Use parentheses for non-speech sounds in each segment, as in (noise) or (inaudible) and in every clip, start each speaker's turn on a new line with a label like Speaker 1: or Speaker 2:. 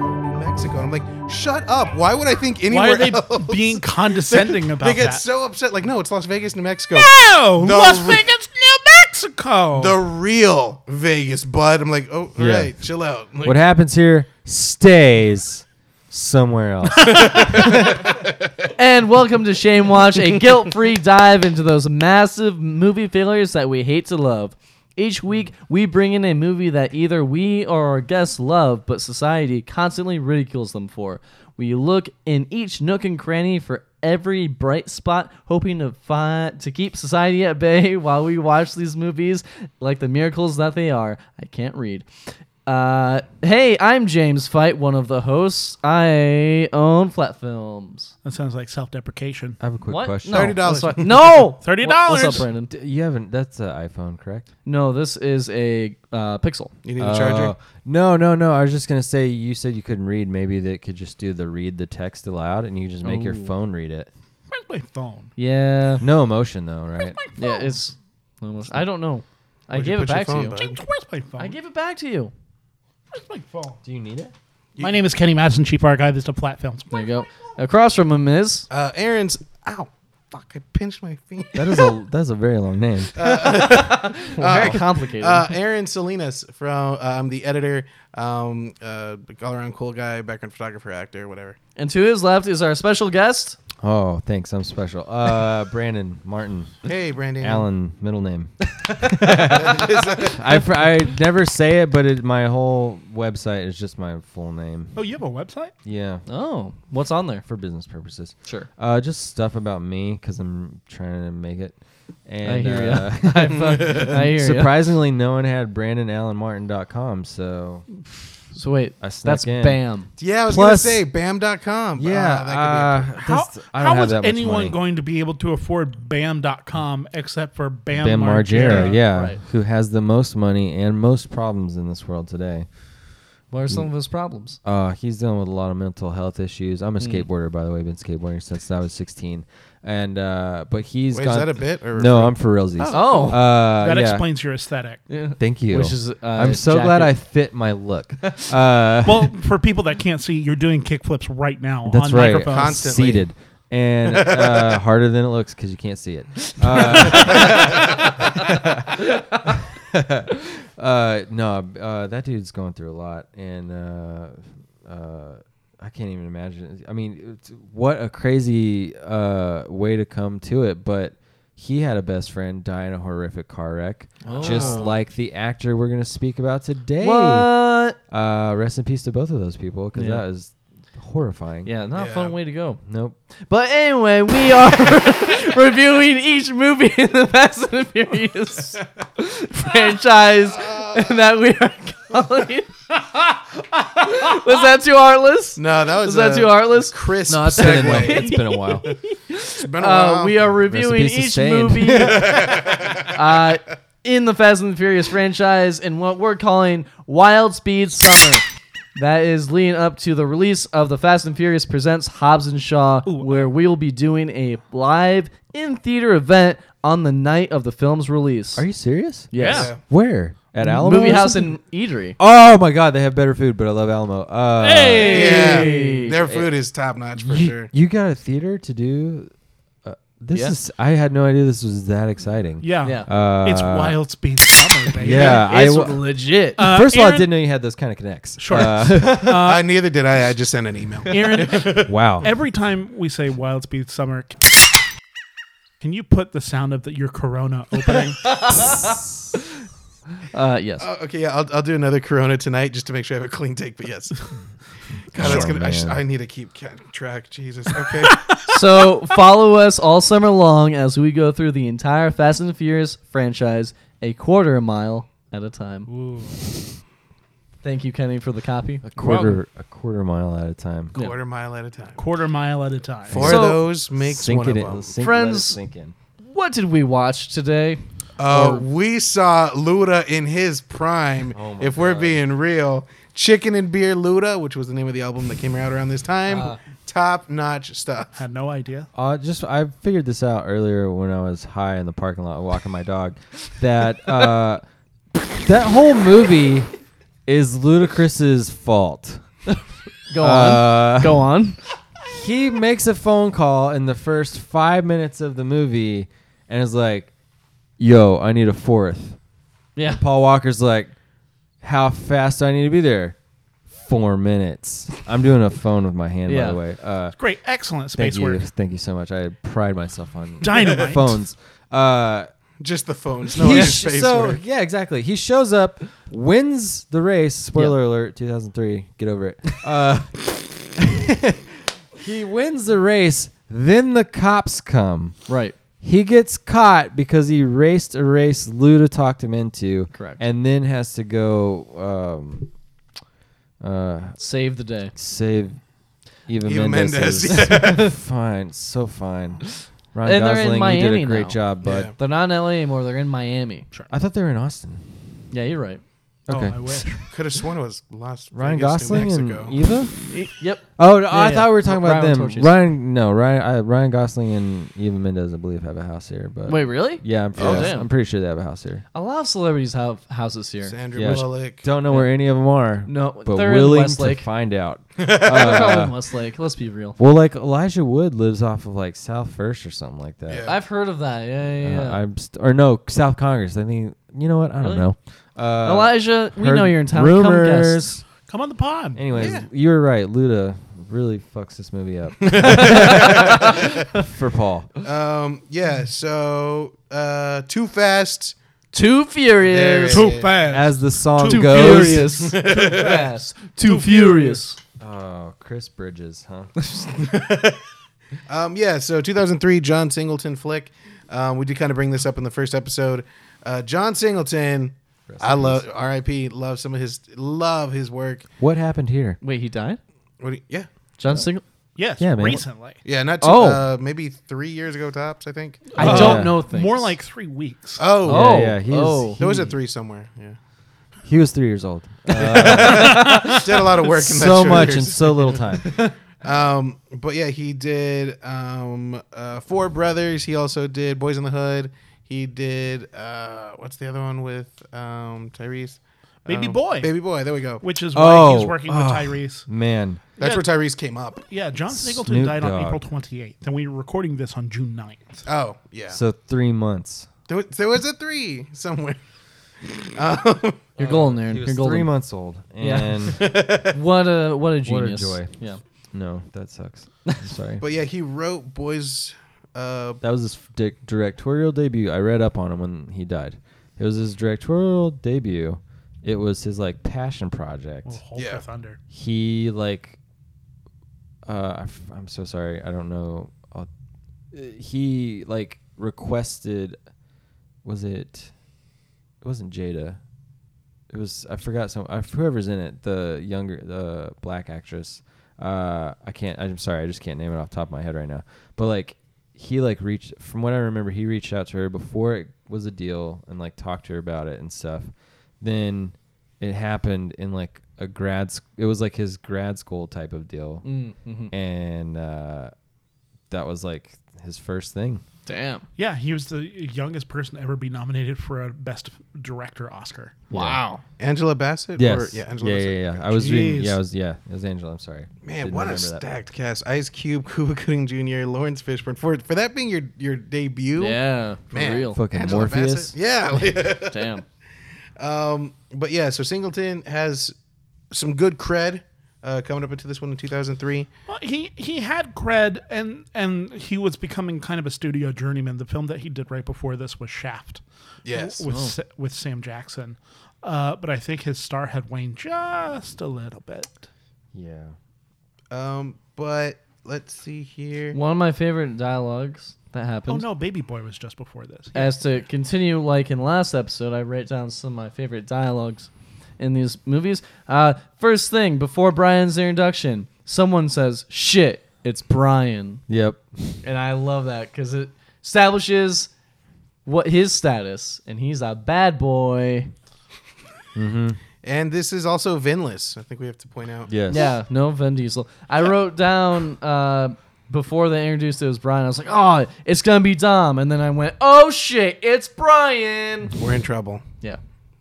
Speaker 1: Mexico. And I'm like, shut up. Why would I think anywhere
Speaker 2: Why are (laughs) they
Speaker 1: else? (laughs)
Speaker 2: being condescending about
Speaker 1: They get
Speaker 2: that?
Speaker 1: so upset. Like, no, it's Las Vegas, New Mexico.
Speaker 2: no,
Speaker 1: The
Speaker 2: Las
Speaker 1: re-
Speaker 2: Vegas, New Mexico.
Speaker 1: The real Vegas, bud. I'm like, oh, all
Speaker 3: Yeah.
Speaker 1: right, chill out. Like,
Speaker 3: What happens here stays (laughs) somewhere else.
Speaker 4: And welcome to Shame Watch, a guilt free dive into those massive movie failures that we hate to love. Each week, we bring in a movie that either we or our guests love, but society constantly ridicules them for. We look in each nook and cranny for every bright spot, hoping to find to keep society at bay (laughs) while we watch these movies like the miracles that they are. I can't read. Uh, hey, I'm James Fight, one of the hosts. I own Flat Films.
Speaker 2: that sounds like self-deprecation.
Speaker 3: I have a quick
Speaker 4: What?
Speaker 3: question.
Speaker 4: No,
Speaker 1: $30.
Speaker 4: that's fine.
Speaker 1: (laughs)
Speaker 4: No,
Speaker 2: $30.
Speaker 4: What- What's up, Brandon?
Speaker 3: D- You haven't. That's an iPhone, correct?
Speaker 4: No, this is a uh, Pixel.
Speaker 1: you need a charger?
Speaker 3: Oh, no, no, no. I was just gonna say you said you couldn't read. Maybe they could just do the read the text aloud, and you just make your
Speaker 4: Ooh.
Speaker 3: phone read it.
Speaker 2: Where's my phone?
Speaker 4: Yeah,
Speaker 3: No emotion though, right?
Speaker 4: yeah, it's almost. I don't know. I
Speaker 1: Where'd you
Speaker 4: gave
Speaker 1: put
Speaker 4: it
Speaker 1: your
Speaker 4: back to
Speaker 1: phone,
Speaker 4: you.
Speaker 1: bud?
Speaker 2: James, where's my phone?
Speaker 4: I gave it back to you.
Speaker 2: where's my phone?
Speaker 3: (laughs) Do you need it?
Speaker 2: My name is Kenny Madison, chief archivist of Plat Films.
Speaker 4: There you go. Across from him is
Speaker 1: Uh, Aaron's, ow, fuck, I pinched my finger.
Speaker 3: That is (laughs) a that's a very long name.
Speaker 4: very
Speaker 1: (laughs)
Speaker 4: complicated.
Speaker 1: Uh, Aaron Salinas from um, the editor, um, uh, all around cool guy, background photographer, actor, whatever.
Speaker 4: and to his left is our special guest.
Speaker 3: Oh, thanks. I'm special. (laughs) Uh, Brandon Martin
Speaker 1: Hey, Brandon.
Speaker 3: Allen, middle name. (laughs) I fr- I never say it, but it, my whole website is just my full name.
Speaker 2: Oh, you have a website?
Speaker 3: Yeah,
Speaker 4: Oh, what's on there?
Speaker 3: for business purposes.
Speaker 4: Sure.
Speaker 3: Uh, just stuff about me because I'm trying to make it. And,
Speaker 4: I hear ya.
Speaker 3: uh,
Speaker 4: (laughs) (laughs) I,
Speaker 1: (laughs)
Speaker 4: fuck, I hear ya.
Speaker 3: surprisingly, no one had BrandonAllenMartin.com, so
Speaker 4: So wait,
Speaker 3: I snuck
Speaker 4: that's
Speaker 3: in.
Speaker 4: Bam.
Speaker 1: Yeah, I was
Speaker 3: Plus-
Speaker 1: gonna say bam.com.
Speaker 3: yeah,
Speaker 1: Ah, that
Speaker 3: uh,
Speaker 2: How,
Speaker 3: that's- I don't
Speaker 2: how
Speaker 3: have
Speaker 2: is
Speaker 3: that much money.
Speaker 2: anyone going to be able to afford BAM.com except for BAM,
Speaker 3: Ben Margera, yeah,
Speaker 4: right.
Speaker 3: who has the most money and most problems in this world today.
Speaker 4: What are
Speaker 3: Hmm.
Speaker 4: some of his problems?
Speaker 3: Uh, he's dealing with a lot of mental health issues.
Speaker 4: Hmm.
Speaker 3: I'm a skateboarder, by the way. Been skateboarding since I was 16, and uh, but he's
Speaker 1: Wait, is
Speaker 3: gone
Speaker 1: that a bit or-
Speaker 3: no, I'm for realsies.
Speaker 4: Oh,
Speaker 3: Uh,
Speaker 2: That
Speaker 3: yeah.
Speaker 2: explains your aesthetic.
Speaker 4: yeah.
Speaker 3: Thank you.
Speaker 4: Which is, uh,
Speaker 3: I'm so glad
Speaker 4: jacket.
Speaker 3: I fit my look. Uh,
Speaker 2: Well, for people that can't see, you're doing kickflips right now
Speaker 3: That's
Speaker 2: on
Speaker 3: right.
Speaker 2: microphones.
Speaker 1: Constant- Constantly.
Speaker 3: Seated. And uh, harder than it looks because you can't see it. Uh, (laughs) uh, no, uh, that dude's going through a lot, and uh, uh, I can't even imagine. I mean, it's, what a crazy uh, way to come to it. But he had a best friend die in a horrific car wreck, just like the actor we're going to speak about today.
Speaker 4: What?
Speaker 3: Uh, rest in peace to both of those people because
Speaker 4: Yeah.
Speaker 3: that is horrifying.
Speaker 4: Yeah, not a
Speaker 1: Yeah.
Speaker 4: fun way to go.
Speaker 3: Nope.
Speaker 4: But anyway, we are (laughs) reviewing each movie in the Fast and the Furious franchise that we are calling. (laughs) Was that too heartless?
Speaker 1: no, that was
Speaker 4: Was that
Speaker 1: a
Speaker 4: too heartless?
Speaker 1: Crisp
Speaker 3: No, it's been a while.
Speaker 1: segue.
Speaker 3: It's been a while.
Speaker 1: It's been a
Speaker 4: Uh,
Speaker 1: while.
Speaker 4: we are reviewing
Speaker 3: Recipe
Speaker 4: each
Speaker 3: sustained.
Speaker 4: movie uh, in the Fast and the Furious franchise in what we're calling Wild Speed Summer. That is leading up to the release of the Fast and Furious Presents Hobbs and Shaw, where we will be doing a live in theater event on the night of the film's
Speaker 3: (laughs)
Speaker 4: release.
Speaker 3: Are you serious?
Speaker 4: Yes.
Speaker 1: Yeah.
Speaker 3: Where? At Alamo?
Speaker 4: Movie
Speaker 3: or
Speaker 4: House
Speaker 3: something?
Speaker 4: in Eatery.
Speaker 3: Oh my God, they have better food, but I love Alamo. Uh,
Speaker 1: yeah, their food is top notch for
Speaker 3: you,
Speaker 1: sure.
Speaker 3: you got a theater to do? Uh, this
Speaker 4: Yeah.
Speaker 3: is. I had no idea this was that exciting.
Speaker 2: Yeah.
Speaker 4: Yeah.
Speaker 3: Uh,
Speaker 2: it's wild speed summer, baby.
Speaker 3: (laughs) Yeah, I
Speaker 4: It's
Speaker 3: w-
Speaker 4: legit.
Speaker 2: Uh,
Speaker 3: First of all, I
Speaker 2: Aaron-
Speaker 3: didn't know you had those kind of connects.
Speaker 2: Sure.
Speaker 3: Uh, (laughs)
Speaker 1: Uh, neither did I. I just sent an email.
Speaker 2: Aaron,
Speaker 3: wow.
Speaker 2: every time we say wild speed summer, can you put the sound of the, your Corona opening?
Speaker 4: uh, yes.
Speaker 1: Uh, okay, yeah, I'll, I'll do another Corona tonight just to make sure I have a clean take. But
Speaker 3: (laughs)
Speaker 1: yes, God, that's
Speaker 3: Sure,
Speaker 1: gonna. I, sh-
Speaker 3: man.
Speaker 1: I need to keep ca- track.
Speaker 3: (laughs)
Speaker 1: Jesus. Okay.
Speaker 4: so follow us all summer long as we go through the entire Fast and Furious franchise a quarter mile at a time.
Speaker 2: Ooh.
Speaker 4: Thank you, Kenny, for the copy.
Speaker 3: quarter a quarter mile at a time.
Speaker 4: Yeah.
Speaker 1: Quarter mile at a time.
Speaker 2: Quarter mile at a time.
Speaker 1: Four
Speaker 4: So-
Speaker 1: of those makes
Speaker 3: Sink
Speaker 1: one
Speaker 3: it
Speaker 1: of
Speaker 3: in.
Speaker 1: them.
Speaker 3: Sink, let it
Speaker 4: Friends-
Speaker 3: sink in.
Speaker 4: What did we watch today?
Speaker 1: Uh,
Speaker 4: Or-
Speaker 1: we saw Luda in his prime.
Speaker 3: Oh my
Speaker 1: if we're
Speaker 3: God.
Speaker 1: being real, Chicken and Beer Luda, which was the name of the album that came out around this time, top notch stuff.
Speaker 2: Had no idea.
Speaker 3: Uh, just I figured this out earlier when I was high in the parking lot walking my dog, that uh, (laughs) that whole movie is Ludacris's fault.
Speaker 4: Go on.
Speaker 3: Uh,
Speaker 4: Go on.
Speaker 3: he makes a phone call in the first five minutes of the movie and is like, Yo, I need a fourth.
Speaker 4: Yeah.
Speaker 3: And Paul Walker's like, How fast do I need to be there? Four minutes. I'm doing a phone with my hand,
Speaker 4: Yeah.
Speaker 3: by the way. Uh,
Speaker 2: Great, excellent
Speaker 3: thank
Speaker 2: space
Speaker 3: you.
Speaker 2: work.
Speaker 3: (laughs) Thank you so much. I pride myself on
Speaker 2: Dynamite.
Speaker 3: phones. Uh,
Speaker 1: Just the phones.
Speaker 3: (laughs) he
Speaker 1: No
Speaker 3: sh-
Speaker 1: his face
Speaker 3: so
Speaker 1: work.
Speaker 3: yeah, exactly. He shows up, wins the race. Spoiler alert: 2003. Get over it. Uh, (laughs) he wins the race. Then the cops come.
Speaker 4: Right.
Speaker 3: He gets caught because he raced a race Luda talked him into.
Speaker 4: Correct.
Speaker 3: And then has to go um, uh,
Speaker 4: Save the day.
Speaker 3: save Eva,
Speaker 1: Eva
Speaker 3: Mendes.
Speaker 1: Mendes,
Speaker 3: (laughs) fine, so fine. Ryan
Speaker 4: And they're in
Speaker 3: Gosling, you did
Speaker 4: Miami
Speaker 3: a great
Speaker 4: now.
Speaker 3: job, bud.
Speaker 1: Yeah.
Speaker 4: They're not in LA anymore. They're in Miami.
Speaker 3: I thought they were in Austin.
Speaker 4: Yeah, you're right.
Speaker 3: Okay.
Speaker 2: Oh, I wish.
Speaker 1: Could have sworn it was Las
Speaker 3: Ryan
Speaker 1: Vegas, New
Speaker 3: Gosling and
Speaker 1: Mexico.
Speaker 4: (laughs)
Speaker 3: Eva.
Speaker 4: Yep.
Speaker 3: Oh, no, I
Speaker 4: yeah.
Speaker 3: thought we were talking about
Speaker 4: Ryan
Speaker 3: them.
Speaker 4: Torches.
Speaker 3: Ryan, no, Ryan, I, Ryan Gosling and Eva Mendes, I believe, have a house here. But
Speaker 4: Wait, really?
Speaker 3: yeah, I'm pretty,
Speaker 1: Oh,
Speaker 4: damn.
Speaker 3: I'm pretty sure they have a house here.
Speaker 4: A lot of celebrities have houses here.
Speaker 1: Sandra
Speaker 3: Yeah.
Speaker 1: Bullock.
Speaker 3: Don't know where any of them are,
Speaker 4: No,
Speaker 3: but
Speaker 4: they're in
Speaker 3: willing to
Speaker 4: Westlake.
Speaker 3: find out.
Speaker 4: (laughs) They're probably
Speaker 3: Uh,
Speaker 4: in Westlake. Let's be real.
Speaker 3: well, like Elijah Wood lives off of like South First or something like that.
Speaker 1: Yeah.
Speaker 4: I've heard of that. Yeah, yeah,
Speaker 3: Uh,
Speaker 4: yeah.
Speaker 3: I'm st- or no South Congress. I think you know what I
Speaker 4: Really?
Speaker 3: don't know. Uh,
Speaker 4: Elijah, we
Speaker 3: heard
Speaker 4: know you're in town. Come guest.
Speaker 3: Rumors.
Speaker 2: Come on the pod.
Speaker 3: Anyways,
Speaker 1: Yeah.
Speaker 3: you were right. Luda really fucks this movie
Speaker 4: (laughs)
Speaker 3: up for Paul.
Speaker 1: Um, yeah, so uh, Too Fast.
Speaker 4: Too
Speaker 1: There it is.
Speaker 4: furious.
Speaker 2: Too fast.
Speaker 3: As the song
Speaker 2: Too
Speaker 3: goes,
Speaker 4: (laughs) Furious. Too fast.
Speaker 2: Too furious.
Speaker 3: Oh, Chris Bridges, huh?
Speaker 1: Um, yeah, so 2003 John Singleton flick. Um, we did kind of bring this up in the first episode. Uh, John Singleton, I love R.I.P. Love some of his love his work.
Speaker 3: what happened here?
Speaker 4: Wait, he died?
Speaker 1: What do you- yeah,
Speaker 4: John Single?
Speaker 2: Yes,
Speaker 3: Yeah, man.
Speaker 2: recently.
Speaker 1: yeah, not too,
Speaker 3: Oh.
Speaker 1: uh, maybe three years ago tops. I think.
Speaker 4: I
Speaker 3: Uh,
Speaker 4: don't know things.
Speaker 2: More like three weeks.
Speaker 1: Oh,
Speaker 4: Oh,
Speaker 3: yeah, he's-
Speaker 4: oh.
Speaker 1: there was a three somewhere. Yeah,
Speaker 3: He was three years old.
Speaker 1: did a lot of work. in that
Speaker 3: so
Speaker 1: short
Speaker 3: much
Speaker 1: years.
Speaker 3: in so little time.
Speaker 1: Um, but yeah, he did um, uh, Four Brothers. He also did Boys in the Hood. He did uh, what's the other one with um, Tyrese?
Speaker 2: Baby
Speaker 1: Um,
Speaker 2: Boy.
Speaker 1: Baby Boy. There we go.
Speaker 2: which is why he's
Speaker 3: Oh,
Speaker 2: working
Speaker 3: oh.
Speaker 2: with Tyrese.
Speaker 3: Man,
Speaker 1: That's
Speaker 2: Yeah.
Speaker 1: where Tyrese came up.
Speaker 2: Yeah, John Singleton
Speaker 3: Snoop
Speaker 2: died on
Speaker 3: Dogg.
Speaker 2: April 28th, and we were recording this on June 9th.
Speaker 1: Oh yeah.
Speaker 3: so three months.
Speaker 1: there, was, there was a three (laughs) somewhere.
Speaker 4: You're golden, Aaron.
Speaker 3: He
Speaker 4: You're
Speaker 3: was three
Speaker 4: golden.
Speaker 3: months old,
Speaker 4: Yeah.
Speaker 3: and
Speaker 4: (laughs) What a what a
Speaker 3: What a
Speaker 4: genius.
Speaker 3: joy.
Speaker 4: Yeah.
Speaker 3: no, that
Speaker 4: (laughs)
Speaker 3: sucks. I'm sorry.
Speaker 1: But yeah, he wrote Boys. Uh,
Speaker 3: that was his di- directorial debut. I read up on him when he died. It was his directorial debut. It was his like passion project.
Speaker 2: Well, hold
Speaker 1: Yeah.
Speaker 2: for thunder.
Speaker 3: he like uh I f- i'm so sorry i don't know I'll, uh, he like requested was it it wasn't jada it was i forgot some I, whoever's in it the younger the black actress uh i can't i'm sorry i just can't name it off the top of my head right now but like he like reached from what i remember he reached out to her before it was a deal and like talked to her about it and stuff then it happened in like a grad sc- it was like his grad school type of deal
Speaker 4: Mm,
Speaker 1: mm-hmm.
Speaker 4: mhm.
Speaker 3: and uh that was like his first thing
Speaker 4: Damn.
Speaker 2: Yeah, he was the youngest person to ever be nominated for a Best Director Oscar.
Speaker 4: Wow.
Speaker 1: Angela Bassett.
Speaker 3: yes
Speaker 1: Or, yeah.
Speaker 3: yeah
Speaker 1: Angela
Speaker 3: yeah
Speaker 1: Bassett.
Speaker 3: yeah, yeah. i was reading
Speaker 2: Jeez.
Speaker 3: yeah i was yeah it was angela i'm sorry
Speaker 1: Man,
Speaker 3: Didn't
Speaker 1: what a
Speaker 3: remember that.
Speaker 1: stacked cast! Ice Cube, (laughs) Cuba Gooding Jr., Lawrence Fishburne for for that being your your debut.
Speaker 4: Yeah. For
Speaker 1: Man.
Speaker 4: real.
Speaker 3: fucking
Speaker 1: Angela
Speaker 3: morpheus
Speaker 1: Bassett. Yeah.
Speaker 4: Damn.
Speaker 1: Um, but yeah, so Singleton has some good cred uh, coming up into this one in 2003.
Speaker 2: Well, he he had cred, and and he was becoming kind of a studio journeyman. The film that he did right before this was Shaft.
Speaker 1: Yes.
Speaker 4: Oh.
Speaker 2: with Sa- with Sam Jackson. Uh, but I think his star had waned just a little bit. Oh,
Speaker 3: yeah
Speaker 1: Um, but let's see here.
Speaker 4: One of my favorite dialogues that
Speaker 2: Oh
Speaker 4: happened.
Speaker 2: no, Baby Boy was just before this.
Speaker 4: As to continue, like in last episode, I write down some of my favorite dialogues in these movies. Uh, first thing, before Brian's introduction, someone says, "Shit, it's Brian,"
Speaker 3: yep
Speaker 4: and I love that because it establishes what his status, and he's a bad boy.
Speaker 1: And this is also Vinless. I think we have to point out.
Speaker 3: yes
Speaker 4: Yeah, no Vin Diesel. I wrote down uh, before they introduced it was Brian. I was like, "Oh, it's gonna be Dom," and then I went, "Oh shit, it's Brian."
Speaker 1: We're in trouble.
Speaker 4: Yeah,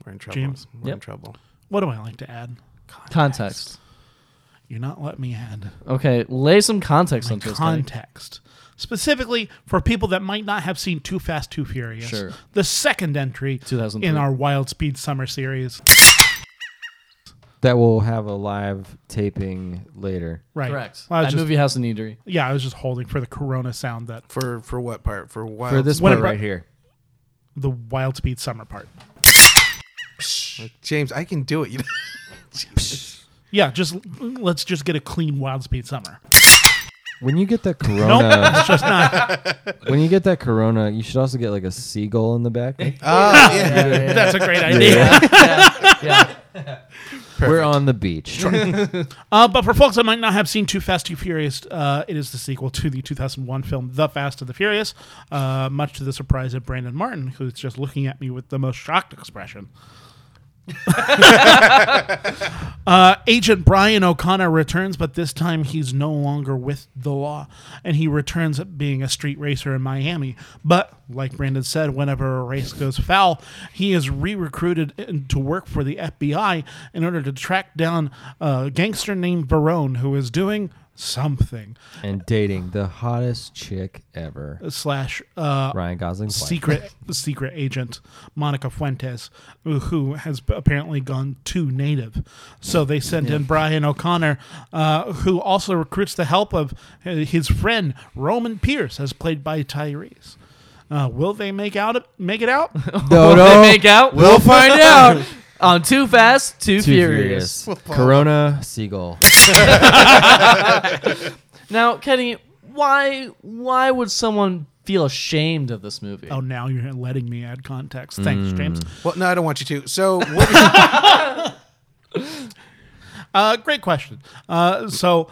Speaker 1: We're in trouble.
Speaker 2: James.
Speaker 1: We're in
Speaker 4: Yep.
Speaker 1: trouble.
Speaker 2: What do I like to add?
Speaker 4: context.
Speaker 2: You're not letting me add
Speaker 4: Okay, lay some context
Speaker 2: my
Speaker 4: into this. Kenny.
Speaker 2: context. Specifically for people that might not have seen Too Fast, Too Furious,
Speaker 4: Sure.
Speaker 2: the second entry
Speaker 4: 2003.
Speaker 2: in our Wild Speed Summer Series.
Speaker 3: That will have a live taping later.
Speaker 2: Right.
Speaker 4: Correct.
Speaker 2: Well, I was
Speaker 4: that
Speaker 2: just-
Speaker 4: movie has an eatery.
Speaker 2: Yeah, I was just holding for the Corona sound that
Speaker 1: For for what part? For wild.
Speaker 3: For this
Speaker 2: What
Speaker 3: part
Speaker 2: about-
Speaker 3: right here.
Speaker 2: the Wild Speed Summer part.
Speaker 1: James, I can do it. (laughs)
Speaker 3: (laughs)
Speaker 1: You know?
Speaker 2: Yeah, just let's just get a clean Wild Speed Summer.
Speaker 3: When you get that corona,
Speaker 2: It's just not.
Speaker 3: (laughs) when you get that corona, you should also get like a seagull in the back.
Speaker 1: Ah, yeah.
Speaker 4: (laughs)
Speaker 2: That's a great idea.
Speaker 4: yeah.
Speaker 3: We're on the beach.
Speaker 2: Uh, but for folks that might not have seen Too Fast, Too Furious, uh, it is the sequel to the 2001 film The Fast and the Furious, uh, much to the surprise of Brandon Martin, who's just looking at me with the most shocked expression. uh, Agent Brian O'Connor returns, but this time he's no longer with the law, and he returns at being a street racer in Miami. But, like Brandon said, whenever a race goes foul, he is re recruited to work for the FBI in order to track down a gangster named Barone who is doing something,
Speaker 3: (laughs) and dating the hottest chick ever,
Speaker 2: slash, uh,
Speaker 3: Ryan Gosling's wife.
Speaker 2: secret secret agent Monica Fuentes, who has apparently gone too native. So they send in Brian O'Connor, uh, who also recruits the help of uh, his friend Roman Pierce, as played by Tyrese. Uh, will they make out? Make it out?
Speaker 3: No,
Speaker 4: Will
Speaker 3: no.
Speaker 4: they make out?
Speaker 3: We'll find out.
Speaker 4: On Too Fast, Too,
Speaker 3: Too
Speaker 4: furious.
Speaker 3: furious. Corona seagull.
Speaker 4: Now, Kenny, why why would someone feel ashamed of this movie?
Speaker 2: oh, now you're letting me add context. Thanks, James.
Speaker 1: Well, no, I don't want you to. So,
Speaker 3: (laughs)
Speaker 1: what,
Speaker 2: Uh, great question. Uh, so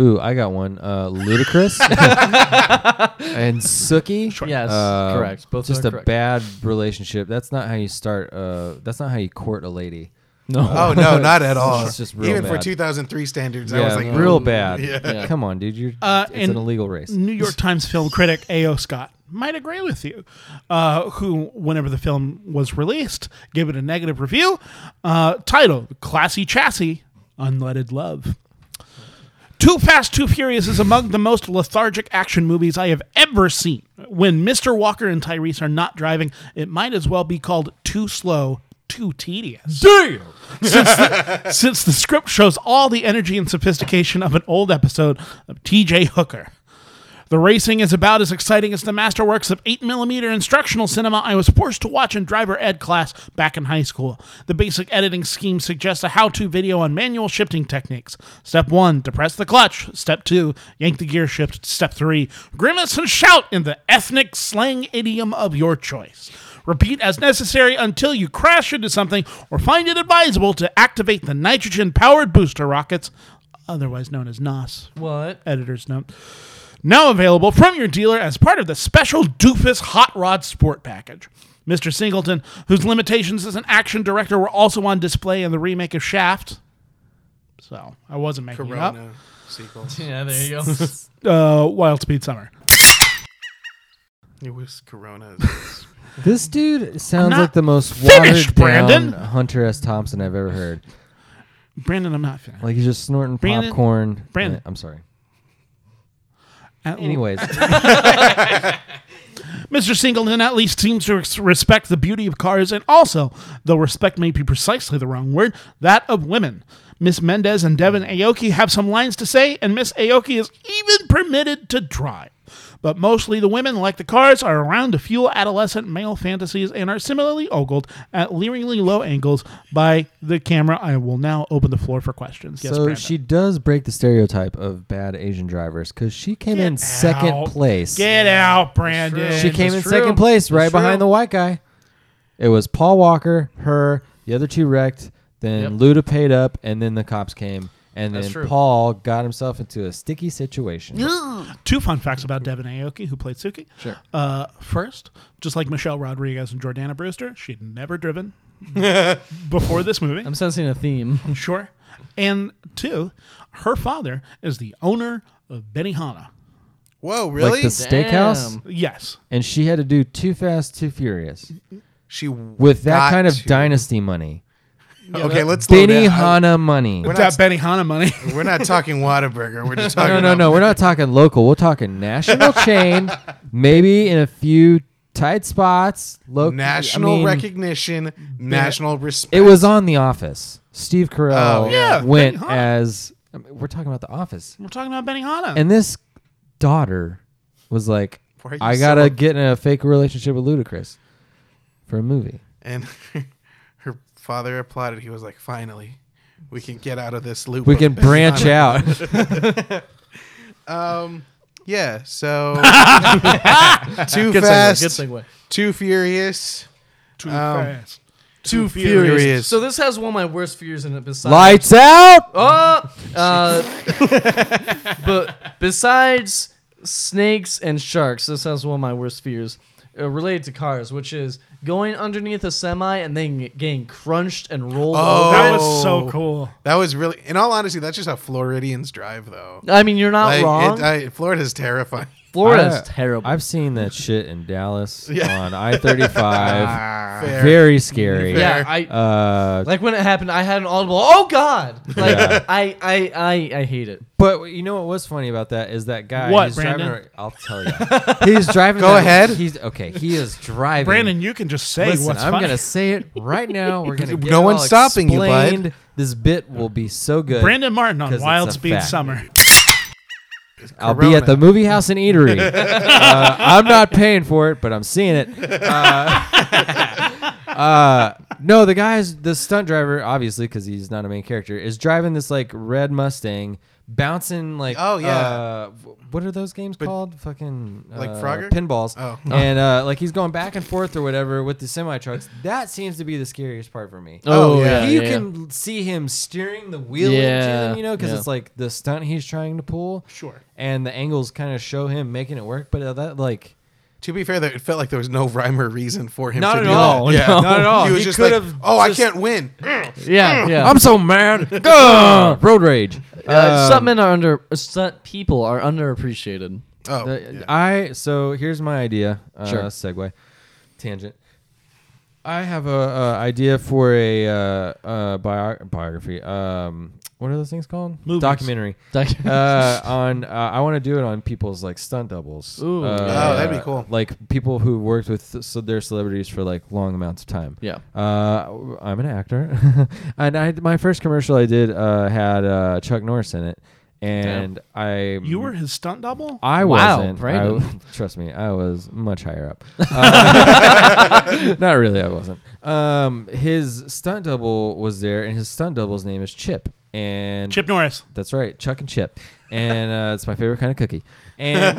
Speaker 3: Ooh, I got one. Uh, Ludacris (laughs) and Sookie.
Speaker 4: Yes,
Speaker 3: Uh,
Speaker 4: correct. Both
Speaker 3: just
Speaker 4: are
Speaker 3: a
Speaker 4: correct.
Speaker 3: bad relationship. That's not how you start. Uh, that's not how you court a lady. (laughs)
Speaker 4: no.
Speaker 1: oh no, not at all.
Speaker 3: It's just real
Speaker 1: Even for
Speaker 3: bad.
Speaker 1: 2003 standards, I was
Speaker 3: Yeah,
Speaker 1: like,
Speaker 3: real
Speaker 1: oh,
Speaker 3: bad.
Speaker 1: Yeah.
Speaker 4: Yeah.
Speaker 3: Come on, dude. You're
Speaker 2: Uh,
Speaker 3: it's
Speaker 2: and-
Speaker 3: an illegal race.
Speaker 2: New York Times film critic A.O. Scott might agree with you, uh, who, whenever the film was released, gave it a negative review. Uh, title Classy Chassis, Unleaded Love. Too Fast, Too Furious is among the most lethargic action movies I have ever seen. When Mr. Walker and Tyrese are not driving, it might as well be called Too Slow, Too Tedious since, the, since the script shows all the energy and sophistication of an old episode of TJ Hooker. The racing is about as exciting as the masterworks of 8mm instructional cinema I was forced to watch in driver ed class back in high school. The basic editing scheme suggests a how to video on manual shifting techniques. Step 1 depress the clutch. Step 2 yank the gear shift. Step 3 grimace and shout in the ethnic slang idiom of your choice. Repeat as necessary until you crash into something or find it advisable to activate the nitrogen powered booster rockets, otherwise known as NOS
Speaker 4: What?
Speaker 2: editor's note. Now available from your dealer as part of the special Doofus Hot Rod Sport Package. Mr. Singleton, whose limitations as an action director were also on display in the remake of Shaft. So I wasn't making it
Speaker 1: Corona sequel.
Speaker 4: Yeah, there you go.
Speaker 2: up. Uh, Wild Speed Summer.
Speaker 1: It was Corona.
Speaker 3: This dude sounds
Speaker 2: not
Speaker 3: like the most
Speaker 2: finished,
Speaker 3: watered down
Speaker 2: Brandon.
Speaker 3: Hunter S. Thompson I've ever heard.
Speaker 2: Brandon, I'm not finished.
Speaker 3: Like he's just snorting
Speaker 2: Brandon-
Speaker 3: popcorn. Uh,
Speaker 2: Brandon.
Speaker 3: I'm sorry.
Speaker 2: At-
Speaker 3: Anyways,
Speaker 2: Mr. Singleton at least seems to res- respect the beauty of cars and also, though respect may be precisely the wrong word, that of women. Miss Mendez and Devin Aoki have some lines to say, and Miss Aoki is even permitted to drive. But mostly the women, like the cars, are around to fuel adolescent male fantasies and are similarly ogled at leeringly low angles by the camera. I will now open the floor for questions. Yes,
Speaker 3: so
Speaker 2: Brandon.
Speaker 3: she does break the stereotype of bad Asian drivers because she came
Speaker 2: Get
Speaker 3: in second
Speaker 2: out.
Speaker 3: place.
Speaker 2: Get out, Brandon.
Speaker 3: She came in
Speaker 1: That's true.
Speaker 3: second place, right
Speaker 1: That's
Speaker 3: behind
Speaker 1: true.
Speaker 3: the white guy. It was Paul Walker, her, the other two wrecked. Then Luda paid up, and then the cops came, and
Speaker 4: That's
Speaker 3: then
Speaker 4: true.
Speaker 3: Paul got himself into a sticky situation.
Speaker 2: Two fun facts about Devin Aoki, who played Suki.
Speaker 4: Sure.
Speaker 2: Uh, first, just like Michelle Rodriguez and Jordana Brewster, she'd never driven
Speaker 1: (laughs)
Speaker 2: before this movie.
Speaker 4: (laughs) I'm sensing a theme.
Speaker 2: sure. And two, her father is the owner of Benihana.
Speaker 1: Whoa,
Speaker 3: Like
Speaker 1: really?
Speaker 3: the steakhouse,
Speaker 4: Damn.
Speaker 2: Yes.
Speaker 3: and she had to do too fast, too furious
Speaker 1: she
Speaker 3: with that
Speaker 1: got
Speaker 3: kind of
Speaker 1: to-
Speaker 3: dynasty money.
Speaker 1: okay, let's slow down.
Speaker 3: Benihana money.
Speaker 1: We're
Speaker 2: It's
Speaker 1: not-
Speaker 2: that Benihana money. (laughs)
Speaker 1: We're not talking Whataburger. We're just talking.
Speaker 3: (laughs) No, no,
Speaker 1: about-
Speaker 3: no. We're not talking local. We're talking national
Speaker 1: (laughs)
Speaker 3: chain. Maybe in a few tight spots. Local.
Speaker 1: National
Speaker 3: I mean,
Speaker 1: recognition, national respect.
Speaker 3: It was on The Office. Steve Carell
Speaker 1: Oh, yeah.
Speaker 2: Yeah,
Speaker 3: went
Speaker 2: Benihana.
Speaker 3: as. I mean, we're talking about The Office,
Speaker 2: We're talking about Benihana.
Speaker 3: and this daughter was like,
Speaker 1: Why are you
Speaker 3: "I
Speaker 1: so-
Speaker 3: gotta get in a fake relationship with Ludacris for a movie."
Speaker 1: and (laughs) her father applauded. He was like, "Finally, we can get out of this loop.
Speaker 3: We
Speaker 1: of
Speaker 3: can
Speaker 1: Benihana."
Speaker 3: branch out.
Speaker 1: Um, yeah.
Speaker 3: (laughs)
Speaker 1: So too
Speaker 4: (laughs) Good
Speaker 1: fast,
Speaker 4: segue. Good segue.
Speaker 1: too furious.
Speaker 2: too
Speaker 1: um,
Speaker 2: fast.
Speaker 4: Too
Speaker 1: furious.
Speaker 4: So this has one of my worst fears in it.
Speaker 3: (laughs)
Speaker 4: Besides
Speaker 3: Lights out.
Speaker 4: Oh, uh, (laughs) but besides snakes and sharks, this has one of my worst fears uh, related to cars, which is going underneath a semi and then getting crunched and rolled
Speaker 1: Oh.
Speaker 2: That
Speaker 4: over.
Speaker 2: was so cool.
Speaker 1: That was really, in all honesty, that's just how Floridians drive, though.
Speaker 4: I mean, you're not wrong.
Speaker 1: It, I, Florida's terrifying.
Speaker 4: Florida's
Speaker 3: I-
Speaker 4: terrible.
Speaker 3: I've seen that shit in Dallas
Speaker 1: Yeah.
Speaker 3: on I thirty five.
Speaker 1: (laughs) Fair.
Speaker 3: Ah. Very scary.
Speaker 4: yeah,
Speaker 1: fair.
Speaker 4: I
Speaker 3: Uh,
Speaker 4: like when it happened. I had an audible. Oh God!
Speaker 1: (laughs)
Speaker 4: Like
Speaker 3: Yeah.
Speaker 4: I, I, I, I hate it.
Speaker 3: But you know what was funny about that is that guy.
Speaker 2: What,
Speaker 3: he's driving
Speaker 2: Brandon?
Speaker 3: ar- I'll tell
Speaker 2: (laughs)
Speaker 3: you. he's driving.
Speaker 1: Go
Speaker 3: that-
Speaker 1: ahead.
Speaker 3: He's okay. He is driving.
Speaker 2: Brandon, you can just say
Speaker 3: listen,
Speaker 2: what's
Speaker 3: I'm
Speaker 2: funny.
Speaker 3: gonna say it right now. We're gonna. Get
Speaker 1: No
Speaker 3: it
Speaker 1: one's
Speaker 3: all
Speaker 1: stopping you, bud.
Speaker 3: explained. This bit will be so good.
Speaker 2: Brandon Martin
Speaker 3: 'Cause
Speaker 2: on
Speaker 3: it's
Speaker 2: Wild
Speaker 3: a
Speaker 2: Speed
Speaker 3: fact.
Speaker 2: Summer.
Speaker 3: I'll be at
Speaker 1: Corona.
Speaker 3: the movie house and
Speaker 1: (laughs)
Speaker 3: eatery. uh, I'm not paying for it, but I'm seeing it. Uh, (laughs) uh, no, the guy's the stunt driver, obviously, because he's not a main character, is driving this like red Mustang, bouncing like
Speaker 1: Oh, yeah.
Speaker 3: uh, wh- what are those games called? Fucking
Speaker 1: Like
Speaker 3: uh,
Speaker 1: Frogger?
Speaker 3: pinballs.
Speaker 1: Oh.
Speaker 3: and uh, like he's going back and forth or whatever with the semi trucks. That seems to be the scariest part for me
Speaker 1: Oh, yeah,
Speaker 3: you can see him steering the wheel
Speaker 4: Yeah,
Speaker 3: into them, you know, because
Speaker 4: yeah.
Speaker 3: it's like the stunt he's trying to pull.
Speaker 2: Sure.
Speaker 3: And the angles kind of show him making it work, but uh, that like
Speaker 1: To be fair, though, it felt like there was no rhyme or reason for him.
Speaker 3: Not
Speaker 1: to
Speaker 3: at
Speaker 1: do
Speaker 3: all,
Speaker 1: That.
Speaker 3: (laughs) no. Not at all.
Speaker 1: He was
Speaker 3: He
Speaker 1: just like,
Speaker 3: could've
Speaker 1: "Oh, I
Speaker 3: just-
Speaker 1: can't win." Mm.
Speaker 4: Yeah, yeah.
Speaker 3: I'm so mad. (laughs) Gah! Road rage.
Speaker 4: uh,
Speaker 3: Um,
Speaker 4: stuntmen are under. Uh, stunt people are underappreciated.
Speaker 1: Oh,
Speaker 3: the-
Speaker 1: yeah.
Speaker 3: I so here's my idea. Uh,
Speaker 4: Sure.
Speaker 3: Segue. Tangent. I have a, uh idea for a uh, uh, bio- biography. Um, what are those things called?
Speaker 2: Movies.
Speaker 3: Documentary. (laughs)
Speaker 4: Doc-
Speaker 3: uh, on uh, I want to do it on people's like stunt doubles.
Speaker 4: Ooh.
Speaker 3: Uh,
Speaker 1: Oh, that'd be cool.
Speaker 3: Like people who worked with so their celebrities for like long amounts of time.
Speaker 4: Yeah.
Speaker 3: Uh, I'm an actor, (laughs) and I my first commercial I did uh, had uh, Chuck Norris in it, and I
Speaker 2: You were his stunt double?
Speaker 3: I
Speaker 4: Wow,
Speaker 3: wasn't. I,
Speaker 4: Brandon.
Speaker 3: w- (laughs) trust me, I was much higher
Speaker 4: (laughs)
Speaker 3: up. Uh, (laughs) not really, I wasn't. Um, his stunt double was there, and his stunt double's name is Chip. And
Speaker 2: Chip Norris.
Speaker 3: that's right, Chuck and Chip, and uh, it's my favorite kind of cookie.
Speaker 1: (laughs)
Speaker 3: And (laughs)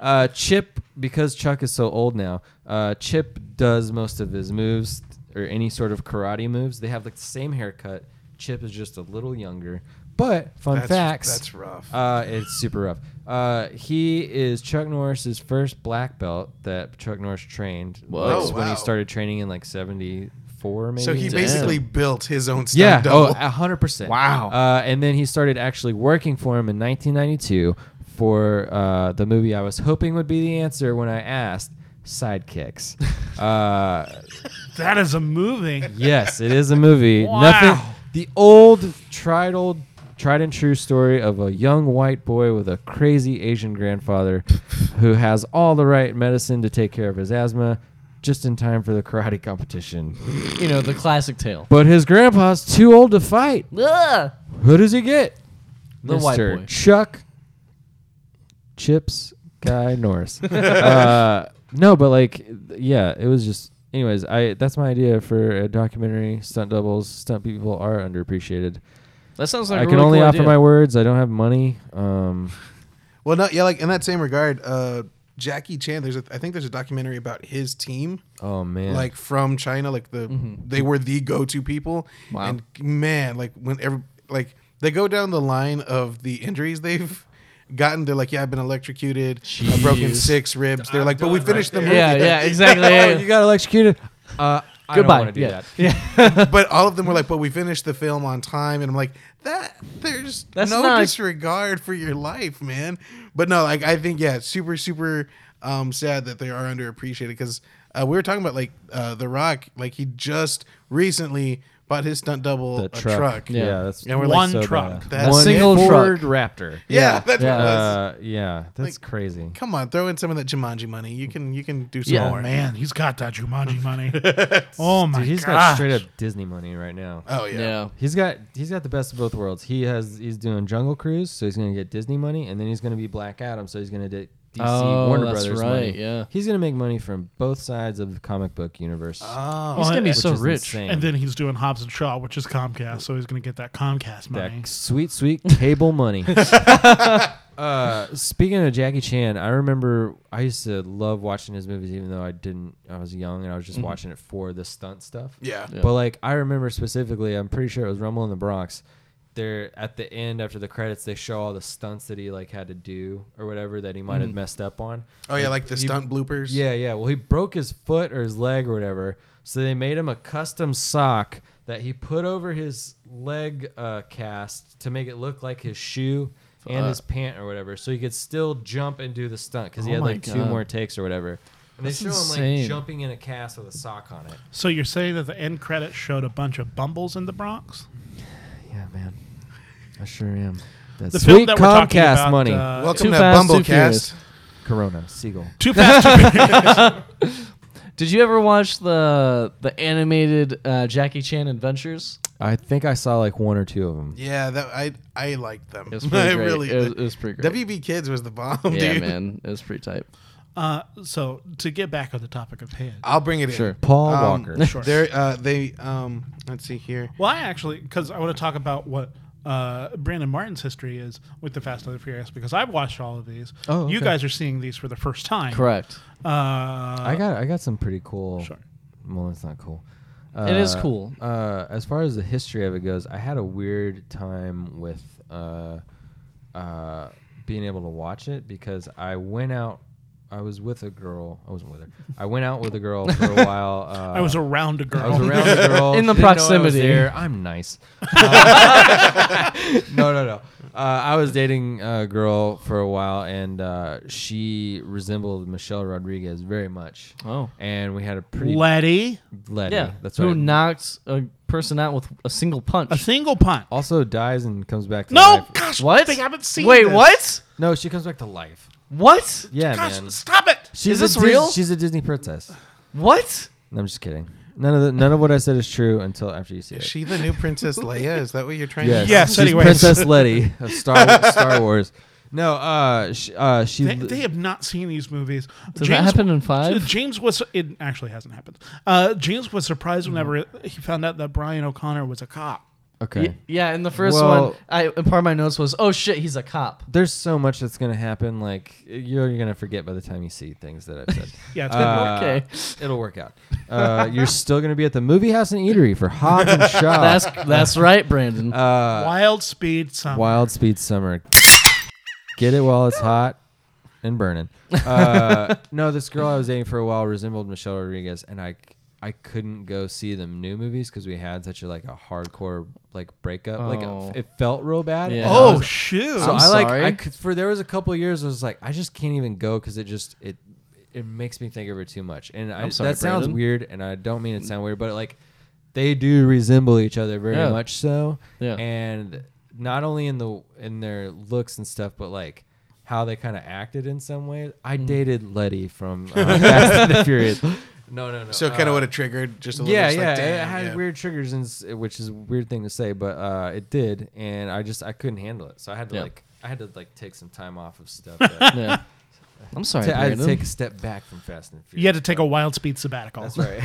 Speaker 3: uh, Chip, because Chuck is so old now, uh, Chip does most of his moves or any sort of karate moves. They have like the same haircut. Chip is just a little younger. But fun
Speaker 1: That's-
Speaker 3: facts.
Speaker 1: that's rough.
Speaker 3: Uh, it's super rough. Uh, he is Chuck Norris's first black belt that Chuck Norris trained.
Speaker 4: Whoa.
Speaker 3: Like,
Speaker 1: Oh,
Speaker 3: when he
Speaker 1: wow.
Speaker 3: started training in like '74, maybe.
Speaker 1: so he
Speaker 4: Damn.
Speaker 1: basically built his own stunt
Speaker 3: Yeah.
Speaker 1: double.
Speaker 3: Oh, hundred percent.
Speaker 1: Wow.
Speaker 3: Uh, and then he started actually working for him in 1992 for uh, the movie I was hoping would be the answer when I asked. Sidekicks. (laughs) Uh,
Speaker 2: That is a movie.
Speaker 3: yes, it is a movie.
Speaker 2: Wow.
Speaker 3: Nothing. The old, tried old, tried and true story of a young white boy with a crazy Asian grandfather who has all the right medicine to take care of his asthma, just in time for the karate competition.
Speaker 4: you know the classic tale.
Speaker 3: But his grandpa's too old to fight.
Speaker 4: Ugh.
Speaker 3: Who does he get?
Speaker 4: The white
Speaker 3: Mr.
Speaker 4: boy.
Speaker 3: Chuck Chips Guy Norris. (laughs) uh, no, but like, yeah, it was just. Anyways, I that's my idea for a documentary. Stunt doubles, stunt people are underappreciated.
Speaker 4: That sounds like
Speaker 3: I
Speaker 4: a
Speaker 3: can
Speaker 4: really
Speaker 3: only
Speaker 4: cool
Speaker 3: offer
Speaker 4: idea.
Speaker 3: my words. I don't have money. Um,
Speaker 1: Well, no, yeah, like in that same regard, uh, Jackie Chan. There's, a, I think there's a documentary about his team,
Speaker 3: oh Mm-hmm. man,
Speaker 1: like from China. Like the they were the go-to people.
Speaker 4: Wow.
Speaker 1: And man, like when every, like they go down the line of the injuries they've gotten, they're like, yeah, I've been electrocuted, I've broken
Speaker 4: Jeez.
Speaker 1: six ribs. They're like, but we finished the movie.
Speaker 4: Yeah, yeah, exactly.
Speaker 3: oh,
Speaker 4: (laughs)
Speaker 3: you got electrocuted. Uh, I
Speaker 4: Goodbye.
Speaker 3: don't want to do
Speaker 4: yeah.
Speaker 3: that.
Speaker 4: Yeah.
Speaker 1: but all of them were like, "But we finished the film on time," and I'm like, "That there's
Speaker 4: That's
Speaker 1: no
Speaker 4: not-
Speaker 1: disregard for your life, man." But no, like I think yeah, super super um, sad that they are underappreciated because uh, we were talking about like uh, The Rock, like he just recently bought his stunt double
Speaker 3: The
Speaker 1: a
Speaker 3: truck.
Speaker 1: truck.
Speaker 3: Yeah,
Speaker 4: Yeah.
Speaker 3: that's
Speaker 1: And we're like,
Speaker 2: One
Speaker 3: so
Speaker 2: truck.
Speaker 3: bad.
Speaker 1: That's
Speaker 3: One
Speaker 4: single
Speaker 3: Ford Raptor.
Speaker 1: (laughs) Yeah, that's what it was.
Speaker 3: Uh, yeah, that's crazy.
Speaker 1: Come on, throw in some of that Jumanji money. You can you can do some
Speaker 4: Yeah,
Speaker 1: more.
Speaker 2: Man, he's got that Jumanji money. oh my
Speaker 3: Dude, he's got
Speaker 2: gosh.
Speaker 3: straight up Disney money right now.
Speaker 1: Oh yeah.
Speaker 4: Yeah.
Speaker 3: He's got he's got the best of both worlds. He has he's doing Jungle Cruise, so he's gonna get Disney money, and then he's gonna be Black Adam, so he's gonna get DC
Speaker 4: Oh,
Speaker 3: Warner
Speaker 4: that's
Speaker 3: Brothers
Speaker 4: right,
Speaker 3: money.
Speaker 4: yeah.
Speaker 3: he's gonna make money from both sides of the comic book universe.
Speaker 1: Oh,
Speaker 4: He's
Speaker 2: Well,
Speaker 4: gonna be
Speaker 2: and-
Speaker 4: so
Speaker 3: which is
Speaker 4: rich.
Speaker 3: insane.
Speaker 2: And then he's doing Hobbs and Shaw, which is Comcast, so he's going to get that Comcast
Speaker 3: that
Speaker 2: money.
Speaker 3: sweet sweet cable
Speaker 4: (laughs)
Speaker 3: money. (laughs) uh, speaking of Jackie Chan, I remember I used to love watching his movies, even though I didn't. I was young and I was
Speaker 4: Mm-hmm.
Speaker 3: just watching it for the stunt stuff.
Speaker 1: yeah.
Speaker 4: Yeah.
Speaker 3: But like I remember specifically, I'm pretty sure it was Rumble in the Bronx. There at the end after the credits, they show all the stunts that he like had to do or whatever that he might
Speaker 4: Mm.
Speaker 3: have messed up on.
Speaker 1: Oh yeah, like the
Speaker 3: He-
Speaker 1: stunt bloopers.
Speaker 3: Yeah, yeah. Well, he broke his foot or his leg or whatever, so they made him a custom sock that he put over his leg uh, cast to make it look like his shoe and his pant or whatever, so he could still jump and do the stunt because he
Speaker 4: Oh
Speaker 3: had
Speaker 4: my
Speaker 3: like two
Speaker 4: God.
Speaker 3: more takes or whatever. And
Speaker 4: That's
Speaker 3: they show him
Speaker 4: insane.
Speaker 3: like jumping in a cast with a sock on it.
Speaker 2: So you're saying that the end credits showed a bunch of bumbles in the Bronx?
Speaker 3: Yeah, man. I sure am. That's
Speaker 2: The
Speaker 3: sweet
Speaker 2: film that we're talking
Speaker 3: Comcast
Speaker 2: about.
Speaker 3: money.
Speaker 2: uh,
Speaker 1: Welcome
Speaker 4: Too
Speaker 1: to
Speaker 4: Fast, Too
Speaker 1: Bumblecast.
Speaker 4: Furious.
Speaker 3: Corona, Seagull.
Speaker 2: too fast. Too
Speaker 4: Did you ever watch the the animated uh, Jackie Chan Adventures?
Speaker 3: I think I saw like one or two of them.
Speaker 1: Yeah, that I I liked them. (laughs)
Speaker 4: It was pretty
Speaker 1: I
Speaker 4: great.
Speaker 1: really
Speaker 4: it, was,
Speaker 1: did.
Speaker 4: it was pretty great.
Speaker 1: WB Kids was the bomb, (laughs)
Speaker 4: yeah,
Speaker 1: dude.
Speaker 4: man, it was pretty tight.
Speaker 2: Uh, so to get back on the topic of head.
Speaker 1: I'll bring it
Speaker 4: Sure.
Speaker 1: in.
Speaker 3: Paul
Speaker 1: Um,
Speaker 3: Walker.
Speaker 1: (laughs)
Speaker 2: Sure.
Speaker 1: There, uh, they um, let's see here.
Speaker 2: Well, I actually, because I want to talk about what uh, Brandon Martin's history is with the Fast and the Furious, because I've watched all of these.
Speaker 3: Oh,
Speaker 2: you
Speaker 3: okay.
Speaker 2: guys are seeing these for the first time.
Speaker 4: Correct.
Speaker 2: Uh, I
Speaker 3: I got I got some pretty cool.
Speaker 2: Sure.
Speaker 3: Well, it's not cool.
Speaker 4: It is cool.
Speaker 3: Uh, as far as the history of it goes, I had a weird time with uh, uh, being able to watch it because I went out. I was with a girl. I wasn't with her. I went out with a girl for
Speaker 2: (laughs)
Speaker 3: a while. Uh,
Speaker 2: I was around a girl.
Speaker 3: I was around the girl
Speaker 4: (laughs) In the
Speaker 3: She didn't know I was
Speaker 4: proximity.
Speaker 3: there. I'm
Speaker 4: (laughs)
Speaker 3: nice. no, no, no. Uh, I was dating a girl for a while, and uh, she resembled Michelle Rodriguez very much.
Speaker 4: Oh.
Speaker 3: and we had a pretty
Speaker 2: Letty,
Speaker 3: Letty.
Speaker 4: Yeah,
Speaker 3: that's
Speaker 4: who
Speaker 3: right.
Speaker 4: knocked a person out with a single punch.
Speaker 2: a single punt.
Speaker 3: also dies and comes back. to
Speaker 2: No,
Speaker 3: life.
Speaker 2: gosh,
Speaker 4: what?
Speaker 2: I haven't seen.
Speaker 4: Wait,
Speaker 2: this.
Speaker 4: what?
Speaker 3: no, she comes back to life.
Speaker 4: What?
Speaker 3: Yeah,
Speaker 2: Gosh,
Speaker 3: man.
Speaker 2: stop it!
Speaker 3: She's
Speaker 4: this
Speaker 3: a Dis-
Speaker 4: real?
Speaker 3: She's a Disney princess.
Speaker 4: What?
Speaker 3: No, I'm just kidding. None of the, none of what I said is true until after you see
Speaker 1: Is
Speaker 3: it.
Speaker 1: she the new
Speaker 4: (laughs)
Speaker 1: Princess Leia? Is that what you're trying
Speaker 3: Yes.
Speaker 1: to?
Speaker 2: Yes,
Speaker 3: She's
Speaker 2: anyways. (laughs)
Speaker 3: Princess Letty of Star Star Wars. No, uh, she, uh, she
Speaker 2: They, they have not seen these movies.
Speaker 4: Did that happen in five?
Speaker 2: James was it actually hasn't happened. Uh, James was surprised whenever he found out that Brian O'Connor was a cop.
Speaker 3: okay.
Speaker 4: Y- yeah, in the first
Speaker 3: Well-
Speaker 4: one, I and part of my notes was, "Oh shit, he's a cop."
Speaker 3: There's so much that's gonna happen. Like you're gonna forget by the time you see things
Speaker 2: (laughs)
Speaker 3: that I've said.
Speaker 2: Yeah, it's
Speaker 3: Uh,
Speaker 4: (laughs) Okay.
Speaker 3: It'll work out. Uh, you're still gonna be at the movie house and eatery for
Speaker 2: (laughs)
Speaker 3: Hobbs and Shaw.
Speaker 4: That's (laughs) that's right, Brandon.
Speaker 2: been wild speed. Some
Speaker 3: Wild Speed Summer. Get it while it's hot and burning. Uh, no, this girl I was dating for a while resembled Michelle Rodriguez, and I I couldn't go see the new movies because we had such a like a hardcore like breakup. Like
Speaker 4: Oh.
Speaker 3: it, it felt real bad. and
Speaker 4: Yeah.
Speaker 3: I
Speaker 2: Oh
Speaker 3: was-
Speaker 2: shoot!
Speaker 3: so
Speaker 4: I'm
Speaker 3: i like I
Speaker 4: sorry.
Speaker 3: could, for there was a couple years I was like I just can't even go because it just it it makes me think of her too much and I,
Speaker 4: I'm sorry,
Speaker 3: that sounds
Speaker 4: Brandon. Mm.
Speaker 3: weird and I don't mean it sound weird but like they do resemble each other very
Speaker 4: Yeah.
Speaker 3: much so
Speaker 4: Yeah.
Speaker 3: and not only in the in their looks and stuff but like how they kind of acted in some ways I
Speaker 4: Mm.
Speaker 3: dated Letty from uh,
Speaker 4: (laughs)
Speaker 3: Fast and the Furious no no no
Speaker 1: So it kind
Speaker 3: uh,
Speaker 1: of would have triggered just a little.
Speaker 3: yeah,
Speaker 1: just
Speaker 3: yeah,
Speaker 1: Like,
Speaker 3: it
Speaker 1: damn,
Speaker 3: had
Speaker 1: yeah.
Speaker 3: weird triggers, and s- which is a weird thing to say, but uh, it did, and I just I couldn't handle it, so I had to
Speaker 4: Yeah.
Speaker 3: like I had to like take some time off of stuff.
Speaker 4: (laughs)
Speaker 3: That,
Speaker 4: yeah. I'm sorry,
Speaker 3: I had to
Speaker 4: Brandon.
Speaker 3: take a step back from Fast and Furious.
Speaker 2: you had to take a wild speed sabbatical.
Speaker 3: That's right.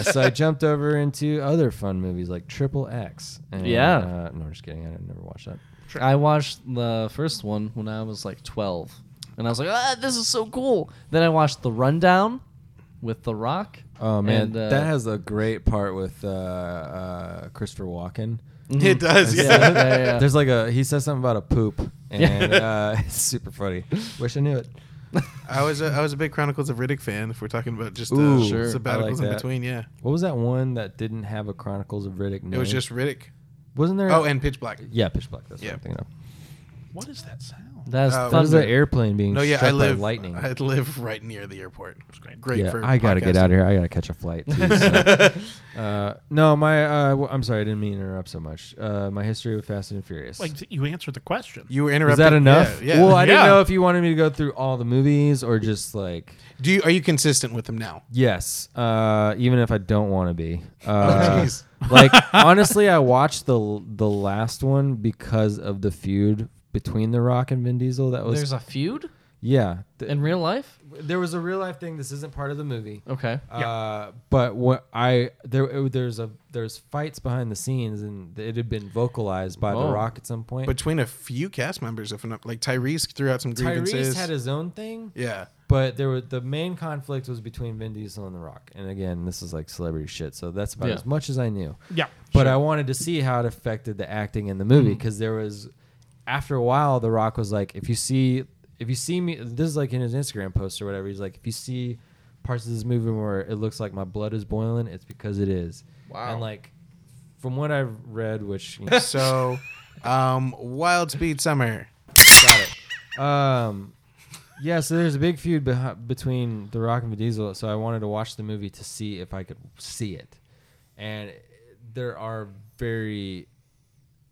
Speaker 2: (laughs)
Speaker 3: so I jumped over into other fun movies like Triple X. And,
Speaker 4: Yeah.
Speaker 3: Uh, no, I'm just kidding. I never watched that.
Speaker 4: I watched the first one when I was like 12, and I was like, "Ah, this is so cool." Then I watched The Rundown with The Rock.
Speaker 3: Oh man,
Speaker 4: and, uh,
Speaker 3: that has a great part with uh, uh, Christopher Walken.
Speaker 1: (laughs)
Speaker 3: uh,
Speaker 1: It does.
Speaker 4: Yeah,
Speaker 1: Yeah.
Speaker 4: (laughs) yeah, yeah.
Speaker 3: There's like a he says something about a poop, and uh, (laughs) it's super funny. Wish I knew it.
Speaker 1: I was a, I was a big Chronicles of Riddick fan. If we're talking about just uh,
Speaker 3: Ooh,
Speaker 4: Sure. I
Speaker 1: sabbaticals
Speaker 3: like
Speaker 1: in
Speaker 3: that.
Speaker 1: between, yeah,
Speaker 3: What was that one that didn't have a Chronicles of Riddick? Name?
Speaker 1: it was just Riddick.
Speaker 3: wasn't there?
Speaker 1: Oh, and Pitch Black.
Speaker 3: yeah, Pitch Black. That's yeah.
Speaker 1: Yeah. Oh,
Speaker 3: what I'm thinking of.
Speaker 2: What is that sound?
Speaker 4: That's
Speaker 1: Uh,
Speaker 3: That Oh, was
Speaker 4: thunder.
Speaker 3: an airplane being
Speaker 1: No, yeah,
Speaker 3: struck
Speaker 1: I live
Speaker 3: by lightning.
Speaker 1: I live right near the airport. It's great. Great
Speaker 3: yeah,
Speaker 1: for
Speaker 3: I gotta get
Speaker 1: podcasting.
Speaker 3: out of here. I gotta catch a flight. too,
Speaker 1: (laughs)
Speaker 3: so. uh, no, my uh, w- I'm sorry, I didn't mean to interrupt so much. Uh, my history with Fast and Furious.
Speaker 2: Like you answered the question.
Speaker 1: You were
Speaker 3: Is
Speaker 1: interrupted.
Speaker 3: that enough?
Speaker 1: Yeah. yeah.
Speaker 3: Well, I didn't
Speaker 2: Yeah.
Speaker 3: know if you wanted me to go through all the movies or just like
Speaker 1: Do you are you consistent with them now?
Speaker 3: yes, uh, even if I don't want
Speaker 1: (laughs)
Speaker 3: to be. Uh,
Speaker 1: Oh, jeez. (laughs)
Speaker 3: like honestly, I watched the the last one because of the feud between The Rock and Vin Diesel. That was
Speaker 4: There's a feud
Speaker 3: yeah. Th-
Speaker 4: in real life.
Speaker 3: there was a real life thing. This isn't part of the movie.
Speaker 4: Okay.
Speaker 3: Uh, but what I there it, there's a there's fights behind the scenes and it had been vocalized by
Speaker 4: Whoa.
Speaker 3: The Rock at some point.
Speaker 1: Between a few cast members, if not, like Tyrese threw out some grievances.
Speaker 3: Tyrese had his own thing,
Speaker 1: yeah.
Speaker 3: but there were the main conflict was between Vin Diesel and The Rock. And again, this is like celebrity shit, so that's about
Speaker 4: Yeah.
Speaker 3: as much as I knew.
Speaker 2: Yeah.
Speaker 3: But I wanted to see how it affected the acting in the movie because there was after a while The Rock was like, if you see if you see me this is like in his Instagram post or whatever, he's like, if you see parts of this movie where it looks like my blood is boiling, it's because it is.
Speaker 1: Wow.
Speaker 3: And like from what I've read, which
Speaker 1: (laughs)
Speaker 3: you know,
Speaker 1: So, um, Wild Speed Summer.
Speaker 3: Um, yeah, so there's a big feud behi- between The Rock and Vin Diesel, so I wanted to watch the movie to see if I could see it. And there are very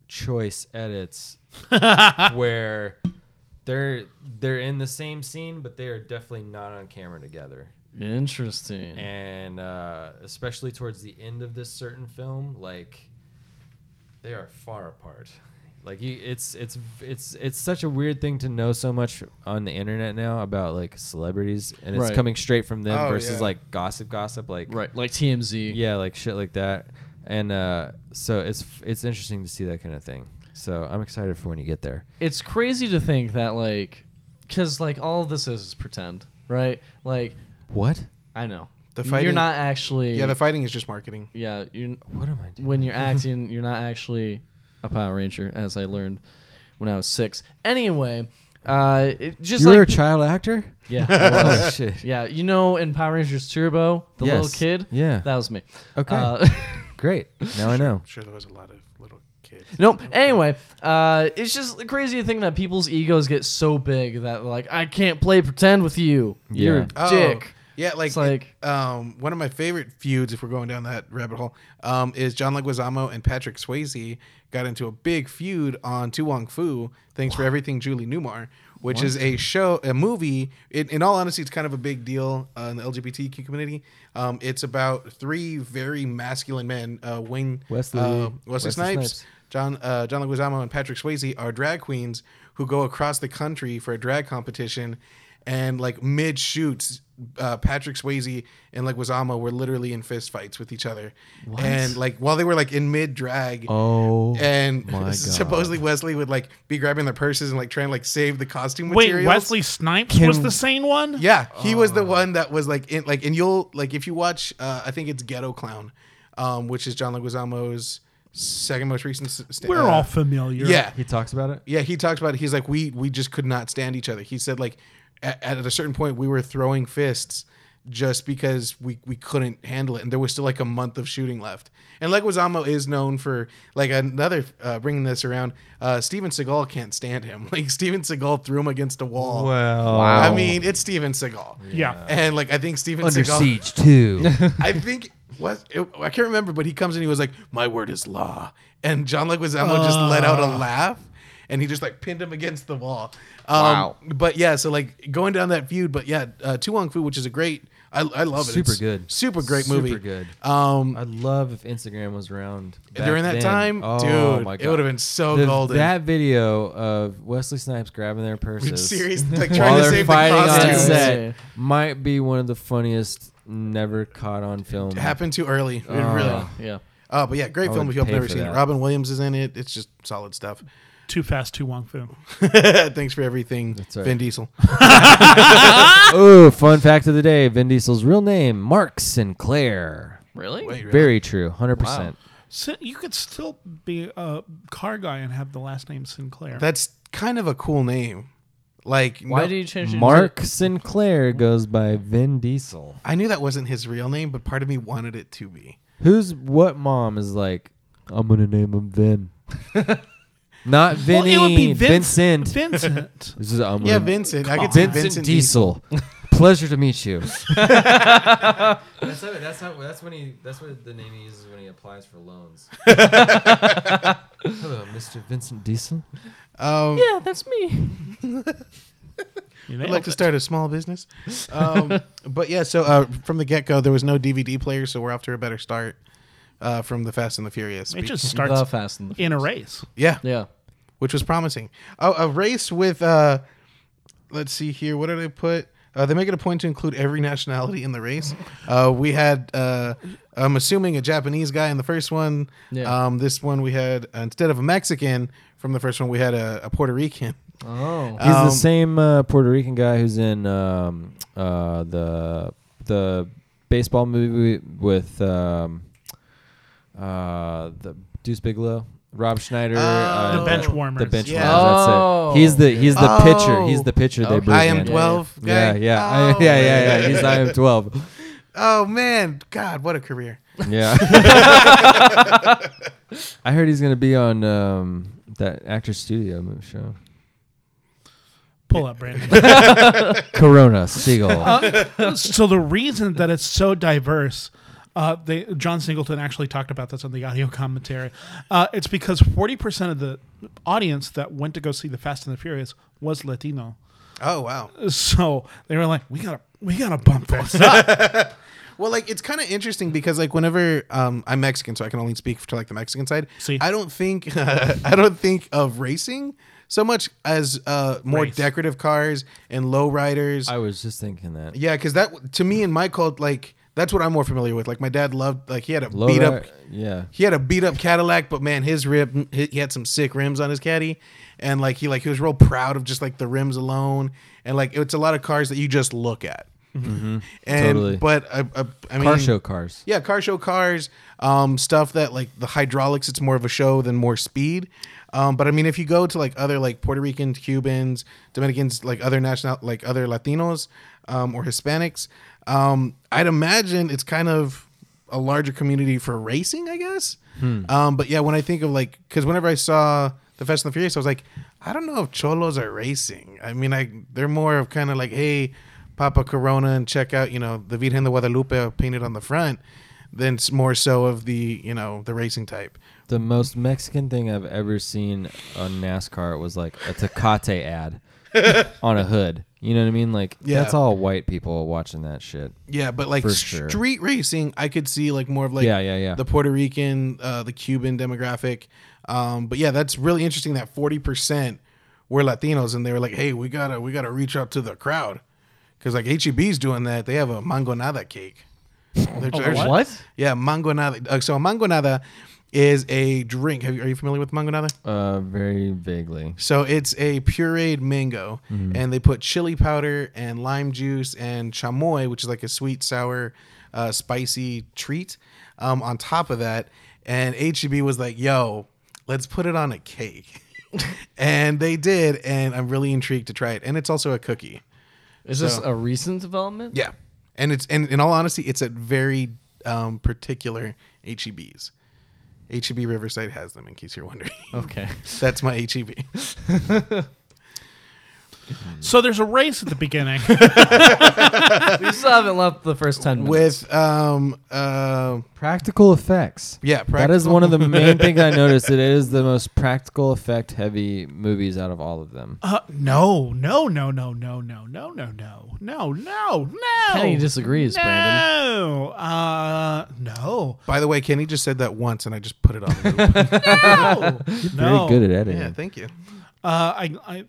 Speaker 3: choice edits where they're they're in the same scene, but they are definitely not on camera together.
Speaker 4: Interesting.
Speaker 3: And uh, especially towards the end of this certain film, like they are far apart. Like you, it's it's it's it's such a weird thing to know so much on the internet now about like celebrities, and it's
Speaker 4: Right.
Speaker 3: coming straight from them
Speaker 1: Oh,
Speaker 3: versus
Speaker 1: yeah.
Speaker 3: like gossip, gossip, like
Speaker 4: right, like TMZ.
Speaker 3: yeah, like shit like that. And uh, so it's it's interesting to see that kind of thing. So I'm excited for when you get there.
Speaker 4: it's crazy to think that like because like all this is, is pretend right like
Speaker 3: What?
Speaker 4: i know
Speaker 1: The
Speaker 4: you're
Speaker 1: fighting-
Speaker 4: not actually
Speaker 1: Yeah, the fighting is just marketing.
Speaker 4: yeah you
Speaker 3: What am I doing?
Speaker 4: when you're acting you're not actually a power ranger as i learned when i was six anyway uh it just
Speaker 3: you were
Speaker 4: like
Speaker 3: a child actor?
Speaker 4: (laughs) yeah I was.
Speaker 3: oh shit.
Speaker 4: yeah you know in power rangers turbo the little
Speaker 3: Yes.
Speaker 4: kid
Speaker 3: Yeah.
Speaker 4: that was me
Speaker 3: Okay.
Speaker 4: Uh, (laughs)
Speaker 3: Great. Now I know.
Speaker 1: I'm sure there was a lot of little kids.
Speaker 4: Nope. Anyway, uh, it's just crazy to think that people's egos get so big that like I can't play pretend with you. You're a
Speaker 1: Oh,
Speaker 4: dick.
Speaker 1: Yeah, like,
Speaker 4: It's like-
Speaker 1: um, one of my favorite feuds, if we're going down that rabbit hole, um, is John Leguizamo and Patrick Swayze got into a big feud on Tu Wong Fu, Thanks for Everything, Julie Newmar, which is a show, a movie. It, in all honesty, it's kind of a big deal uh, in the LGBTQ community. Um, it's about three very masculine men, uh, Wayne
Speaker 3: Wesley-
Speaker 1: uh, Wesley,
Speaker 3: Wesley
Speaker 1: Snipes,
Speaker 3: Snipes.
Speaker 1: John uh, John Leguizamo and Patrick Swayze are drag queens who go across the country for a drag competition, and like mid shoots, uh, Patrick Swayze and Leguizamo were literally in fist fights with each other, and like while they were like in mid drag.
Speaker 3: Oh.
Speaker 1: And (laughs)
Speaker 3: my God.
Speaker 1: supposedly Wesley would like be grabbing their purses and like trying to like save the costume
Speaker 2: Wait,
Speaker 1: materials.
Speaker 2: Wesley Snipes was the same one?
Speaker 1: Yeah, he was
Speaker 3: Oh.
Speaker 1: the one that was like in like and you'll like if you watch uh, I think it's Ghetto Clown, um, which is John Leguizamo's second most recent. s- sta-
Speaker 2: We're
Speaker 1: uh,
Speaker 2: all familiar.
Speaker 1: yeah,
Speaker 3: he talks about it.
Speaker 1: yeah. He talks about it. He's like we we just could not stand each other. He said like at, at a certain point we were throwing fists just because we we couldn't handle it and there was still like a month of shooting left. And Leguizamo is known for like another uh, bringing this around. Uh, Steven Seagal can't stand him. (laughs) Like Steven Seagal threw him against a wall.
Speaker 3: Well,
Speaker 1: I mean, it's Steven Seagal.
Speaker 2: Yeah.
Speaker 1: And like I think Steven
Speaker 3: (laughs) Under
Speaker 1: Seagal,
Speaker 3: Siege (laughs) too.
Speaker 1: I think was it, I can't remember, but he comes in. He was like, "My word is law," and John Leguizamo just let out a laugh, and he just like pinned him against the wall. Um,
Speaker 4: Wow.
Speaker 1: But yeah, so like going down that feud, but yeah, uh, Tu Wong Fu, which is a great, I, I love it.
Speaker 3: Super
Speaker 1: It's
Speaker 3: good.
Speaker 1: super great
Speaker 3: Super
Speaker 1: movie.
Speaker 3: good.
Speaker 1: Um,
Speaker 3: I'd love if Instagram was around back
Speaker 1: during that
Speaker 3: then.
Speaker 1: time,
Speaker 3: Oh,
Speaker 1: dude,
Speaker 3: my
Speaker 1: it
Speaker 3: God.
Speaker 1: would have been so
Speaker 3: The-
Speaker 1: golden. (laughs)
Speaker 3: That video of Wesley Snipes grabbing their (laughs) purses
Speaker 1: serious, (laughs) like
Speaker 3: while
Speaker 1: trying to
Speaker 3: they're
Speaker 1: save the
Speaker 3: fighting on
Speaker 1: costumes.
Speaker 3: set might be one of the funniest never caught on film. (laughs)
Speaker 1: happened too early. It really.
Speaker 4: Yeah. yeah.
Speaker 1: Uh, but yeah, great film
Speaker 3: Oh. would
Speaker 1: if you've
Speaker 3: pay
Speaker 1: never
Speaker 3: for
Speaker 1: seen it.
Speaker 3: that.
Speaker 1: Robin Williams is in it. It's just solid stuff.
Speaker 2: Too fast, too Wong Fu.
Speaker 1: (laughs) Thanks for everything,
Speaker 3: right.
Speaker 1: Vin Diesel.
Speaker 3: oh, fun fact of the day: Vin Diesel's real name Mark Sinclair.
Speaker 4: Really?
Speaker 1: Wait, really?
Speaker 3: Very true, hundred percent.
Speaker 2: Si- You could still be a car guy and have the last name Sinclair.
Speaker 1: That's kind of a cool name. Like,
Speaker 4: Why
Speaker 1: no-
Speaker 4: did you change it?
Speaker 3: Mark Sinclair goes by Vin Diesel.
Speaker 1: I knew that wasn't his real name, but part of me wanted it to be.
Speaker 3: Who's what mom is like? I'm gonna name him Vin. Not Vinny.
Speaker 2: Vince-
Speaker 3: Vincent. (laughs)
Speaker 2: Vincent.
Speaker 3: This is um,
Speaker 1: Yeah, Vincent. I could say
Speaker 3: Vincent,
Speaker 1: Vincent
Speaker 3: Diesel.
Speaker 1: (laughs)
Speaker 3: Pleasure to meet you. that's how, that's how that's when he that's what the name he uses when he applies for (laughs) loans. Hello, Mr. Vincent Diesel.
Speaker 1: Um,
Speaker 4: Yeah, that's me.
Speaker 2: You
Speaker 1: I'd
Speaker 2: nailed
Speaker 1: like to
Speaker 2: it.
Speaker 1: start a small
Speaker 3: (laughs)
Speaker 1: business. Um, but yeah, so uh, from the get go, there was no DVD player, so we're off to a better start uh, from the Fast and the Furious.
Speaker 2: It
Speaker 1: Be-
Speaker 2: just
Speaker 4: the
Speaker 2: starts
Speaker 4: Fast and the
Speaker 2: in a race.
Speaker 1: yeah,
Speaker 4: Yeah.
Speaker 1: which was promising. Oh, a race with, uh, let's see here, what did I put? Uh, they make it a point to include every nationality in the
Speaker 3: (laughs)
Speaker 1: race. Uh, we had, uh, I'm assuming, a Japanese guy in the first one.
Speaker 4: Yeah.
Speaker 1: Um, this one we had, uh, instead of a Mexican from the first one, we had a, a Puerto Rican.
Speaker 4: Oh.
Speaker 3: He's
Speaker 1: Um,
Speaker 3: the same uh, Puerto Rican guy who's in um, uh, the the baseball movie with um, uh, the Deuce Bigelow, Rob Schneider, uh,
Speaker 1: The
Speaker 2: bench
Speaker 3: The
Speaker 2: warmers.
Speaker 3: bench
Speaker 1: Oh. Yeah.
Speaker 3: warmers. That's it. He's the he's the pitcher. He's
Speaker 1: Oh.
Speaker 3: the pitcher they
Speaker 4: Okay.
Speaker 3: bring
Speaker 1: I am
Speaker 3: in.
Speaker 1: 12
Speaker 3: Yeah, (laughs)
Speaker 1: guy.
Speaker 3: yeah,
Speaker 1: Oh.
Speaker 3: I, yeah, yeah, yeah. He's I am twelve.
Speaker 1: Oh, man. God, what a career. (laughs)
Speaker 3: Yeah. I heard he's gonna be on um, that actor studio mo- show.
Speaker 2: Pull up, Brandon.
Speaker 3: (laughs) Corona Seagull.
Speaker 2: (laughs) so the reason that it's so diverse, uh, they, John Singleton actually talked about this on the audio commentary. Uh, it's because forty percent of the audience that went to go see the Fast and the Furious was Latino.
Speaker 1: Oh, wow.
Speaker 2: So they were like, "We gotta, we gotta bump this up."
Speaker 1: Well, like it's kind of interesting because like whenever um, I'm Mexican, so I can only speak to like the Mexican side.
Speaker 2: See.
Speaker 1: I don't think (laughs) I don't think of racing so much as uh, more
Speaker 2: Race.
Speaker 1: decorative cars and low riders.
Speaker 3: I was just thinking that.
Speaker 1: yeah, because that to me in my cult, like that's what I'm more familiar with. Like my dad loved like he had a
Speaker 3: Low
Speaker 1: beat
Speaker 3: ri-
Speaker 1: up
Speaker 3: Yeah.
Speaker 1: he had a beat up Cadillac, but man, his rib he he had some sick rims on his caddy, and like he like he was real proud of just like the rims alone, and like it's a lot of cars that you just look at. And
Speaker 3: Mm-hmm. Totally.
Speaker 1: but uh, uh, I mean
Speaker 3: Car show cars.
Speaker 1: yeah, car show cars, um, stuff that like the hydraulics, it's more of a show than more speed. Um, but I mean, if you go to like other like Puerto Ricans, Cubans, Dominicans, like other national, like other Latinos um, or Hispanics, um, I'd imagine it's kind of a larger community for racing, I guess. Um, but yeah, when I think of like, because whenever I saw the Fast and the Furious, I was like, I don't know if Cholos are racing. I mean, I they're more of kind of like, hey, Papa Corona and check out, you know, the Virgen de Guadalupe painted on the front than s- more so of the, you know, the racing type.
Speaker 3: The most Mexican thing I've ever seen on NASCAR was like a
Speaker 1: (laughs)
Speaker 3: Tecate ad on a hood. You know what I mean? Like
Speaker 1: Yeah.
Speaker 3: that's all white people watching that shit.
Speaker 1: Yeah, but like
Speaker 3: For sure.
Speaker 1: street racing, I could see like more of like
Speaker 3: Yeah, yeah, yeah.
Speaker 1: the Puerto Rican, uh, the Cuban demographic. Um, but yeah, that's really interesting that 40% were Latinos and they were like, "Hey, we got to we got to reach out to the crowd." Cuz like HEB's doing that. They have a mangonada
Speaker 3: (laughs)
Speaker 1: cake. They're- they're-
Speaker 2: what?
Speaker 4: What?
Speaker 1: Yeah, mangonada. Uh, so a mangonada is a drink. Have you, are you familiar with mangonada?
Speaker 3: Uh, very vaguely.
Speaker 1: So it's a pureed mango, and they put chili powder and lime juice and chamoy, which is like a sweet, sour, uh, spicy treat, um, on top of that. And HEB was like, "Yo, let's put it on a cake," (laughs) and they did. And I'm really intrigued to try it. And it's also a cookie.
Speaker 4: Is this
Speaker 1: So-
Speaker 4: a recent development?
Speaker 1: Yeah, and it's and in all honesty, it's at very um, particular E HEBs. HEB E Riverside has them, in case you're wondering.
Speaker 4: Okay.
Speaker 1: (laughs) That's my E HEB.
Speaker 2: so there's a race at the beginning.
Speaker 4: we still haven't left the first ten minutes.
Speaker 1: With um uh,
Speaker 3: Practical effects.
Speaker 1: yeah,
Speaker 3: That is
Speaker 1: practical-
Speaker 3: one of
Speaker 1: (laughs)
Speaker 3: the main things I noticed. It is the most practical effect heavy movies out of all of them.
Speaker 2: Uh, no, no, no, no, no, no, no, no, no, no, no, no.
Speaker 4: Kenny disagrees,
Speaker 2: no,
Speaker 4: Brandon.
Speaker 2: uh,
Speaker 4: (laughs)
Speaker 2: no,
Speaker 1: By the way, Kenny just said that once, and I just put it on. (laughs) loop.
Speaker 2: no, no.
Speaker 3: Very good at editing.
Speaker 1: yeah, thank you.
Speaker 2: Uh, I, I,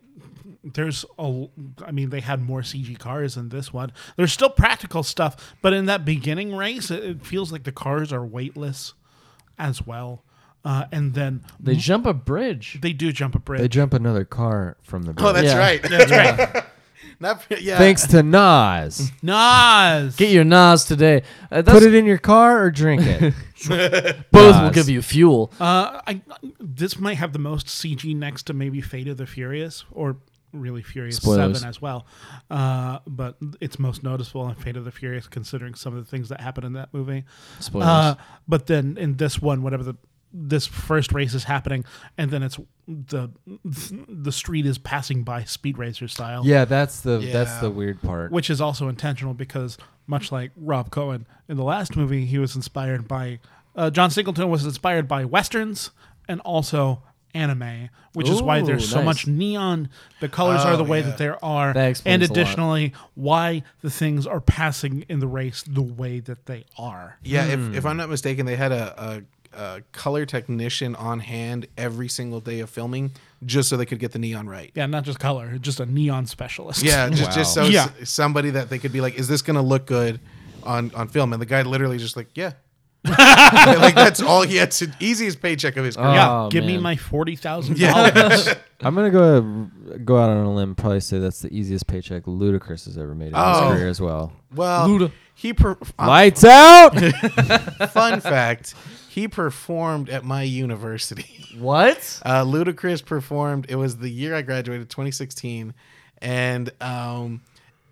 Speaker 2: there's a, I mean, they had more CG cars in this one. There's still practical stuff, but in that beginning race, it, it feels like the cars are weightless, as well. Uh, and then
Speaker 4: They jump a bridge.
Speaker 2: they do jump a bridge.
Speaker 3: They jump another car from the.
Speaker 1: (laughs) Oh,
Speaker 3: bridge.
Speaker 1: that's
Speaker 4: Yeah.
Speaker 1: right. That's
Speaker 4: (laughs)
Speaker 1: right. Not yeah.
Speaker 3: Thanks to
Speaker 1: (laughs)
Speaker 3: Nas.
Speaker 2: Nas,
Speaker 4: Get your Nas today. Uh, that's,
Speaker 3: Put it in your car or drink
Speaker 1: (laughs)
Speaker 3: it.
Speaker 4: both will
Speaker 3: Nas.
Speaker 4: give you fuel.
Speaker 2: Uh, I this might have the most CG next to maybe Fate of the Furious or really Furious
Speaker 4: Spoilers.
Speaker 2: Seven as well. Uh, but it's most noticeable in Fate of the Furious, considering some of the things that happen in that movie.
Speaker 4: Spoilers.
Speaker 2: Uh, but then in this one, whatever the this first race is happening, and then it's the the street is passing by speed racer style.
Speaker 3: Yeah, that's the that's
Speaker 1: Yeah.
Speaker 3: the weird part.
Speaker 2: which is also intentional because much like Rob Cohen in the last movie, he was inspired by uh, John Singleton was inspired by westerns and also anime, which is why
Speaker 4: Ooh,
Speaker 2: there's so
Speaker 4: nice.
Speaker 2: much neon. The colors
Speaker 1: Oh,
Speaker 2: are the way
Speaker 1: yeah.
Speaker 2: that there are,
Speaker 4: That
Speaker 2: and
Speaker 4: explains a lot.
Speaker 2: additionally, why the things are passing in the race the way that they are.
Speaker 1: Yeah, if, if I'm not mistaken, they had a, a, a color technician on hand every single day of filming just so they could get the neon right.
Speaker 2: Yeah, not just color, just a neon specialist.
Speaker 1: Yeah, just, just so
Speaker 2: Wow. Yeah.
Speaker 1: s- somebody that they could be like, is this going to look good on, on film? And the guy literally just like, yeah. like that's all he had to easiest paycheck of his career.
Speaker 2: yeah.
Speaker 3: Oh,
Speaker 2: give me
Speaker 3: man.
Speaker 2: my forty
Speaker 1: (laughs)
Speaker 2: thousand dollars.
Speaker 1: Yeah.
Speaker 3: I'm gonna go go out on a limb, probably say that's the easiest paycheck Ludacris has ever made in
Speaker 1: Oh.
Speaker 3: his career as well.
Speaker 1: well, he per- uh, (laughs)
Speaker 3: Lights out.
Speaker 1: fun fact, he performed at my university. (laughs)
Speaker 4: What?
Speaker 1: Uh, Ludacris performed. It was the year I graduated, 2016, and um,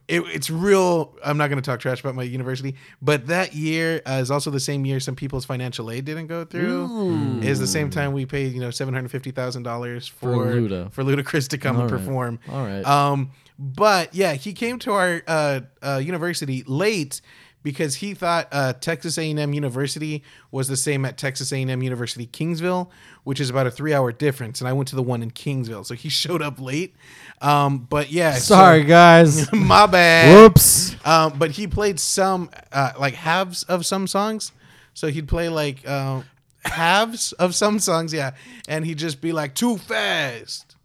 Speaker 1: it, it's real. I'm not going to talk trash about my university, but that year uh, is also the same year some people's financial aid didn't go through. Is the same time we paid you know seven hundred fifty thousand dollars for
Speaker 4: Luda.
Speaker 1: for Ludacris to come and
Speaker 4: right.
Speaker 1: perform.
Speaker 4: All right.
Speaker 1: Um, but yeah, he came to our uh, uh, university late because he thought uh, Texas A&M University was the same at Texas A&M University Kingsville, which is about a three-hour difference, and I went to the one in Kingsville, so he (laughs) showed up late. Um, but yeah, so-
Speaker 3: Sorry, guys.
Speaker 1: (laughs) my bad.
Speaker 3: Whoops.
Speaker 1: Um, but he played some uh, like halves of some songs, so he'd play like uh, halves of some songs, yeah, and he'd just be like too fast,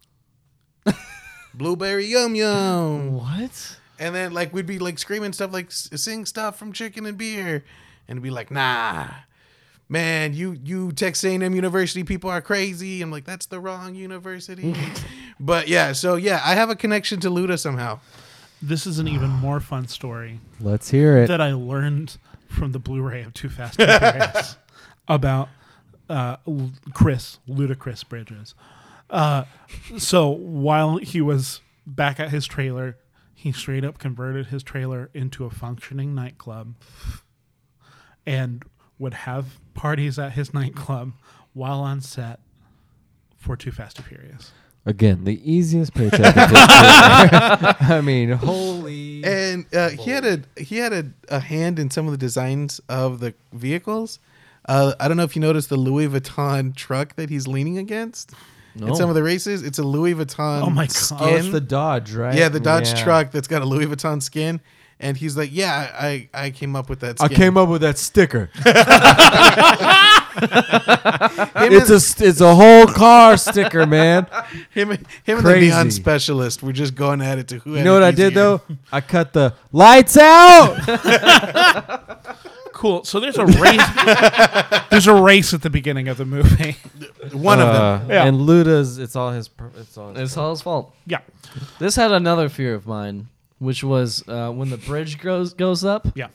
Speaker 1: (laughs) blueberry yum yum,
Speaker 4: What?
Speaker 1: and then like we'd be like screaming stuff like s- sing stuff from Chicken and Beer, and it'd be like nah. Man, you you Texas A&M University people are crazy. I'm like, that's the wrong university. but yeah, so yeah, I have a connection to Luda somehow.
Speaker 2: this is an even more fun story.
Speaker 3: Let's hear it.
Speaker 2: that I learned from the Blu-ray of Too Fast Too (laughs) Furious about uh, L- Chris Ludacris Bridges. Uh, so while he was back at his trailer, he straight up converted his trailer into a functioning nightclub, and would have parties at his nightclub while on set for Too Fast Too Furious.
Speaker 3: Again, the easiest
Speaker 1: (laughs)
Speaker 3: paycheck. of his career. I mean, holy.
Speaker 1: and uh, he had a he had a, a hand in some of the designs of the vehicles. Uh, I don't know if you noticed the Louis Vuitton truck that he's leaning against in some of the races. It's a Louis Vuitton.
Speaker 2: Oh my God.
Speaker 1: skin.
Speaker 3: Oh, it's the Dodge, right?
Speaker 1: yeah, the Dodge
Speaker 3: Yeah.
Speaker 1: truck that's got a Louis Vuitton skin, and he's like, "Yeah, I I came up with that."
Speaker 3: I
Speaker 1: Skin.
Speaker 3: came up with
Speaker 1: (laughs)
Speaker 3: that sticker.
Speaker 1: Him
Speaker 3: It's
Speaker 1: and,
Speaker 3: a st- it's a whole car
Speaker 1: (laughs)
Speaker 3: sticker, man.
Speaker 1: him, and- him and the
Speaker 3: Crazy.
Speaker 1: neon specialist. We're just going at it to who.
Speaker 3: You know what I did though? I cut the lights out.
Speaker 2: Cool. So there's a race. (laughs) there's a race at the beginning of the movie.
Speaker 1: (laughs) One of
Speaker 3: Uh,
Speaker 1: them.
Speaker 2: Yeah.
Speaker 3: And Luda's, it's all his. per- It's all. His
Speaker 4: It's all his fault.
Speaker 2: Yeah.
Speaker 4: This had another fear of mine, which was uh, when the bridge goes goes up.
Speaker 2: Yeah.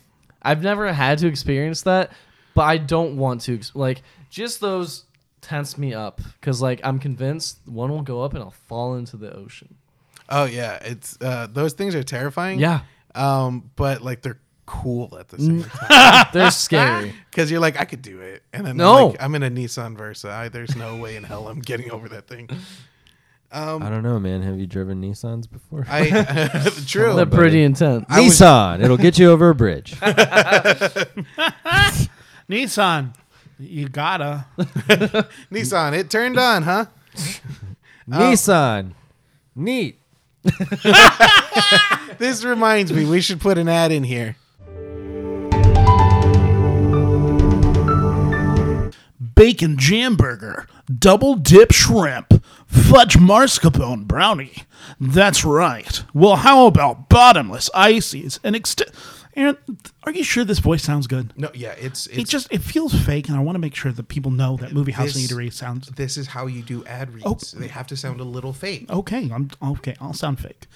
Speaker 4: I've never had to experience that, but I don't want to. ex- Like, just those tense me up because, like, I'm convinced one will go up and I'll fall into the ocean.
Speaker 1: Oh yeah, it's uh, those things are terrifying.
Speaker 4: Yeah.
Speaker 1: Um, but like they're cool at the
Speaker 3: (laughs)
Speaker 1: same time.
Speaker 4: They're scary.
Speaker 1: Because you're like, I could do it. And then
Speaker 4: No.
Speaker 1: like, I'm in a Nissan Versa. I, there's no way in hell I'm getting over that thing.
Speaker 3: I don't know, man. Have you driven Nissans before?
Speaker 1: Um,
Speaker 3: (laughs)
Speaker 1: I (laughs) true.
Speaker 4: They're pretty intense.
Speaker 1: was-
Speaker 3: Nissan. It'll get you over
Speaker 1: (laughs)
Speaker 3: a bridge.
Speaker 2: Nissan, you gotta.
Speaker 1: Nissan, it turned on, huh?
Speaker 4: Oh.
Speaker 3: Nissan. Neat.
Speaker 1: This reminds me, we should put an ad in here.
Speaker 2: Bacon jam burger, double dip shrimp, fudge mascarpone brownie. That's right. Well, how about bottomless ices and ext? Aaron, are you sure this voice sounds good?
Speaker 1: No, yeah, it's it's
Speaker 2: It just it feels fake, and I want to make sure that people know that movie house and
Speaker 1: This-
Speaker 2: eatery sounds
Speaker 1: this is how you do ad reads.
Speaker 2: Oh.
Speaker 1: They have to sound a little fake.
Speaker 2: Okay, I'm okay. I'll sound fake.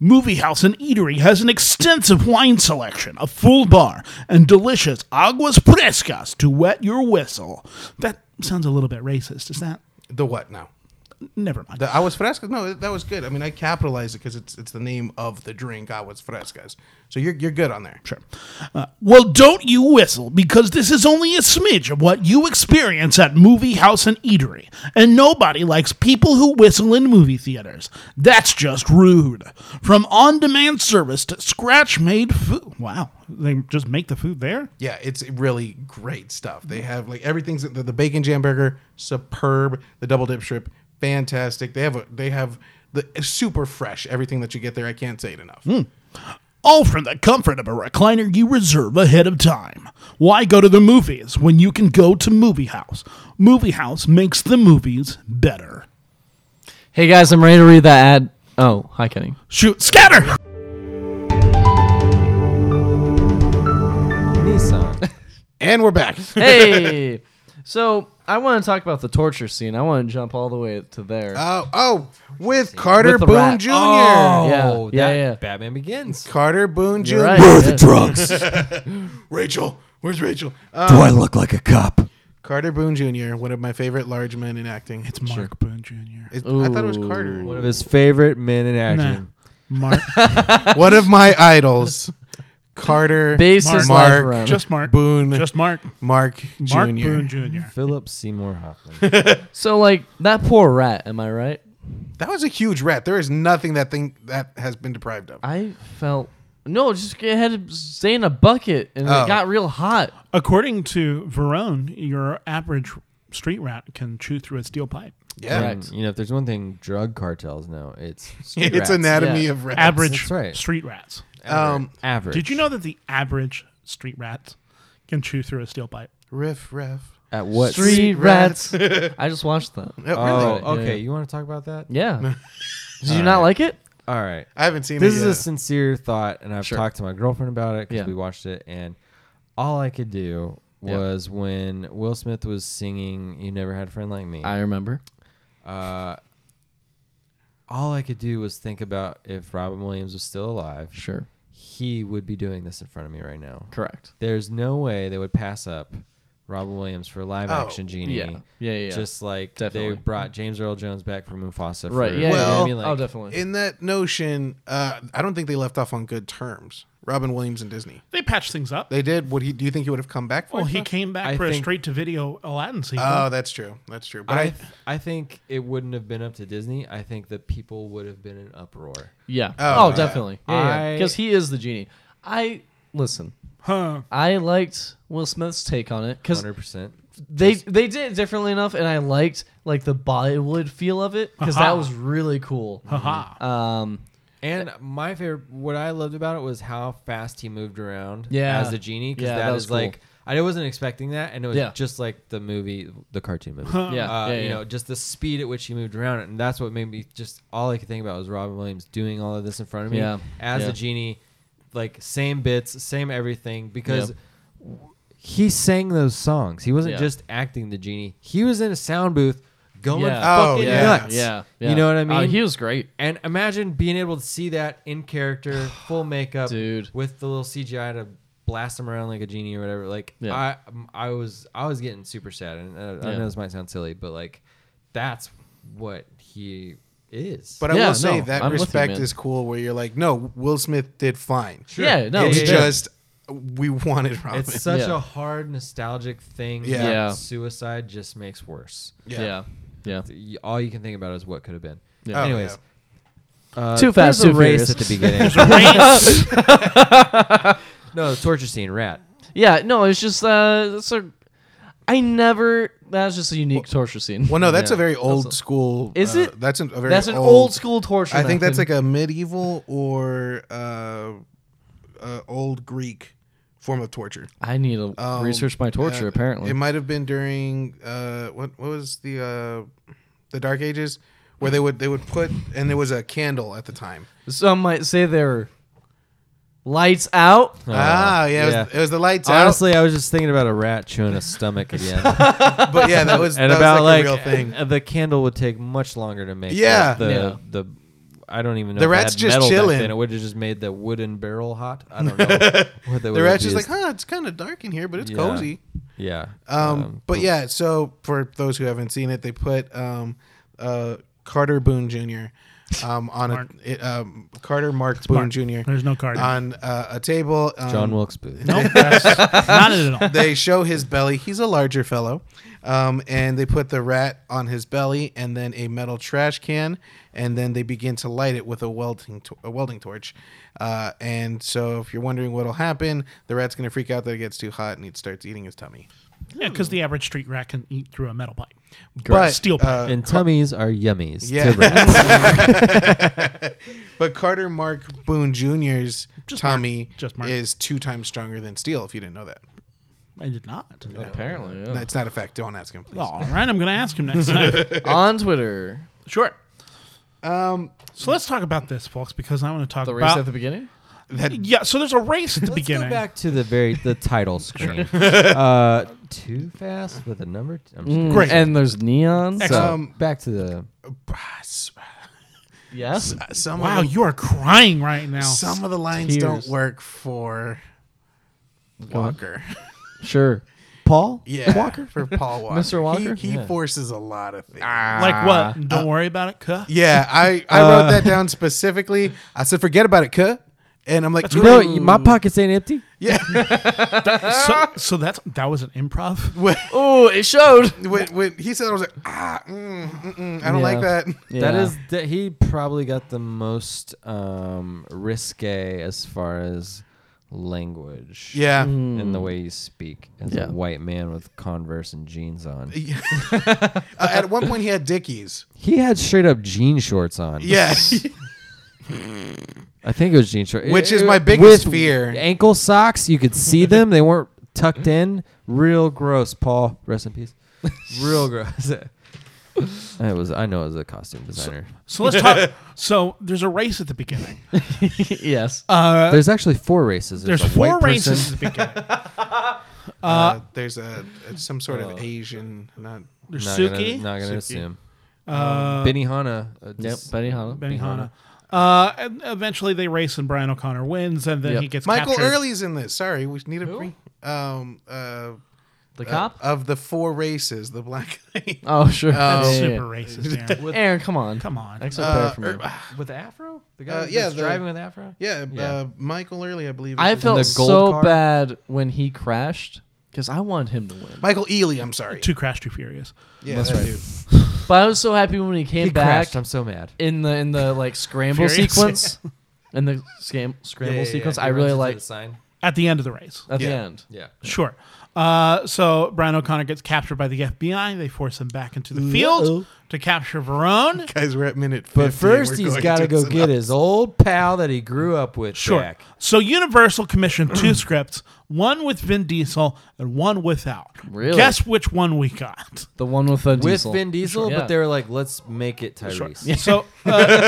Speaker 2: Movie House and Eatery has an extensive wine selection, a full bar, and delicious aguas frescas to wet your whistle. That sounds a little bit racist. Is that
Speaker 1: The what now?
Speaker 2: never mind.
Speaker 1: The aguas frescas. No, that was good. I mean, I capitalized it because it's it's the name of the drink, aguas frescas. So you're you're good on there.
Speaker 2: Sure. Uh, well, don't you whistle because this is only a smidge of what you experience at movie house and eatery, and nobody likes people who whistle in movie theaters. That's just rude. From on-demand service to scratch-made food. Wow, they just make the food there.
Speaker 1: Yeah, it's really great stuff. They have like everything's the, the bacon jam burger, superb. The double dip strip, fantastic. They have a, they have the it's super fresh everything that you get there. I can't say it enough.
Speaker 2: All from the comfort of a recliner you reserve ahead of time. Why go to the movies when you can go to Movie House? Movie House makes the movies better.
Speaker 4: Hey guys, I'm ready to read that ad. Oh, hi Kenny.
Speaker 2: Shoot, scatter!
Speaker 4: (laughs)
Speaker 3: Nissan. (laughs)
Speaker 1: And we're back.
Speaker 4: Hey. (laughs) so I want to talk about the torture scene. I want to jump all the way to there.
Speaker 1: Oh, oh, with Carter
Speaker 4: With the
Speaker 1: Boone
Speaker 4: rat.
Speaker 1: Jr.
Speaker 4: Oh. Yeah, yeah, yeah.
Speaker 3: Batman Begins.
Speaker 1: Carter Boone Jr.
Speaker 4: You're right, yeah.
Speaker 5: drugs.
Speaker 1: Rachel, where's Rachel? Uh,
Speaker 5: Do I look like a cop?
Speaker 1: Carter Boone Jr. One of my favorite large men in acting.
Speaker 2: It's Mark Boone Jr.
Speaker 1: It- I thought it was
Speaker 4: Ooh.
Speaker 1: Carter.
Speaker 3: One of his favorite men in action.
Speaker 2: Mark,
Speaker 1: (laughs) One of my idols, Carter
Speaker 4: Base
Speaker 1: Mark,
Speaker 4: his life around.
Speaker 2: just Mark,
Speaker 1: Boone
Speaker 2: just Mark,
Speaker 1: Mark Jr.
Speaker 2: Mark Boone Jr.
Speaker 3: Philip Seymour
Speaker 4: (laughs)
Speaker 3: Hoffman.
Speaker 4: so like that poor rat, am I right?
Speaker 1: That was a huge rat. There is nothing that thing that has been deprived of.
Speaker 4: I felt no, just it had to stay in a bucket and
Speaker 1: Oh.
Speaker 4: it got real hot.
Speaker 2: According to Verone, your average street rat can chew through a steel pipe.
Speaker 1: yeah.
Speaker 4: Right.
Speaker 3: And, you know, if there's one thing drug cartels know,
Speaker 4: (laughs)
Speaker 3: it's street
Speaker 1: It's
Speaker 3: rats.
Speaker 1: anatomy
Speaker 4: yeah.
Speaker 1: of rats.
Speaker 2: Average
Speaker 3: That's right.
Speaker 2: street rats.
Speaker 1: Um,
Speaker 3: average.
Speaker 2: Did you know that the average street rat can chew through a steel pipe?
Speaker 1: riff raff.
Speaker 3: at what?
Speaker 4: Street rats. I just watched that.
Speaker 1: Uh,
Speaker 3: Oh,
Speaker 1: really?
Speaker 4: Yeah,
Speaker 3: okay.
Speaker 4: yeah.
Speaker 3: You want to talk about that?
Speaker 4: Yeah. Did you not like it?
Speaker 3: All right.
Speaker 1: I haven't seen
Speaker 3: This
Speaker 1: it
Speaker 3: is
Speaker 1: yet.
Speaker 3: a sincere thought, and I've
Speaker 4: Sure.
Speaker 3: talked to my girlfriend about it because
Speaker 4: Yeah.
Speaker 3: we watched it, and all I could do
Speaker 4: Yeah.
Speaker 3: was when Will Smith was singing "You Never Had a Friend Like Me."
Speaker 4: I remember.
Speaker 3: uh, all I could do was think about if Robin Williams was still alive,
Speaker 4: Sure.
Speaker 3: he would be doing this in front of me right now.
Speaker 4: Correct.
Speaker 3: There's no way they would pass up Robin Williams for live
Speaker 1: Oh,
Speaker 3: action Genie.
Speaker 4: yeah. Yeah, yeah, yeah.
Speaker 3: Just like
Speaker 4: Definitely.
Speaker 3: they brought James Earl Jones back from Mufasa.
Speaker 4: Right.
Speaker 3: For, you know
Speaker 4: Yeah.
Speaker 3: what
Speaker 1: Well-
Speaker 3: I mean? Like,
Speaker 4: oh, definitely.
Speaker 1: in that notion, uh, I don't think they left off on good terms. Robin Williams and Disney.
Speaker 2: They patched things up.
Speaker 1: They did. Would he? Do you think he would have come back for?
Speaker 2: well,
Speaker 1: it,
Speaker 2: he
Speaker 1: though?
Speaker 2: came back
Speaker 3: I
Speaker 2: for a
Speaker 3: think-
Speaker 2: straight to video Aladdin sequel.
Speaker 1: Oh, that's true. That's true. But I,
Speaker 3: I, I think it wouldn't have been up to Disney. I think the people would have been in uproar.
Speaker 4: yeah.
Speaker 1: Oh,
Speaker 4: Oh,
Speaker 1: yeah.
Speaker 4: definitely. Yeah,
Speaker 3: I-
Speaker 4: Because he is the genie. I listen.
Speaker 2: huh.
Speaker 4: I liked Will Smith's take on it because
Speaker 3: 100%.
Speaker 4: they they did it differently enough, and I liked like the Bollywood feel of it because that
Speaker 2: Aha.
Speaker 4: was really cool.
Speaker 2: Aha.
Speaker 4: Um,
Speaker 3: And my favorite, what I loved about it was how fast he moved around
Speaker 4: Yeah.
Speaker 3: as a genie. Because
Speaker 4: Yeah, that
Speaker 3: that
Speaker 4: was
Speaker 3: is like, I wasn't expecting that. And it was
Speaker 4: Yeah.
Speaker 3: just like the movie, the cartoon movie.
Speaker 4: (laughs) Yeah,
Speaker 3: Uh,
Speaker 4: yeah,
Speaker 3: you
Speaker 4: yeah.
Speaker 3: know, just the speed at which he moved around. And that's what made me just, all I could think about was Robin Williams doing all of this in front of me
Speaker 4: Yeah,
Speaker 3: as
Speaker 4: yeah.
Speaker 3: a genie. Like, same bits, same everything. Because.
Speaker 4: Yeah.
Speaker 3: He sang those songs. He wasn't
Speaker 4: Yeah.
Speaker 3: just acting the genie. He was in a sound booth going
Speaker 4: Yeah.
Speaker 1: Oh,
Speaker 3: fucking
Speaker 1: yeah.
Speaker 3: nuts.
Speaker 4: yeah, yeah.
Speaker 3: You know what I
Speaker 4: Uh,
Speaker 3: mean?
Speaker 4: he was great.
Speaker 3: And imagine being able to see that in
Speaker 4: (sighs)
Speaker 3: character, full makeup,
Speaker 4: Dude.
Speaker 3: with the little CGI to blast them around like a genie or whatever. Like
Speaker 4: Yeah.
Speaker 3: I, um, I was, I was getting super sad, and uh, I
Speaker 4: Yeah.
Speaker 3: know this might sound silly, but like, that's what he is.
Speaker 1: but I
Speaker 4: Yeah,
Speaker 1: will say
Speaker 4: no,
Speaker 1: that
Speaker 4: I'm with you,
Speaker 1: respect
Speaker 4: man.
Speaker 1: is cool. Where you're like, no, Will Smith did fine.
Speaker 4: Yeah, no,
Speaker 1: it's
Speaker 4: he did.
Speaker 1: just we wanted Robin.
Speaker 3: it's such
Speaker 4: Yeah.
Speaker 3: a hard nostalgic thing.
Speaker 1: Yeah.
Speaker 3: that
Speaker 4: Yeah.
Speaker 3: suicide just makes worse.
Speaker 4: yeah, yeah.
Speaker 3: Y- All you can think about is what could have been.
Speaker 4: Yeah.
Speaker 1: Oh,
Speaker 3: Anyways, uh,
Speaker 4: Too fast,
Speaker 3: there's a
Speaker 4: too
Speaker 3: race
Speaker 4: furious.
Speaker 3: at the beginning.
Speaker 2: Race.
Speaker 3: no, the torture scene, rat.
Speaker 4: (laughs) Yeah, no, it's just uh, it's a, I never. That's just a unique torture scene.
Speaker 1: Well, no, that's
Speaker 3: Yeah.
Speaker 1: a very old school.
Speaker 4: Is
Speaker 1: uh,
Speaker 4: it?
Speaker 1: That's an, a very.
Speaker 4: that's an old, school torture.
Speaker 1: I think that's
Speaker 4: method.
Speaker 1: like a medieval or uh, uh, old Greek form of torture.
Speaker 4: I need to
Speaker 1: Um,
Speaker 4: research my torture.
Speaker 1: uh,
Speaker 4: apparently,
Speaker 1: it might have been during uh, what what was the uh, the Dark Ages, where they would they would put and there was a candle at the time.
Speaker 4: some might say they're lights out.
Speaker 1: ah, yeah, It, was,
Speaker 3: Uh, yeah.
Speaker 1: it was the lights
Speaker 3: Honestly, I was just thinking about a rat chewing a stomach
Speaker 1: (laughs)
Speaker 3: again,
Speaker 1: out, but yeah,
Speaker 3: (laughs)
Speaker 1: that was
Speaker 3: and
Speaker 1: that
Speaker 3: about
Speaker 1: was like,
Speaker 3: like,
Speaker 1: a real
Speaker 3: (laughs)
Speaker 1: thing.
Speaker 3: uh, the candle would take much longer to make.
Speaker 1: Yeah.
Speaker 3: the,
Speaker 4: Yeah.
Speaker 3: the, the- I don't even know.
Speaker 1: The
Speaker 3: if it
Speaker 1: rat's
Speaker 3: had
Speaker 1: just
Speaker 3: metal back
Speaker 1: chilling.
Speaker 3: Then it would have just made the wooden barrel hot.
Speaker 1: (laughs)
Speaker 3: I don't know. what they
Speaker 1: The
Speaker 3: would have
Speaker 1: rat's just like,
Speaker 3: used.
Speaker 1: huh, it's kind of dark in here, but it's
Speaker 3: Yeah.
Speaker 1: cozy.
Speaker 3: yeah. Um,
Speaker 1: Um, but yeah, so for those who haven't seen it, they put um, uh, Carter Boone Jr. Um, on a it, um, Carter Mark Boone
Speaker 2: Mark.
Speaker 1: Jr.
Speaker 2: There's no card.
Speaker 1: on uh, a table. Um,
Speaker 3: John Wilkes Booth.
Speaker 2: nope, that's not it at all.
Speaker 1: they show his belly. He's a larger fellow. Um, and they put the rat on his belly and then a metal trash can. And then they begin to light it with a welding, to- a welding torch. Uh, and so, if you're wondering what'll happen, the rat's going to freak out that it gets too hot and it starts eating his tummy.
Speaker 2: Yeah, because the average street rat can eat through a metal pipe.
Speaker 1: But,
Speaker 2: Steel
Speaker 1: (laughs) uh,
Speaker 2: pipe.
Speaker 3: and tummies are yummies.
Speaker 1: Yeah. (laughs)
Speaker 3: to rats.
Speaker 1: but Carter Mark Boone Jr.'s
Speaker 2: Just Mark.
Speaker 1: tummy
Speaker 2: Just Mark.
Speaker 1: is two times stronger than steel, if you didn't know that.
Speaker 2: I did not. Oh,
Speaker 4: Apparently. yeah.
Speaker 1: That's not a fact. Don't ask him, please.
Speaker 2: All right, I'm going to ask him next time.
Speaker 4: (laughs) On Twitter.
Speaker 2: sure.
Speaker 1: Um,
Speaker 2: So let's talk about this, folks, because I want to talk
Speaker 4: The race
Speaker 2: about
Speaker 4: at the beginning?
Speaker 1: that
Speaker 2: yeah. So there's a race at the
Speaker 3: Let's
Speaker 2: beginning.
Speaker 3: go back to the very
Speaker 1: (laughs)
Speaker 3: the title screen. uh, too fast with a number. T- I'm just kidding.
Speaker 2: Great.
Speaker 4: Hmm. And there's Uh, neon.
Speaker 3: So,
Speaker 4: So,
Speaker 1: Mm, Um,
Speaker 3: back to the
Speaker 4: (laughs) yes.
Speaker 1: some
Speaker 2: Wow,
Speaker 1: of the-
Speaker 2: you are crying right
Speaker 1: (laughs)
Speaker 2: now.
Speaker 1: some of the lines don't
Speaker 4: Tears.
Speaker 1: work for Walker.
Speaker 4: Sure.
Speaker 3: Paul.
Speaker 1: Yeah, Walker for Paul Walker.
Speaker 4: Mr. Walker?
Speaker 1: He, he
Speaker 4: Yeah.
Speaker 1: forces a lot of things.
Speaker 2: like what? Don't worry about it, cuh.
Speaker 1: Yeah, I I wrote that down specifically. I said, forget about it, cuh. And I'm like,
Speaker 3: You know, you- my pockets ain't empty.
Speaker 2: so, so that's that was an
Speaker 1: (laughs)
Speaker 2: improv.
Speaker 1: when,
Speaker 4: Oh, it showed.
Speaker 1: when, when he said, it, I was like, ah, mm, mm, mm, I don't like
Speaker 4: Yeah.
Speaker 1: that.
Speaker 3: That
Speaker 4: Yeah.
Speaker 3: is that he probably got the most um, risque as far as language.
Speaker 1: Yeah.
Speaker 3: And the way you speak as
Speaker 4: Hmm. Yeah.
Speaker 3: a white man with Converse and jeans on.
Speaker 1: Uh, at one point, he had Dickies.
Speaker 3: He had straight up jean shorts on.
Speaker 1: Yeah.
Speaker 3: (laughs) I think it was jean shorts.
Speaker 1: Which is
Speaker 3: is
Speaker 1: my biggest fear.
Speaker 3: Ankle socks, you could
Speaker 4: (laughs)
Speaker 3: see them. They weren't tucked in. Real gross, Paul. Rest in
Speaker 4: (laughs)
Speaker 3: peace. Real gross. (laughs) I was I know it was a costume designer.
Speaker 2: So let's talk. so there's a race at the beginning.
Speaker 4: (laughs) yes.
Speaker 3: there's actually four races.
Speaker 2: There's
Speaker 3: a
Speaker 2: four
Speaker 3: white person.
Speaker 2: races at the (laughs) beginning.
Speaker 1: Uh, there's a some sort
Speaker 3: Uh,
Speaker 1: of Asian, not
Speaker 2: There's
Speaker 3: Not
Speaker 2: Suki.
Speaker 3: gonna, not gonna
Speaker 1: Suki.
Speaker 3: assume.
Speaker 2: uh,
Speaker 3: Benihana. uh,
Speaker 4: Yep.
Speaker 3: just-
Speaker 4: Benny Hanna.
Speaker 2: Benihana. Uh, and eventually they race and Brian O'Connor wins, and then
Speaker 4: Yep.
Speaker 2: he gets
Speaker 1: Michael
Speaker 2: captured.
Speaker 1: Early's in this. Sorry, we need a free. Um, uh,
Speaker 4: The cop?
Speaker 1: of the four races, the black (laughs) guy.
Speaker 4: oh, sure.
Speaker 1: That's
Speaker 4: Yeah, yeah,
Speaker 2: Super racist. (laughs) Aaron.
Speaker 4: yeah. Aaron, come on.
Speaker 2: Come on.
Speaker 4: Extra
Speaker 1: Uh,
Speaker 4: prayer for me.
Speaker 1: er,
Speaker 3: With the afro? The guy
Speaker 1: Uh, yeah,
Speaker 3: yeah,
Speaker 1: the-
Speaker 3: driving with afro?
Speaker 1: yeah,
Speaker 3: Yeah.
Speaker 1: Uh, Michael Early, I believe.
Speaker 4: I
Speaker 1: is his
Speaker 4: felt
Speaker 3: the
Speaker 1: name.
Speaker 3: gold
Speaker 4: so
Speaker 3: car?
Speaker 4: bad when he crashed because I wanted him to win.
Speaker 1: Michael Ealy. I'm sorry.
Speaker 2: Too Crash, Too Furious.
Speaker 1: yeah,
Speaker 3: That's
Speaker 1: that
Speaker 3: right.
Speaker 1: dude.
Speaker 4: But I was so happy when he came
Speaker 3: He
Speaker 4: back
Speaker 3: crashed. I'm so mad.
Speaker 4: in the in the like scramble
Speaker 2: Furious.
Speaker 4: (laughs) sequence. In the scam, scramble
Speaker 3: Yeah, yeah, yeah.
Speaker 4: sequence,
Speaker 3: He
Speaker 4: I
Speaker 3: runs
Speaker 4: really
Speaker 3: into
Speaker 4: like
Speaker 3: the sign.
Speaker 2: At the end of the race.
Speaker 4: at
Speaker 1: Yeah.
Speaker 4: the end.
Speaker 3: Yeah.
Speaker 2: Sure. Uh, so Brian O'Connor gets captured by the FBI. They force him back into the field to capture Verone.
Speaker 1: Guys, we're at minute. 50
Speaker 3: But
Speaker 1: and
Speaker 3: first,
Speaker 1: we're
Speaker 3: he's
Speaker 1: going
Speaker 3: got to go
Speaker 1: some-
Speaker 3: get his old pal that he grew up with
Speaker 2: Sure.
Speaker 3: back.
Speaker 2: So Universal commissioned two scripts, one with Vin Diesel and one without.
Speaker 4: Really?
Speaker 2: Guess which one we got?
Speaker 4: The one with the
Speaker 3: With
Speaker 4: diesel.
Speaker 3: Vin Diesel,
Speaker 4: Yeah.
Speaker 3: but they were like, let's make it Tyrese.
Speaker 4: (laughs)
Speaker 2: So,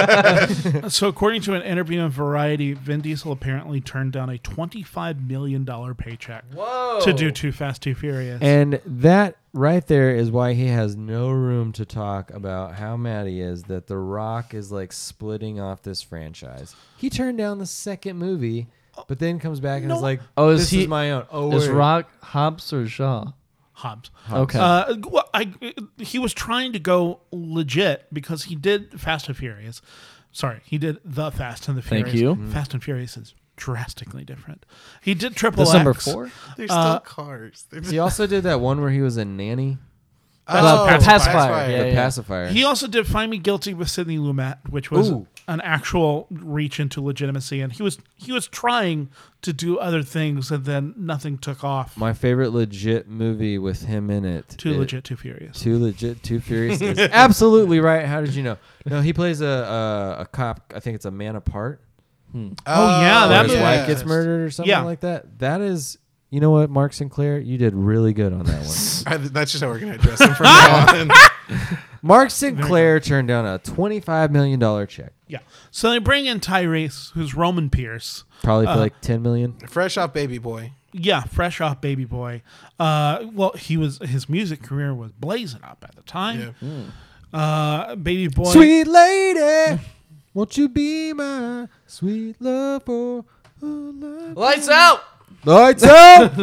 Speaker 2: uh, so according to an interview in Variety, Vin Diesel apparently turned down a twenty-five million dollar paycheck to do Too Fast, Too Furious.
Speaker 3: And that right there is why he has no room to talk about how mad he is that The Rock is like splitting off this franchise. He turned down the second movie, but then comes back and
Speaker 2: No.
Speaker 3: is like,
Speaker 4: Oh, is
Speaker 3: this
Speaker 4: he-
Speaker 3: is my own. Oh,
Speaker 4: Is
Speaker 3: wait.
Speaker 4: Rock Hobbs or Shaw?
Speaker 2: Hobbs.
Speaker 4: Okay.
Speaker 2: Uh, well, I, he was trying to go legit because he did Fast and Furious. Sorry, he did the Fast and the
Speaker 4: Thank
Speaker 2: Furious.
Speaker 4: you.
Speaker 2: Fast and Furious is drastically different. He did Triple
Speaker 4: That's number
Speaker 2: X.
Speaker 4: four.
Speaker 1: There's still
Speaker 3: Uh,
Speaker 1: cars. There's-
Speaker 3: He also did that one where he was a nanny,
Speaker 1: Oh,
Speaker 2: Pacifier.
Speaker 4: Pacifier, yeah,
Speaker 3: the pacifier.
Speaker 2: He also did Find Me Guilty with Sidney Lumet, which was
Speaker 3: Ooh.
Speaker 2: an actual reach into legitimacy, and he was he was trying to do other things, and then nothing took off.
Speaker 3: my favorite legit movie with him in it.
Speaker 2: too
Speaker 3: it-
Speaker 2: legit, too furious.
Speaker 3: Too legit, too
Speaker 2: (laughs)
Speaker 3: furious. is absolutely right. How did you know? No, he plays a a, a cop. I think it's a man apart.
Speaker 2: Oh, yeah,
Speaker 3: Where
Speaker 2: that
Speaker 3: his
Speaker 2: movie
Speaker 3: wife gets
Speaker 2: exists.
Speaker 3: murdered or something
Speaker 2: Yeah.
Speaker 3: like that. That is, you know what, Mark Sinclair, you did really good on that
Speaker 2: (laughs)
Speaker 3: one.
Speaker 1: I- that's just how we're gonna address him from now
Speaker 3: (laughs)
Speaker 1: on.
Speaker 3: Mark Sinclair turned down a twenty-five million dollar check,
Speaker 2: yeah. So they bring in Tyrese, who's Roman Pierce.
Speaker 3: probably for
Speaker 2: Uh-huh.
Speaker 3: like ten million.
Speaker 1: Fresh off Baby Boy.
Speaker 2: Yeah, fresh off Baby Boy. Uh, well, he was his music career was blazing up at the time. Uh, Baby Boy.
Speaker 3: Sweet lady, won't you be my sweet love for a life?
Speaker 4: Lights out.
Speaker 3: Lights up.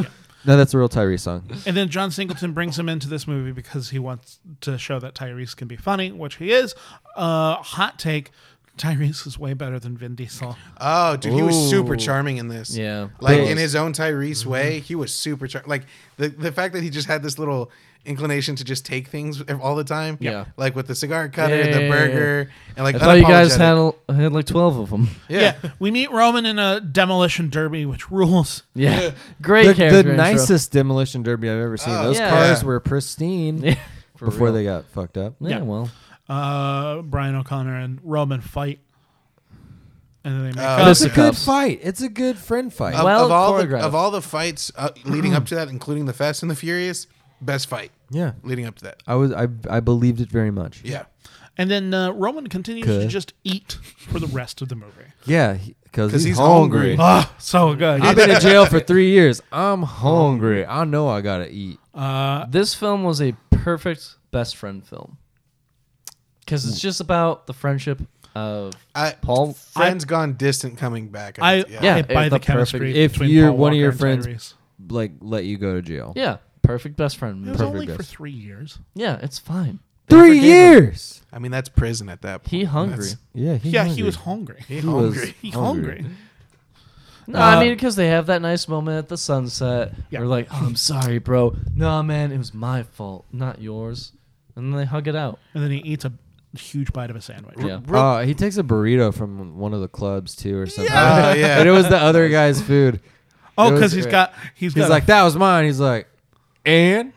Speaker 3: No, that's a real Tyrese song.
Speaker 2: And then John Singleton brings him into this movie because he wants to show that Tyrese can be funny, which he is. Uh, hot take: Tyrese is way better than Vin Diesel.
Speaker 1: Oh, dude, he was super
Speaker 4: Ooh.
Speaker 1: charming in this.
Speaker 4: Yeah. Mm-hmm.
Speaker 1: like
Speaker 3: Big.
Speaker 1: in his own Tyrese way, he was super charming. Like the the fact that he just had this little inclination to just take things all the time.
Speaker 4: Yeah.
Speaker 1: like with the cigar cutter,
Speaker 4: Yeah, yeah,
Speaker 1: the
Speaker 4: yeah,
Speaker 1: burger, and like
Speaker 4: I thought you guys
Speaker 1: unapologetic.
Speaker 4: had had like twelve
Speaker 3: (laughs)
Speaker 4: of them.
Speaker 1: yeah.
Speaker 2: we meet Roman in a demolition derby, which rules.
Speaker 4: Yeah, great
Speaker 3: The,
Speaker 4: character.
Speaker 3: the
Speaker 4: intro.
Speaker 3: nicest demolition derby I've ever seen.
Speaker 1: Oh,
Speaker 3: Those
Speaker 4: yeah.
Speaker 3: cars
Speaker 1: Yeah.
Speaker 3: were pristine (laughs)
Speaker 4: (laughs) Yeah.
Speaker 3: before they got fucked up.
Speaker 4: Yeah, well,
Speaker 2: Uh, Brian O'Connor and Roman fight, and then they make
Speaker 1: Oh.
Speaker 2: up.
Speaker 3: It's a
Speaker 4: Fisticuffs.
Speaker 3: good fight. It's a good friend fight.
Speaker 1: Of,
Speaker 4: Well
Speaker 1: of all the,
Speaker 4: choreographed.
Speaker 1: of all the fights uh, leading up to that, including the Fast and the Furious, best fight
Speaker 3: yeah,
Speaker 1: leading up to that.
Speaker 3: I was I, I believed it very much.
Speaker 1: Yeah,
Speaker 2: And then uh, Roman continues to
Speaker 3: Good.
Speaker 2: just eat for the rest of the movie.
Speaker 3: yeah, because
Speaker 1: 'Cause he's
Speaker 3: he's, hungry.
Speaker 1: hungry.
Speaker 2: Oh, so good.
Speaker 3: I've been in jail for three years. I'm hungry. I know I gotta eat.
Speaker 2: Uh,
Speaker 4: this film was a perfect best friend film because it's just about the friendship of
Speaker 1: I,
Speaker 4: Paul.
Speaker 1: Friends Gone Distant coming back.
Speaker 2: I,
Speaker 1: think,
Speaker 4: Yeah,
Speaker 2: I buy
Speaker 4: it's
Speaker 2: the,
Speaker 4: the perfect-
Speaker 2: chemistry.
Speaker 3: if
Speaker 2: between
Speaker 3: you're
Speaker 2: Paul
Speaker 3: one of
Speaker 2: Walker
Speaker 3: your
Speaker 2: and
Speaker 3: friends-
Speaker 2: Tyrese.
Speaker 3: Like let you go to jail.
Speaker 4: Yeah, perfect best friend.
Speaker 2: it
Speaker 4: movie.
Speaker 2: was only
Speaker 3: perfect
Speaker 2: for
Speaker 3: guess.
Speaker 2: three years.
Speaker 4: Yeah, it's fine. They
Speaker 3: three
Speaker 4: forgave him.
Speaker 3: years.
Speaker 1: I mean that's prison at that point.
Speaker 4: He hungry.
Speaker 1: That's-
Speaker 3: Yeah, he's
Speaker 2: yeah, he
Speaker 3: hungry.
Speaker 2: was hungry.
Speaker 1: He,
Speaker 3: He was-
Speaker 1: hungry.
Speaker 2: He
Speaker 3: Hungry.
Speaker 2: hungry.
Speaker 4: No,
Speaker 2: Uh,
Speaker 4: I mean because they have that nice moment at the sunset.
Speaker 2: Yeah.
Speaker 4: We're like, oh, I'm sorry, bro. No, man, it was my fault, not yours. And then they hug it out.
Speaker 2: And then he eats a huge bite of a sandwich.
Speaker 4: Yeah.
Speaker 3: Oh, he takes a burrito from one of the clubs too, or something.
Speaker 1: Yeah. Oh, yeah.
Speaker 3: (laughs) but it was the other guy's food.
Speaker 2: Oh,
Speaker 3: It was
Speaker 2: because he's
Speaker 3: great.
Speaker 2: got he's
Speaker 3: He's
Speaker 2: got
Speaker 3: like, "That was mine." He's like, "And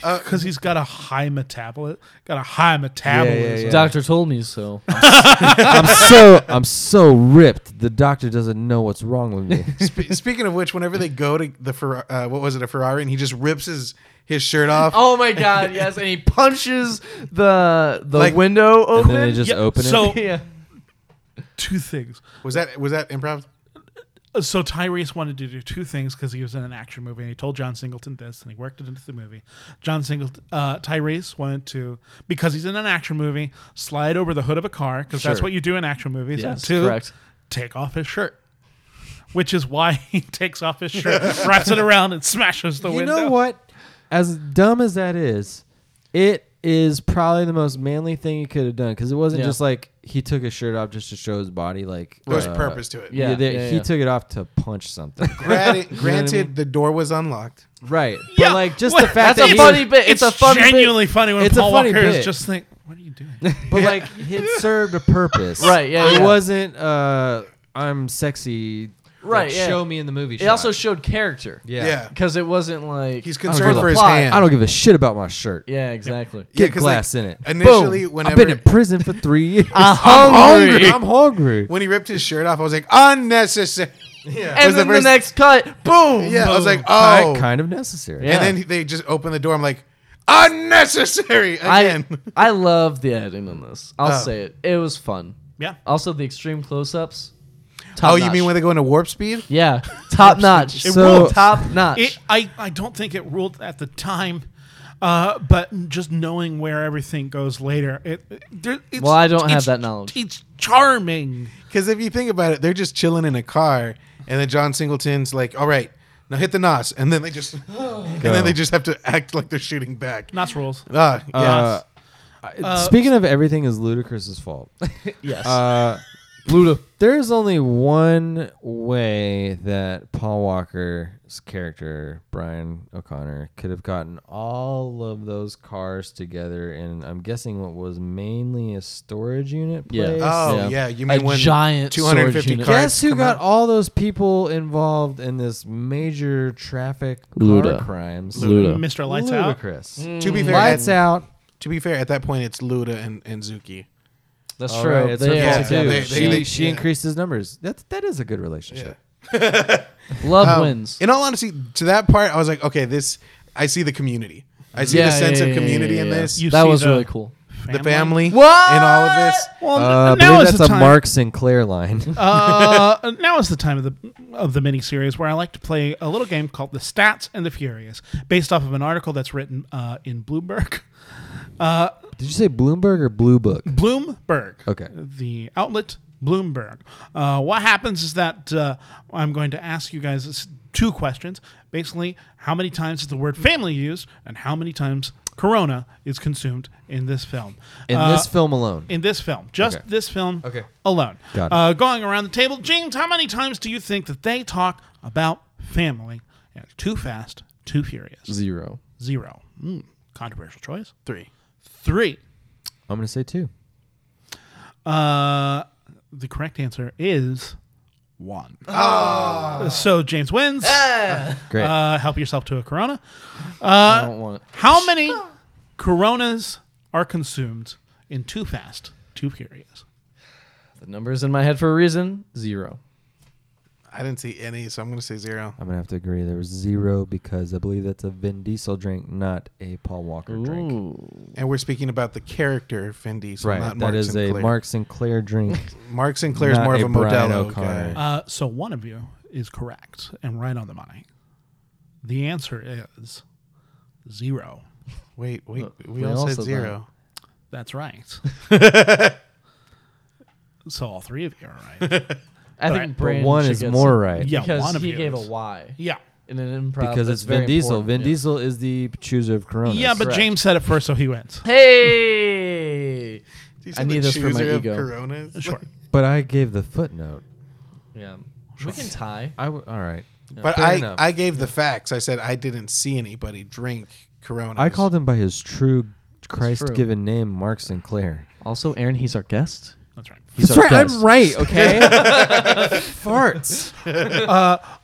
Speaker 2: because he's got a high metabolism. Got a high metabolism.
Speaker 3: Yeah.
Speaker 4: Doctor told me so.
Speaker 3: I'm so I'm so ripped. The doctor doesn't know what's wrong with
Speaker 2: (laughs)
Speaker 3: me."
Speaker 4: (laughs)
Speaker 1: Spe- Speaking of which, whenever they go to the Ferra- uh, what was it a Ferrari, and he just rips his his shirt off. (laughs)
Speaker 4: oh my god, yes. And he punches the the
Speaker 1: Like-
Speaker 4: window open.
Speaker 3: and then they just
Speaker 2: Yeah,
Speaker 3: open it.
Speaker 2: so-
Speaker 4: (laughs) yeah.
Speaker 2: Two things.
Speaker 1: Was that was that improv?
Speaker 2: Uh, So Tyrese wanted to do two things because he was in an action movie, and he told John Singleton this, and he worked it into the movie. John Singleton, uh, Tyrese wanted to because he's in an action movie, slide over the hood of a car because that's
Speaker 3: Sure.
Speaker 2: what you do in action movies. and
Speaker 4: Yes,
Speaker 2: two,
Speaker 4: correct.
Speaker 2: take off his shirt. Which is why (laughs) he takes off his shirt, wraps it around, and smashes the
Speaker 3: you
Speaker 2: window.
Speaker 3: know what? As dumb as that is, it is probably the most manly thing he could have done because it wasn't
Speaker 4: Yeah.
Speaker 3: just like he took his shirt off just to show his body. Like
Speaker 1: There was
Speaker 3: uh,
Speaker 1: purpose to it.
Speaker 4: (laughs) Yeah.
Speaker 3: there- he
Speaker 4: yeah.
Speaker 3: took it off to punch
Speaker 2: (laughs)
Speaker 3: something.
Speaker 1: Granted, granted
Speaker 3: mean?
Speaker 1: the door was unlocked.
Speaker 3: right.
Speaker 2: Yeah,
Speaker 3: But like just
Speaker 2: what-
Speaker 3: the fact
Speaker 4: That's
Speaker 3: that
Speaker 4: a
Speaker 3: he
Speaker 4: funny
Speaker 3: was-
Speaker 4: bit. It's, a funny bit.
Speaker 2: genuinely funny when
Speaker 3: It's a
Speaker 2: Paul
Speaker 3: funny
Speaker 2: Walker is
Speaker 3: bit.
Speaker 2: just think, "What are you
Speaker 3: (laughs)
Speaker 2: doing?"
Speaker 3: but like it served a purpose.
Speaker 4: (laughs) Right, yeah,
Speaker 3: It
Speaker 4: yeah.
Speaker 3: wasn't uh I'm sexy. like,
Speaker 4: Right, yeah.
Speaker 3: Show me in the movie.
Speaker 4: It also
Speaker 3: shot.
Speaker 4: showed character.
Speaker 1: Yeah,
Speaker 3: yeah.
Speaker 4: Because it wasn't like
Speaker 1: he's
Speaker 4: I don't
Speaker 1: concerned
Speaker 4: give a
Speaker 1: for his
Speaker 4: plot.
Speaker 1: hand.
Speaker 3: I don't give a shit about my shirt.
Speaker 4: Yeah, exactly.
Speaker 1: Yeah,
Speaker 3: Get
Speaker 1: 'cause,
Speaker 3: glass
Speaker 1: like,
Speaker 3: in it.
Speaker 1: Initially,
Speaker 3: Boom.
Speaker 1: whenever
Speaker 3: I've been in prison for three years.
Speaker 4: (laughs) I'm
Speaker 3: hungry.
Speaker 4: hungry.
Speaker 3: I'm hungry.
Speaker 1: when he ripped his shirt off, I was like
Speaker 4: (laughs)
Speaker 1: unnecessary.
Speaker 4: And
Speaker 1: was the
Speaker 4: then the,
Speaker 1: first-
Speaker 4: next cut, boom.
Speaker 1: Yeah, I was like
Speaker 3: Ki-
Speaker 1: oh,
Speaker 3: Kind, of necessary.
Speaker 4: Yeah.
Speaker 1: and then they just opened the door. I'm like unnecessary
Speaker 4: I (laughs)
Speaker 1: again.
Speaker 4: I love the editing on this. I'll
Speaker 1: Oh.
Speaker 4: say it. It was fun.
Speaker 2: yeah,
Speaker 4: Also, the extreme close-ups.
Speaker 1: oh, you
Speaker 4: top-notch.
Speaker 1: mean when they go into warp speed?
Speaker 4: Yeah, top
Speaker 1: (laughs)
Speaker 4: notch.
Speaker 2: It
Speaker 4: so
Speaker 2: ruled.
Speaker 4: top notch.
Speaker 2: it, I I don't think it ruled at the time, uh, but just knowing where everything goes later, it, it- there, it's,
Speaker 4: Well, I don't have
Speaker 2: it's-
Speaker 4: that knowledge.
Speaker 2: It's charming.
Speaker 1: Because if you think about it, they're just chilling in a car, and then John Singleton's like, "All right, now hit the nos," and then they just, (laughs) and then they just have to act like they're shooting back.
Speaker 2: Knots rules.
Speaker 1: Ah, yeah.
Speaker 4: oh,
Speaker 3: Uh, Speaking of everything is Ludacris's
Speaker 4: (laughs)
Speaker 3: fault.
Speaker 4: yes.
Speaker 3: Uh, Luda. There's only one way that Paul Walker's character, Brian O'Connor, could have gotten all of those cars together and I'm guessing what was mainly a storage unit
Speaker 4: Yeah.
Speaker 3: place.
Speaker 1: oh
Speaker 4: yeah.
Speaker 1: yeah. you
Speaker 4: a
Speaker 1: mean when
Speaker 4: giant
Speaker 1: 250
Speaker 4: 250
Speaker 1: car-
Speaker 4: car.
Speaker 3: Guess who
Speaker 1: come
Speaker 3: got
Speaker 1: out.
Speaker 3: all those people involved in this major traffic
Speaker 4: Luda.
Speaker 3: car crimes?
Speaker 4: Luda.
Speaker 2: Mr. Lights Out.
Speaker 3: Ludacris.
Speaker 1: Mm, To be fair,
Speaker 3: Lights
Speaker 1: at,
Speaker 3: out.
Speaker 1: to be fair, at that point it's Luda and, and Zuki.
Speaker 4: That's
Speaker 3: All
Speaker 4: true.
Speaker 3: right, it's
Speaker 4: They
Speaker 3: her
Speaker 4: all
Speaker 3: fault
Speaker 1: Oh, yeah,
Speaker 3: too.
Speaker 1: they-
Speaker 4: together.
Speaker 3: she
Speaker 1: they-
Speaker 3: she
Speaker 1: yeah.
Speaker 3: increased his numbers. That's that is a good relationship.
Speaker 4: Love
Speaker 1: Um,
Speaker 4: wins.
Speaker 1: In all honesty, to that part, I was like, okay, this I see the community. I see
Speaker 4: Yeah,
Speaker 1: the sense
Speaker 4: yeah,
Speaker 1: of
Speaker 4: yeah,
Speaker 1: community
Speaker 4: yeah,
Speaker 1: in
Speaker 4: yeah.
Speaker 1: this.
Speaker 2: You
Speaker 4: that
Speaker 2: see
Speaker 4: was
Speaker 2: the
Speaker 4: really cool.
Speaker 1: the family
Speaker 4: What?
Speaker 1: in all of this.
Speaker 2: Well,
Speaker 3: Uh, I
Speaker 2: n- now is
Speaker 3: believe that's
Speaker 2: the
Speaker 3: a
Speaker 2: time.
Speaker 3: Mark Sinclair line.
Speaker 2: uh, (laughs) now is the time of the of the miniseries where I like to play a little game called The Stats and the Furious, based off of an article that's written uh, in Bloomberg. (laughs) Uh,
Speaker 3: (laughs) Did you say Bloomberg or Blue Book?
Speaker 2: Bloomberg.
Speaker 3: Okay.
Speaker 2: The outlet Bloomberg. Uh, what happens is that uh, I'm going to ask you guys two questions. Basically, how many times is the word family used, and how many times Corona is consumed in this film?
Speaker 3: in
Speaker 2: Uh,
Speaker 3: this film alone.
Speaker 2: in this film, just
Speaker 3: Okay.
Speaker 2: this film
Speaker 3: Okay.
Speaker 2: alone.
Speaker 3: Got it.
Speaker 2: Uh, going around the table, James, how many times do you think that they talk about family? And too fast, too furious.
Speaker 3: Zero.
Speaker 2: Zero. Hmm. controversial choice.
Speaker 1: Three.
Speaker 2: Three.
Speaker 3: I'm gonna say two.
Speaker 2: Uh, the correct answer is one. So James wins.
Speaker 3: Great.
Speaker 2: Uh, help yourself to a Corona. Uh,
Speaker 3: I don't want it.
Speaker 2: How many Coronas are consumed in Too Fast, Too Furious?
Speaker 4: The number's in my head for a reason. Zero.
Speaker 1: I didn't see any, so I'm gonna say zero.
Speaker 3: I'm gonna have to agree. There was zero because I believe that's a Vin Diesel drink, not a Paul Walker drink.
Speaker 4: Ooh.
Speaker 1: And we're speaking about the character Vin Diesel,
Speaker 3: Right.
Speaker 1: not Mark
Speaker 3: that is
Speaker 1: Sinclair.
Speaker 3: a Mark
Speaker 2: (laughs)
Speaker 3: Sinclair drink.
Speaker 1: Mark Sinclair's
Speaker 3: not
Speaker 1: more of
Speaker 3: a
Speaker 1: a
Speaker 3: Brian
Speaker 1: Modelo
Speaker 3: O'Connor.
Speaker 1: guy.
Speaker 2: Uh, so one of you is correct and right on the money. The answer is zero.
Speaker 1: Wait, wait, we,
Speaker 4: we
Speaker 1: all,
Speaker 4: all
Speaker 1: said
Speaker 4: said
Speaker 1: zero.
Speaker 2: That's right. (laughs) so all three of you are
Speaker 3: (laughs)
Speaker 2: right.
Speaker 4: I
Speaker 2: Right,
Speaker 4: think
Speaker 2: but
Speaker 3: but
Speaker 4: Brandon
Speaker 3: one
Speaker 4: should
Speaker 3: is
Speaker 4: get
Speaker 3: more
Speaker 4: some-
Speaker 3: right.
Speaker 2: Yeah,
Speaker 4: because
Speaker 2: one of
Speaker 4: he
Speaker 2: you
Speaker 4: gave a
Speaker 2: is.
Speaker 4: why
Speaker 2: Yeah.
Speaker 4: in an improv.
Speaker 3: Because
Speaker 4: that's
Speaker 3: it's Vin
Speaker 4: very
Speaker 3: Diesel.
Speaker 4: important.
Speaker 3: Vin
Speaker 4: Yeah.
Speaker 3: Diesel is the chooser of Corona.
Speaker 2: Yeah, but
Speaker 4: correct.
Speaker 2: James said it first, so he wins.
Speaker 4: Hey.
Speaker 1: Do you
Speaker 4: I
Speaker 1: say
Speaker 4: need
Speaker 1: the
Speaker 4: this for my
Speaker 1: chooser of
Speaker 4: ego.
Speaker 1: Coronas? (laughs)
Speaker 2: Sure.
Speaker 3: But I gave the footnote.
Speaker 4: Yeah.
Speaker 3: (laughs)
Speaker 4: We can tie.
Speaker 3: I w- all right.
Speaker 1: But
Speaker 3: Fair
Speaker 1: I,
Speaker 3: enough.
Speaker 1: I gave the facts. I said I didn't see anybody drink Coronas.
Speaker 3: I called him by his true
Speaker 4: true.
Speaker 3: Christ-given name, Mark Sinclair.
Speaker 4: Also, Aaron, he's our guest.
Speaker 2: That's right.
Speaker 4: He's our guest.
Speaker 3: right.
Speaker 4: (laughs)
Speaker 3: Okay. Farts.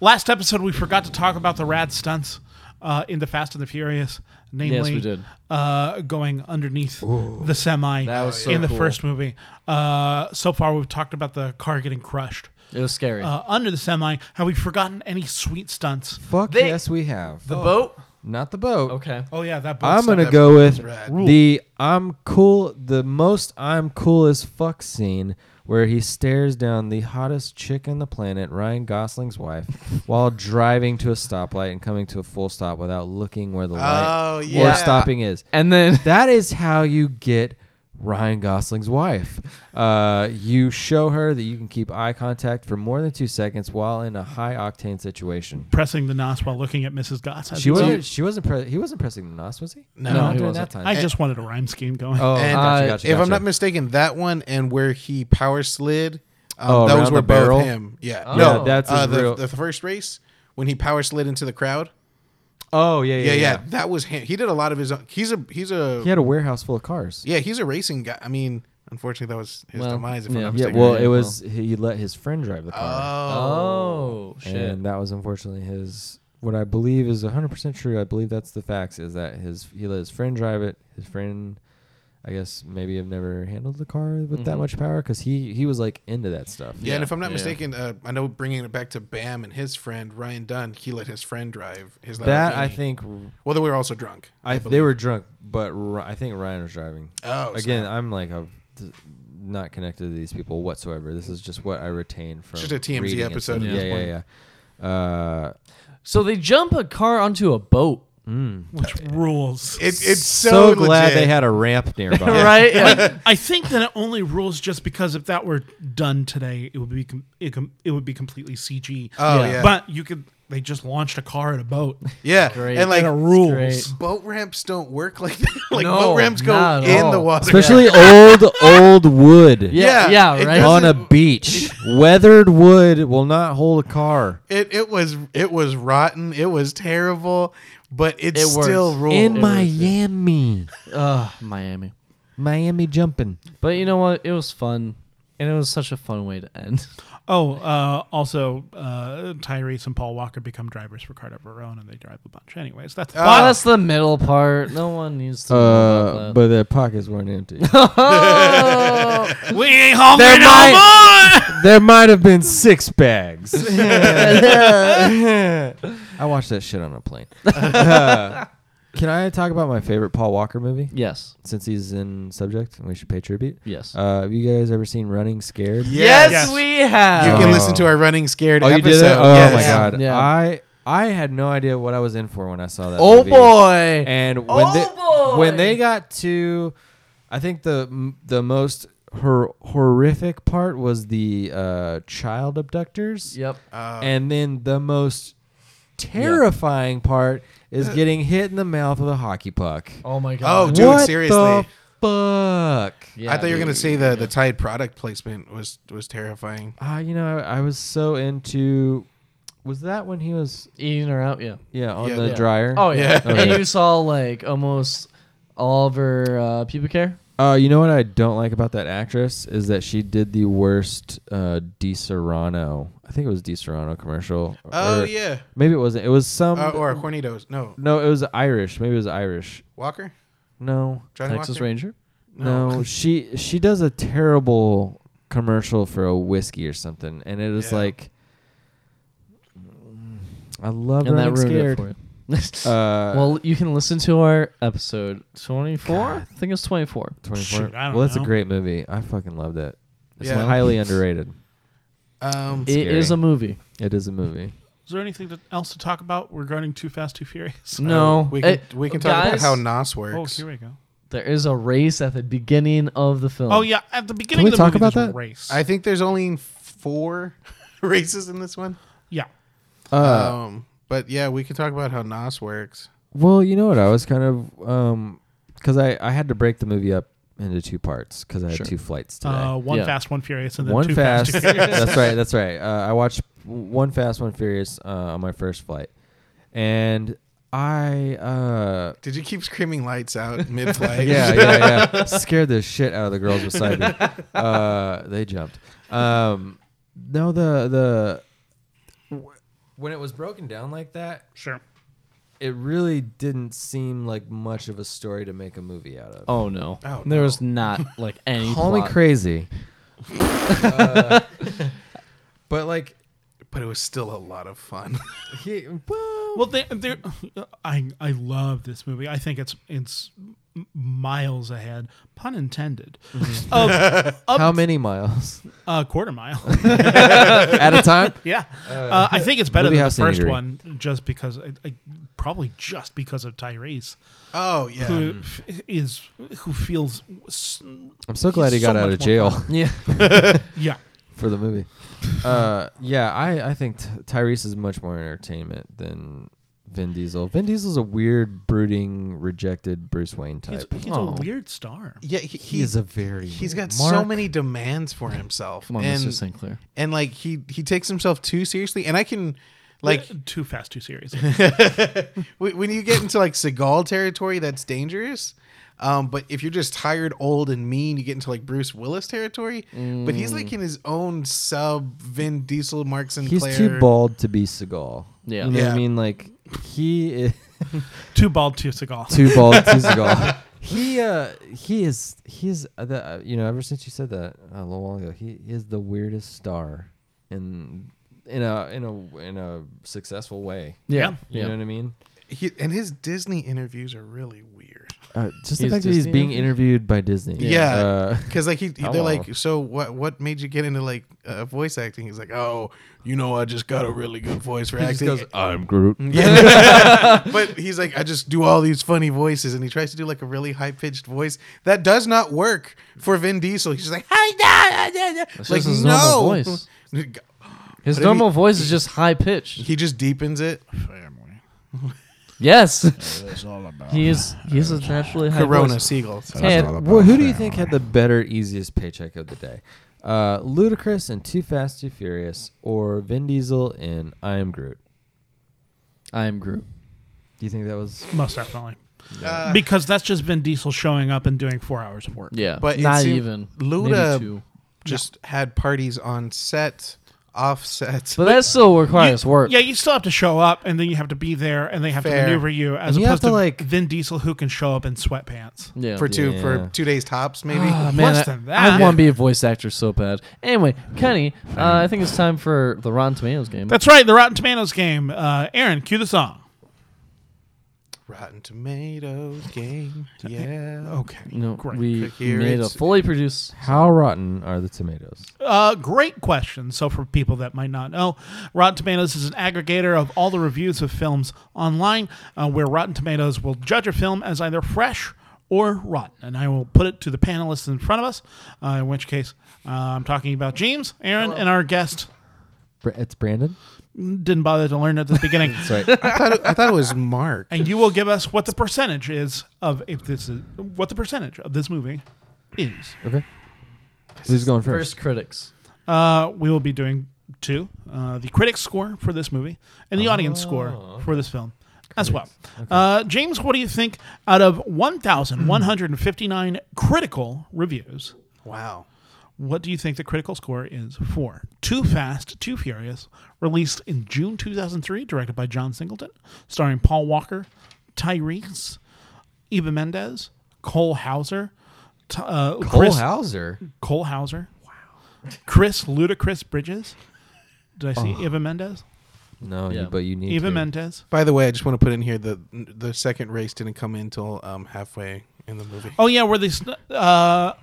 Speaker 2: Last episode, we forgot to talk about the rad stunts uh, in the Fast and the Furious, namely
Speaker 4: Yes, we did.
Speaker 2: Uh, going underneath the semi
Speaker 4: That was so
Speaker 2: in the
Speaker 4: cool.
Speaker 2: first movie. Uh, so far, we've talked about the car getting crushed
Speaker 4: It was scary.
Speaker 2: uh, under the semi. Have we forgotten any sweet stunts?
Speaker 3: Fuck
Speaker 4: They-
Speaker 3: yes, we have.
Speaker 4: the boat.
Speaker 3: Not the boat.
Speaker 4: Okay.
Speaker 2: Oh yeah, that. boat
Speaker 3: I'm
Speaker 2: stunt.
Speaker 3: gonna
Speaker 1: that
Speaker 3: go with
Speaker 1: rad.
Speaker 3: the I'm cool, the most I'm cool as fuck scene where he stares down the hottest chick on the planet, Ryan Gosling's wife, while driving to a stoplight and coming to a full stop without looking where the light
Speaker 1: Oh,
Speaker 3: or
Speaker 1: yeah.
Speaker 3: stopping is.
Speaker 4: And then (laughs)
Speaker 3: That is how you get Ryan Gosling's wife. Uh, you show her that you can keep eye contact for more than two seconds while in a high octane situation.
Speaker 2: pressing the nos while looking at Mrs. Goss. I,
Speaker 3: She
Speaker 2: think so.
Speaker 3: wasn't. She wasn't. Pre- he wasn't pressing the nos, was he?
Speaker 1: No,
Speaker 3: not
Speaker 4: he
Speaker 3: during
Speaker 4: wasn't.
Speaker 3: that time.
Speaker 2: I just wanted a rhyme scheme going.
Speaker 3: oh,
Speaker 1: And,
Speaker 3: gotcha,
Speaker 4: uh,
Speaker 3: gotcha,
Speaker 1: if I'm
Speaker 3: gotcha.
Speaker 1: not mistaken, that one and where he power slid, um,
Speaker 3: Oh, around
Speaker 1: those
Speaker 3: the
Speaker 1: were
Speaker 3: barrel?
Speaker 1: both him. Yeah, no,
Speaker 3: Yeah, that's
Speaker 1: uh,
Speaker 3: his
Speaker 1: the,
Speaker 3: real-
Speaker 1: the first race when he power slid into the crowd.
Speaker 3: Oh yeah, yeah,
Speaker 1: Yeah,
Speaker 3: yeah.
Speaker 1: yeah, that was him. He did a lot of his own. He's a he's a
Speaker 3: He had a warehouse full of cars.
Speaker 1: yeah, he's a racing guy. I mean, unfortunately, that was his
Speaker 4: Well,
Speaker 1: demise. If
Speaker 4: yeah.
Speaker 1: I'm Oh. not
Speaker 3: Yeah,
Speaker 1: mistaken.
Speaker 3: well,
Speaker 4: yeah,
Speaker 3: it
Speaker 4: well.
Speaker 3: was he let his friend drive the car,
Speaker 4: Oh, shit.
Speaker 3: and that was unfortunately his. What I believe is 100 percent true. I believe that's the facts. Is that his? He let his friend drive it. His friend, I guess, maybe have never handled the car with that much power because he he was like into that stuff.
Speaker 1: Yeah, and if I'm not
Speaker 4: yeah.
Speaker 1: mistaken, uh, I know bringing it back to Bam and his friend Ryan Dunn, he let his friend drive his.
Speaker 3: that I
Speaker 1: Lamborghini.
Speaker 3: think.
Speaker 1: Well, they were also drunk.
Speaker 3: I, they were drunk, but Ry- I think Ryan was driving.
Speaker 1: Oh,
Speaker 3: Again, I'm like a, not connected to these people whatsoever. This is just what I retain from
Speaker 1: just a TMZ
Speaker 3: reading and
Speaker 1: episode
Speaker 3: stuff.
Speaker 1: at
Speaker 3: Yeah,
Speaker 1: this
Speaker 3: yeah, yeah. Uh,
Speaker 4: So they jump a car onto a boat,
Speaker 2: Which rules.
Speaker 1: It, it's
Speaker 3: so,
Speaker 1: so,
Speaker 3: glad
Speaker 1: legit.
Speaker 3: they had
Speaker 1: (laughs)
Speaker 3: a ramp nearby.
Speaker 4: right? Yeah.
Speaker 2: I think that it only rules just because if that were done today, it would be com- it, com- it would be completely CG.
Speaker 1: Oh, Yeah. yeah.
Speaker 2: But you could. They just launched a car and a
Speaker 1: (laughs)
Speaker 2: boat.
Speaker 1: Yeah,
Speaker 4: Great.
Speaker 1: and like
Speaker 2: and it rules.
Speaker 4: great.
Speaker 1: boat ramps don't work like that. (laughs) like
Speaker 4: No,
Speaker 1: boat ramps go
Speaker 4: not at
Speaker 1: in
Speaker 4: all.
Speaker 1: the water.
Speaker 3: Especially old old wood.
Speaker 1: Yeah,
Speaker 4: Yeah, yeah,
Speaker 1: it
Speaker 4: right.
Speaker 1: does-
Speaker 3: On a beach, weathered wood will not hold a car.
Speaker 1: it it was it was rotten. It was terrible, but it,
Speaker 4: It works.
Speaker 1: still ruled.
Speaker 3: In
Speaker 4: It was-
Speaker 3: Miami,
Speaker 4: Ugh, Miami.
Speaker 3: (laughs) Miami jumping.
Speaker 4: But you know what? It was fun, and it was such a fun way to end.
Speaker 2: Oh, uh, also uh, Tyrese and Paul Walker become drivers for Ricardo Verone, and they drive a bunch. Anyways, that's
Speaker 1: Uh,
Speaker 4: Well, that's the middle part. No one needs to. know about
Speaker 3: Uh,
Speaker 4: that.
Speaker 3: but their pockets weren't empty.
Speaker 2: (laughs) we ain't hungry
Speaker 3: They're
Speaker 2: no
Speaker 3: my-
Speaker 1: (laughs)
Speaker 2: more.
Speaker 3: (laughs) there might have been six bags. I watched that shit on a plane. (laughs) Uh, can I talk about my favorite Paul Walker movie?
Speaker 4: yes,
Speaker 3: Since he's in subject, and we should pay tribute.
Speaker 4: yes,
Speaker 3: Uh, have you guys ever seen Running Scared?
Speaker 4: yes,
Speaker 2: Yes.
Speaker 4: We
Speaker 1: you
Speaker 4: have.
Speaker 1: can
Speaker 3: Oh.
Speaker 1: listen to our running scared.
Speaker 3: Oh, you
Speaker 1: episode.
Speaker 3: did it! Oh
Speaker 1: Yes.
Speaker 3: my god!
Speaker 4: Yeah.
Speaker 3: I I had no idea what I was in for when I saw that.
Speaker 4: oh
Speaker 3: movie.
Speaker 4: boy.
Speaker 3: And when
Speaker 4: Oh,
Speaker 3: they when
Speaker 4: boy.
Speaker 3: they got to, I think the the most hor- horrific part was the uh, child abductors.
Speaker 4: yep.
Speaker 1: Uh,
Speaker 3: and then the most terrifying part is getting hit in the mouth with a hockey puck.
Speaker 4: Oh my
Speaker 1: God. Uh, Dude,
Speaker 3: what
Speaker 1: seriously.
Speaker 3: the fuck?
Speaker 1: I thought you were gonna say the the Tide product placement was was terrifying.
Speaker 3: Uh, you know, I, I was so into. Was that when he was
Speaker 4: eating her out. Yeah.
Speaker 3: yeah on
Speaker 1: Yeah.
Speaker 3: the
Speaker 1: Yeah.
Speaker 3: dryer?
Speaker 4: Oh yeah.
Speaker 3: Yeah.
Speaker 4: And
Speaker 3: Okay.
Speaker 4: you saw like almost all of her uh, pubic hair.
Speaker 3: Uh, you know what I don't like about that actress is that she did the worst uh, Di Serrano. I think it was Di Serrano commercial.
Speaker 1: Oh
Speaker 3: or- Um,
Speaker 1: yeah,
Speaker 3: Maybe it wasn't. It was some.
Speaker 1: uh, or Cornitos. No,
Speaker 3: no, it was Irish. Maybe it was Irish.
Speaker 1: Walker,
Speaker 3: No,
Speaker 1: Johnny
Speaker 4: Texas
Speaker 1: Walker.
Speaker 4: Ranger.
Speaker 3: no. she she does a terrible commercial for a whiskey or something, and it is
Speaker 1: Yeah.
Speaker 3: like. I love
Speaker 4: And that
Speaker 3: Running
Speaker 4: ruined
Speaker 3: scared.
Speaker 4: it for you.
Speaker 3: Uh,
Speaker 4: (laughs) well, you can listen to our episode 24.
Speaker 3: God.
Speaker 4: I think it's 24.
Speaker 3: 24.
Speaker 2: Shoot, I don't
Speaker 3: well, that's
Speaker 2: know.
Speaker 3: a great movie. I fucking loved it. It's
Speaker 1: Yeah.
Speaker 3: highly underrated.
Speaker 1: Um,
Speaker 4: It is a
Speaker 3: Scary.
Speaker 4: movie.
Speaker 3: It is a movie.
Speaker 2: Is there anything to- else to talk about regarding Too Fast, Too Furious?
Speaker 4: No.
Speaker 1: Oh, we can
Speaker 4: It-
Speaker 1: we can talk about
Speaker 4: guys,
Speaker 1: how Nos
Speaker 2: Oh,
Speaker 1: works.
Speaker 2: here we go.
Speaker 4: There is a race at the beginning of the film.
Speaker 2: Oh yeah, at the beginning
Speaker 3: we
Speaker 2: of the
Speaker 3: talk
Speaker 2: movie,
Speaker 3: about
Speaker 2: there's a
Speaker 3: that?
Speaker 2: race.
Speaker 1: I think there's only four (laughs) races in this one.
Speaker 2: yeah.
Speaker 3: Uh,
Speaker 1: Um, but yeah, we can talk about how Nos works.
Speaker 3: Well, you know what? I was kind of um 'cause because I I had to break the movie up into two parts because I had
Speaker 4: Sure.
Speaker 3: two flights today.
Speaker 2: Uh, one
Speaker 4: Yeah.
Speaker 2: fast, one furious, and then
Speaker 3: one
Speaker 2: two
Speaker 3: fast.
Speaker 2: fast. Two furious.
Speaker 3: (laughs) that's right. That's right. Uh, I watched one fast, one furious uh, on my first flight, and I uh.
Speaker 1: Did you keep screaming lights out
Speaker 3: (laughs)
Speaker 1: mid flight? (laughs)
Speaker 3: Yeah, yeah, yeah. Scared the shit out of the girls beside me. Uh, they jumped. Um, no, the the w- when it was broken down like that,
Speaker 2: (laughs) sure.
Speaker 3: it really didn't seem like much of a story to make a movie out of.
Speaker 4: Oh no.
Speaker 1: Oh,
Speaker 4: There was not (laughs) like any.
Speaker 3: Call me
Speaker 4: plot.
Speaker 3: (laughs) crazy. Uh, but like
Speaker 1: But it was still a lot of fun.
Speaker 3: he, well,
Speaker 2: (laughs) Well, they, they I I love this movie. I think it's it's m- miles ahead, pun intended, of
Speaker 3: how many (laughs) miles
Speaker 2: a
Speaker 1: (laughs)
Speaker 2: quarter mile.
Speaker 3: at a time?
Speaker 2: yeah, uh, I think it's better than
Speaker 3: Movie
Speaker 2: the
Speaker 3: House and
Speaker 2: first
Speaker 3: Eatery.
Speaker 2: one, just because I, I, probably just because of Tyrese,
Speaker 1: Oh yeah.
Speaker 2: who f- is who feels s-
Speaker 3: I'm so glad he
Speaker 2: He's
Speaker 3: got
Speaker 2: so
Speaker 3: out
Speaker 2: much
Speaker 3: of
Speaker 2: more
Speaker 3: jail (laughs)
Speaker 2: fun.
Speaker 4: Yeah.
Speaker 2: yeah.
Speaker 3: for the (laughs) movie. Uh, yeah, I I think t- Tyrese is much more entertainment than Vin Diesel. Vin Diesel's a weird, brooding, rejected Bruce Wayne
Speaker 2: He's,
Speaker 3: type.
Speaker 2: he's
Speaker 4: Oh.
Speaker 2: a weird star.
Speaker 1: yeah, he,
Speaker 3: He is a very
Speaker 1: He's got so
Speaker 3: Mark-
Speaker 1: many demands for himself,
Speaker 4: Come on,
Speaker 1: and
Speaker 4: Mr. Sinclair.
Speaker 1: and like he he takes himself too seriously. And I can like
Speaker 2: Yeah, too fast, too serious.
Speaker 1: When when you get into like Seagal territory, that's dangerous. Um, but if you're just tired, old, and mean, you get into like Bruce Willis territory. But he's like in his own sub Vin Diesel, Mark
Speaker 3: He's
Speaker 1: Sinclair.
Speaker 3: too bald to be Seagal.
Speaker 4: Yeah.
Speaker 3: you know what
Speaker 1: Yeah.
Speaker 3: I mean. Like he. Is,
Speaker 2: too bald, too Seagal.
Speaker 3: two bald (laughs) two Seagal. He uh he is he is uh, the uh, you know ever since you said that uh, a little while ago he is the weirdest star in in a in a in a successful way.
Speaker 4: Yeah.
Speaker 3: You
Speaker 4: Yeah.
Speaker 3: know what I mean?
Speaker 1: He- and his Disney interviews are really weird.
Speaker 3: Uh, just
Speaker 4: He's
Speaker 3: the fact that he's
Speaker 4: Disney
Speaker 3: being
Speaker 4: interviewed?
Speaker 3: interviewed by Disney.
Speaker 1: Yeah.
Speaker 3: (laughs) Uh,
Speaker 1: Because like he, they're
Speaker 3: Hello.
Speaker 1: like, so what? What made you get into like uh, voice acting? He's like, oh, you know, I just got a really good voice for
Speaker 3: he just
Speaker 1: acting.
Speaker 3: goes, I'm
Speaker 1: (laughs)
Speaker 3: Groot.
Speaker 1: but he's like, I just do all these funny voices, and he tries to do like a really high pitched voice that does not work for Vin Diesel. He's just like, hi, da, da, da, da." like
Speaker 4: just his
Speaker 1: no.
Speaker 4: normal voice. His
Speaker 1: But if
Speaker 4: normal
Speaker 1: he-
Speaker 4: voice is just high
Speaker 1: (laughs)
Speaker 4: pitched.
Speaker 1: He just deepens it.
Speaker 5: family.
Speaker 4: Yes.
Speaker 5: That's all about.
Speaker 4: he is he is a naturally high
Speaker 1: Corona
Speaker 4: voice.
Speaker 1: seagulls.
Speaker 4: Hey,
Speaker 5: That's all about
Speaker 3: Well, who do you
Speaker 5: family.
Speaker 3: think had the better, easiest paycheck of the day? Uh, Ludacris in Too Fast, Too Furious, or Vin Diesel in I Am Groot?
Speaker 4: I am Groot.
Speaker 3: Do you think that was
Speaker 2: Most definitely.
Speaker 1: Uh,
Speaker 2: because that's just Vin Diesel showing up and doing four hours of work.
Speaker 4: Yeah.
Speaker 1: But it
Speaker 4: not
Speaker 1: seemed-
Speaker 4: even
Speaker 1: Luda-
Speaker 4: Maybe two.
Speaker 1: just had parties on set, off set.
Speaker 4: But that still requires work.
Speaker 2: Yeah, you still have to show up, and then you have to be there, and they have
Speaker 1: Fair.
Speaker 2: to maneuver you, as
Speaker 3: And you have
Speaker 2: opposed
Speaker 3: to,
Speaker 2: to,
Speaker 3: like- Mm.
Speaker 2: like Vin Diesel, who can show up in sweatpants.
Speaker 4: Yeah.
Speaker 1: for two
Speaker 3: Yeah.
Speaker 1: for two days tops maybe.
Speaker 4: Ah, man,
Speaker 2: Worse
Speaker 4: I-
Speaker 2: than that.
Speaker 4: I want to be a voice actor so bad. Anyway, Kenny, uh, I think it's time for the Rotten Tomatoes game.
Speaker 2: That's right, the Rotten Tomatoes game. Uh, Aaron, cue the song.
Speaker 1: Rotten Tomatoes game. Yeah.
Speaker 2: Okay.
Speaker 4: no,
Speaker 2: great.
Speaker 4: we
Speaker 1: Click here,
Speaker 4: made a
Speaker 1: it's-
Speaker 4: fully produced.
Speaker 3: how rotten are the tomatoes?
Speaker 2: Uh, great question. So, for people that might not know, Rotten Tomatoes is an aggregator of all the reviews of films online, uh, where Rotten Tomatoes will judge a film as either fresh or rotten. And I will put it to the panelists in front of us, uh, in which case uh, I'm talking about James, Aaron, and our guest,
Speaker 3: Br- It's Brandon.
Speaker 2: didn't bother to learn at the beginning.
Speaker 3: That's right.
Speaker 1: I thought it, I thought it was Mark.
Speaker 2: (laughs) and you will give us what the percentage is of if this is what the percentage of this movie is.
Speaker 3: Okay. Who's going first?
Speaker 4: First critics.
Speaker 2: Uh, we will be doing two: uh, the critics score for this movie and the audience score for this film as well. Uh, James, what do you think out of 1,159 critical reviews?
Speaker 1: Wow.
Speaker 2: What do you think the critical score is for Too Fast, Too Furious, released in June 2003, directed by John Singleton, starring Paul Walker, Tyrese, Eva Mendes, Cole Hauser, t- uh,
Speaker 3: Cole
Speaker 2: Chris-
Speaker 3: Hauser.
Speaker 2: Cole Hauser. Wow. Chris Ludacris Bridges. Did I see Eva Mendes?
Speaker 3: No,
Speaker 4: Yeah.
Speaker 3: you, but you need
Speaker 2: Eva
Speaker 3: to.
Speaker 2: Mendes.
Speaker 1: By the way, I just want to put in here the the second race didn't come in till um, halfway in the movie.
Speaker 2: Oh yeah, where they st- uh,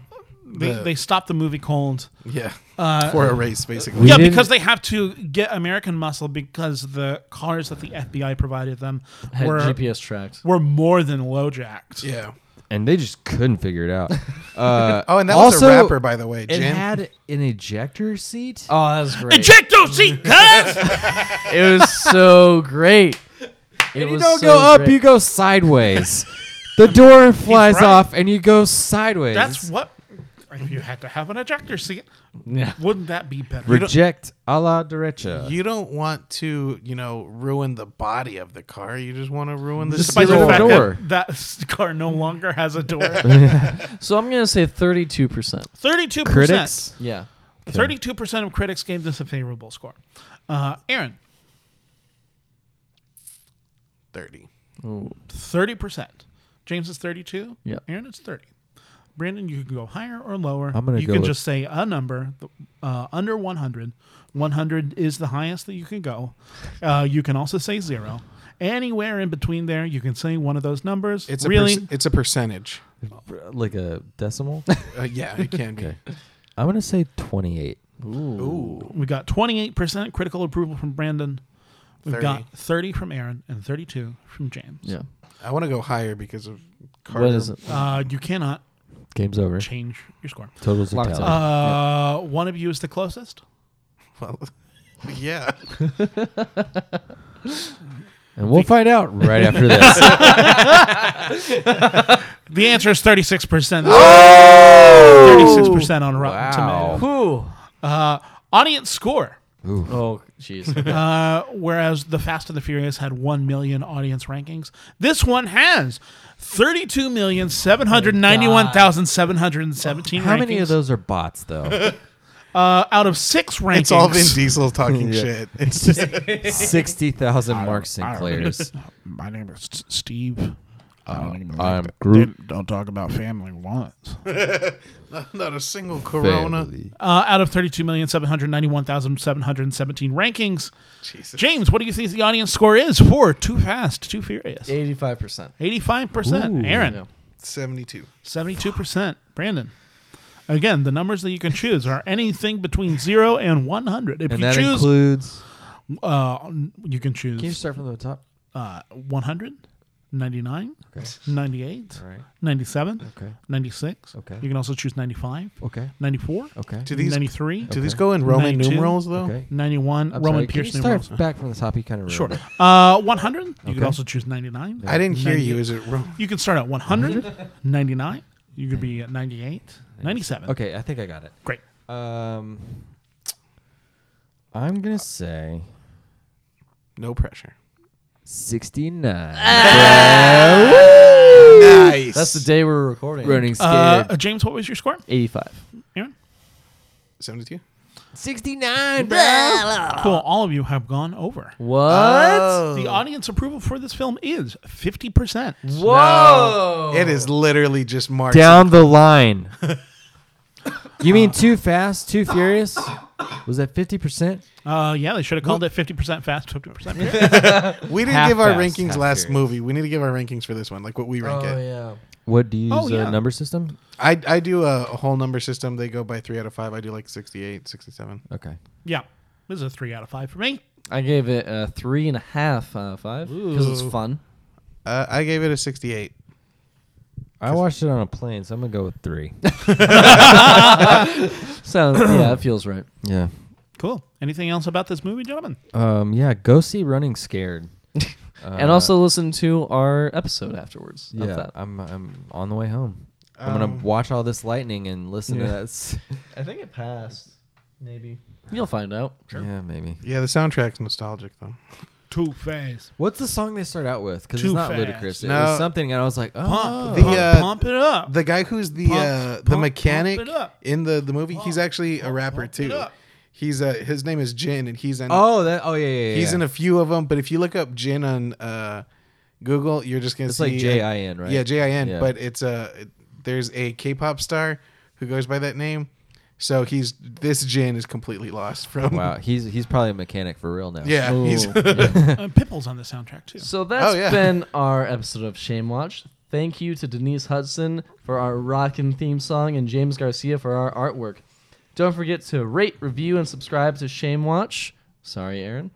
Speaker 2: they
Speaker 1: The-
Speaker 2: they stopped the movie cold.
Speaker 1: Yeah,
Speaker 2: Uh,
Speaker 1: for a race basically.
Speaker 3: We
Speaker 2: yeah,
Speaker 3: didn't-
Speaker 2: because they have to get American muscle because the cars that the FBI provided them
Speaker 4: Had
Speaker 2: were
Speaker 4: GPS tracked.
Speaker 2: were more than low jacked.
Speaker 1: yeah.
Speaker 3: And they just couldn't figure it out. Uh,
Speaker 1: Oh, and that was
Speaker 3: also,
Speaker 1: a rapper, by the way,
Speaker 3: It
Speaker 1: Jim.
Speaker 3: had an ejector seat.
Speaker 4: Oh, that was great.
Speaker 2: Eject those seat cuz!
Speaker 4: it was so great. (laughs) It
Speaker 3: you
Speaker 4: was
Speaker 3: don't
Speaker 4: so
Speaker 3: go up,
Speaker 4: great.
Speaker 3: you go sideways. the door flies
Speaker 2: right.
Speaker 3: off, and you go sideways.
Speaker 2: That's what if you had to have an ejector seat.
Speaker 4: Yeah.
Speaker 2: Wouldn't that be better?
Speaker 3: reject a la derecha.
Speaker 1: You don't want to, you know, ruin the body of the car. You just want to ruin the
Speaker 3: Just
Speaker 2: Despite
Speaker 1: seat.
Speaker 2: the
Speaker 3: Little
Speaker 2: fact
Speaker 3: door.
Speaker 2: that that (laughs) car no longer has a door.
Speaker 4: So I'm gonna say 32 percent.
Speaker 2: 32%.
Speaker 3: Critics.
Speaker 4: Yeah.
Speaker 2: Thirty-two percent of critics gave this a favorable score. Uh, Aaron,
Speaker 1: Thirty.
Speaker 2: thirty percent. James is thirty-two.
Speaker 4: Yep.
Speaker 2: Aaron is thirty. Brandon, you can go higher or lower.
Speaker 3: I'm gonna
Speaker 2: you
Speaker 3: go
Speaker 2: can
Speaker 3: with-
Speaker 2: just say a number uh, under 100. 100 is the highest that you can go. Uh, you can also say zero. Anywhere in between there, you can say one of those numbers.
Speaker 1: It's
Speaker 2: really
Speaker 1: a perc- it's a percentage.
Speaker 3: Like a decimal.
Speaker 1: Uh, yeah, it can be.
Speaker 3: (laughs) I'm gonna say 28.
Speaker 1: Ooh,
Speaker 2: We got 28% critical approval from Brandon. We've
Speaker 1: 30.
Speaker 2: got 30 from Aaron and 32 from James.
Speaker 4: Yeah.
Speaker 1: I want to go higher because of Carter.
Speaker 4: What is it?
Speaker 2: Uh, you cannot
Speaker 3: Game's over.
Speaker 2: change your score.
Speaker 3: Totals are
Speaker 4: Locked
Speaker 3: tallied.
Speaker 4: up.
Speaker 2: Uh, One of you is the closest.
Speaker 1: (laughs) Well, (laughs) yeah.
Speaker 3: and we'll find out right after this.
Speaker 2: The answer is 36%. 36% on Rotten
Speaker 3: Wow.
Speaker 2: Tomatoes. Uh, audience score.
Speaker 4: Oh, jeez. (laughs)
Speaker 2: Uh, whereas The Fast and the Furious had 1 million audience rankings, this one has 32,791,717
Speaker 3: How
Speaker 2: rankings.
Speaker 3: many of those are bots, though?
Speaker 2: Uh, out of six rankings.
Speaker 1: It's all Vin Diesel talking
Speaker 3: (laughs) Yeah.
Speaker 1: shit. It's just
Speaker 3: Sixty thousand Mark Sinclairs.
Speaker 2: My name is S- Steve. I don't even
Speaker 3: I'm
Speaker 2: that.
Speaker 3: Groot.
Speaker 2: Don't- Don't talk about family once.
Speaker 1: not a single Corona.
Speaker 3: Family.
Speaker 2: Uh, out of 32,791,717 rankings,
Speaker 1: Jesus.
Speaker 2: James, what do you think the audience score is for Too Fast, Too Furious?
Speaker 4: 85 percent.
Speaker 2: 85%.
Speaker 3: Ooh.
Speaker 2: Aaron,
Speaker 4: Yeah.
Speaker 1: Seventy-two.
Speaker 2: 72%. Brandon. Again, the numbers that you can choose are anything between 0 and 100. If
Speaker 3: And
Speaker 2: you
Speaker 3: that
Speaker 2: choose,
Speaker 3: includes.
Speaker 2: uh, you can choose
Speaker 3: Can you start from the top?
Speaker 2: uh, 100, 99,
Speaker 3: Okay.
Speaker 2: 98,
Speaker 3: All right.
Speaker 2: 97,
Speaker 3: Okay.
Speaker 2: 96.
Speaker 3: Okay.
Speaker 2: You can also choose 95,
Speaker 3: Okay.
Speaker 2: 94,
Speaker 3: Okay.
Speaker 1: Do these
Speaker 2: 93,
Speaker 1: do these go in Roman
Speaker 2: 92?
Speaker 1: numerals though?
Speaker 3: Okay.
Speaker 2: 91,
Speaker 3: I'm
Speaker 2: Roman
Speaker 3: sorry,
Speaker 2: Pierce
Speaker 3: Can you start
Speaker 2: numerals.
Speaker 3: back from the top? You kind of
Speaker 2: Sure. Uh, 100. You can
Speaker 3: Okay.
Speaker 2: also choose 99.
Speaker 1: I didn't hear you.
Speaker 2: 98.
Speaker 1: Is it Roman?
Speaker 2: You can start at
Speaker 3: (laughs)
Speaker 2: 100, 99. You could be at 98, 97.
Speaker 3: Okay, I think I got it.
Speaker 2: Great.
Speaker 3: Um, I'm gonna say
Speaker 1: No pressure.
Speaker 3: 69.
Speaker 1: Nice.
Speaker 4: That's the day we're recording.
Speaker 3: Running
Speaker 2: Uh,
Speaker 3: scared.
Speaker 2: uh, James, what was your score?
Speaker 4: 85.
Speaker 2: Aaron?
Speaker 1: seventy-two.
Speaker 3: 69, bro.
Speaker 2: Cool. All of you have gone over.
Speaker 4: What? Oh,
Speaker 2: The audience approval for this film is 50%.
Speaker 4: Whoa.
Speaker 1: It is literally just Mark.
Speaker 3: Down the line. (laughs) you mean too fast, too furious? Was that 50%?
Speaker 2: Uh, yeah, they should have called it 50% fast, 50% (laughs) fair.
Speaker 1: We didn't
Speaker 3: Half
Speaker 1: give our
Speaker 3: fast,
Speaker 1: rankings
Speaker 3: half
Speaker 1: last
Speaker 3: furious.
Speaker 1: movie. We need to give our rankings for this one, like what we rank
Speaker 4: Oh
Speaker 1: it.
Speaker 4: yeah.
Speaker 3: What do you use
Speaker 2: Oh, yeah.
Speaker 3: a number system?
Speaker 1: I, I do a, a whole number system. They go by three out of five. I do like 68, 67.
Speaker 3: Okay.
Speaker 2: yeah. This is a 3 out of 5 for me.
Speaker 4: I gave it a three and a half out of five because it's
Speaker 2: Ooh.
Speaker 4: fun.
Speaker 1: Uh, I gave it a 68.
Speaker 3: I watched it on a plane, so I'm going to go with three.
Speaker 4: (coughs) Sounds yeah, it feels right.
Speaker 3: yeah.
Speaker 2: Cool. Anything else about this movie, gentlemen?
Speaker 3: Um, yeah, go see Running Scared.
Speaker 4: and also listen to our episode afterwards
Speaker 3: yeah,
Speaker 4: of that.
Speaker 3: I'm I'm on the way home. I'm
Speaker 1: Um,
Speaker 3: gonna watch all this lightning and listen to
Speaker 1: (laughs)
Speaker 3: that. s-
Speaker 4: I think it passed. Maybe. You'll find out.
Speaker 3: Yeah, maybe.
Speaker 1: Yeah, the soundtrack's nostalgic though.
Speaker 2: Two phase.
Speaker 3: What's the song they start out with? Because
Speaker 2: Too
Speaker 3: it's not
Speaker 2: fast.
Speaker 3: ludicrous. It
Speaker 1: No.
Speaker 3: was something, and I was like, oh,
Speaker 2: Pump,
Speaker 1: The,
Speaker 2: pump,
Speaker 1: uh,
Speaker 2: pump it up.
Speaker 1: The guy who's the
Speaker 2: Pump,
Speaker 1: uh,
Speaker 2: pump,
Speaker 1: the
Speaker 2: pump
Speaker 1: mechanic
Speaker 2: it up.
Speaker 1: in the the movie, he's actually a rapper
Speaker 2: pump it
Speaker 1: too.
Speaker 2: up.
Speaker 1: He's uh, his name is Jin, and he's in
Speaker 3: oh, that. Oh yeah, yeah. yeah
Speaker 1: he's
Speaker 3: yeah.
Speaker 1: in a few of them. But if you look up Jin on uh, Google, you're just gonna
Speaker 3: It's
Speaker 1: see
Speaker 3: like J I N, right?
Speaker 1: Yeah, J I N.
Speaker 3: Yeah.
Speaker 1: But it's uh, there's a K-pop star who goes by that name. So he's this Jin is completely lost from.
Speaker 3: Wow, he's he's probably a mechanic for real now.
Speaker 1: (laughs) Yeah, he's
Speaker 2: Uh, Pipples on the soundtrack too.
Speaker 4: So that's
Speaker 1: Oh, yeah.
Speaker 4: been our episode of Shame Watch. Thank you to Denise Hudson for our rockin' theme song and James Garcia for our artwork. Don't forget to rate, review, and subscribe to Shame Watch. Sorry, Aaron.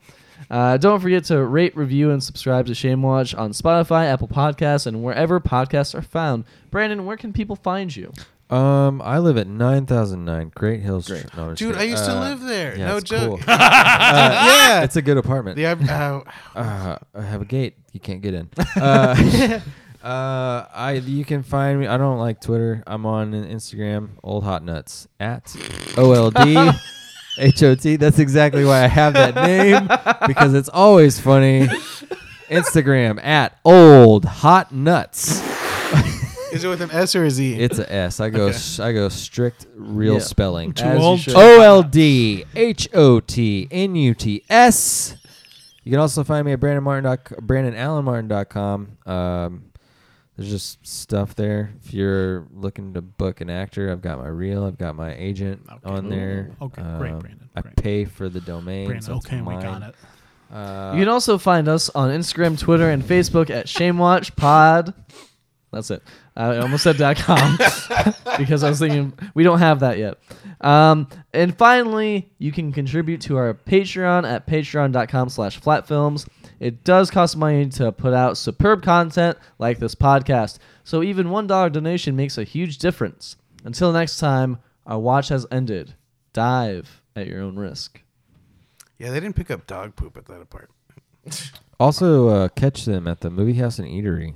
Speaker 4: Uh, don't forget to rate, review, and subscribe to Shame Watch on Spotify, Apple Podcasts, and wherever podcasts are found. Brandon, where can people find you?
Speaker 3: Um, I live at nine thousand nine Great Hills. Street. No, I'm
Speaker 1: (laughs)
Speaker 3: just
Speaker 1: dude. I
Speaker 3: kidding.
Speaker 1: used to
Speaker 3: Uh,
Speaker 1: live there.
Speaker 3: Yeah,
Speaker 1: no
Speaker 3: it's
Speaker 1: joke.
Speaker 3: cool.
Speaker 1: (laughs)
Speaker 3: (laughs) Uh,
Speaker 1: yeah,
Speaker 3: it's a good apartment.
Speaker 1: yeah. I've- Uh,
Speaker 3: Uh, I have a gate. You can't get in. Uh, (laughs) uh, I you can find me. I don't like Twitter. I'm on Instagram. Old hot nuts at O L D H O T. That's exactly why I have that name because it's always funny. Instagram at old hot nuts.
Speaker 1: is it with an S or a Z?
Speaker 3: It's a S. I go s I go strict real
Speaker 4: Yeah.
Speaker 3: spelling.
Speaker 2: Too
Speaker 4: As you
Speaker 2: old.
Speaker 4: should.
Speaker 3: O L D H O T N U T S. You can also find me at BrandonMartin.BrandonAllenMartin.com. Um, there's just stuff there. If you're looking to book an actor, I've got my reel. I've got my agent
Speaker 2: Okay.
Speaker 3: on there.
Speaker 2: Ooh. Okay, great,
Speaker 3: Um,
Speaker 2: Brandon,
Speaker 3: I
Speaker 2: great.
Speaker 3: pay for the domain.
Speaker 2: Brandon,
Speaker 3: so it's
Speaker 2: okay, we got
Speaker 3: mine.
Speaker 2: it.
Speaker 3: Uh,
Speaker 4: you can also find us on Instagram, Twitter, and Facebook at ShameWatchPod. That's it. I almost said .com (laughs) because I was thinking we don't have that yet. Um, and finally, you can contribute to our Patreon at patreon.com slash flatfilms. It does cost money to put out superb content like this podcast, so even $1 donation makes a huge difference. Until next time, our watch has ended. Dive at your own risk.
Speaker 1: yeah, they didn't pick up dog poop at that apartment.
Speaker 3: also, uh, catch them at the Movie House and Eatery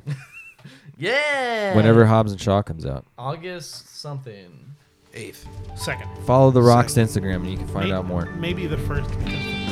Speaker 4: Yeah!
Speaker 3: whenever Hobbs and Shaw comes out.
Speaker 4: August something.
Speaker 1: Eighth.
Speaker 2: Second.
Speaker 3: Follow The Rock's Instagram and you can find out more.
Speaker 2: Maybe the first.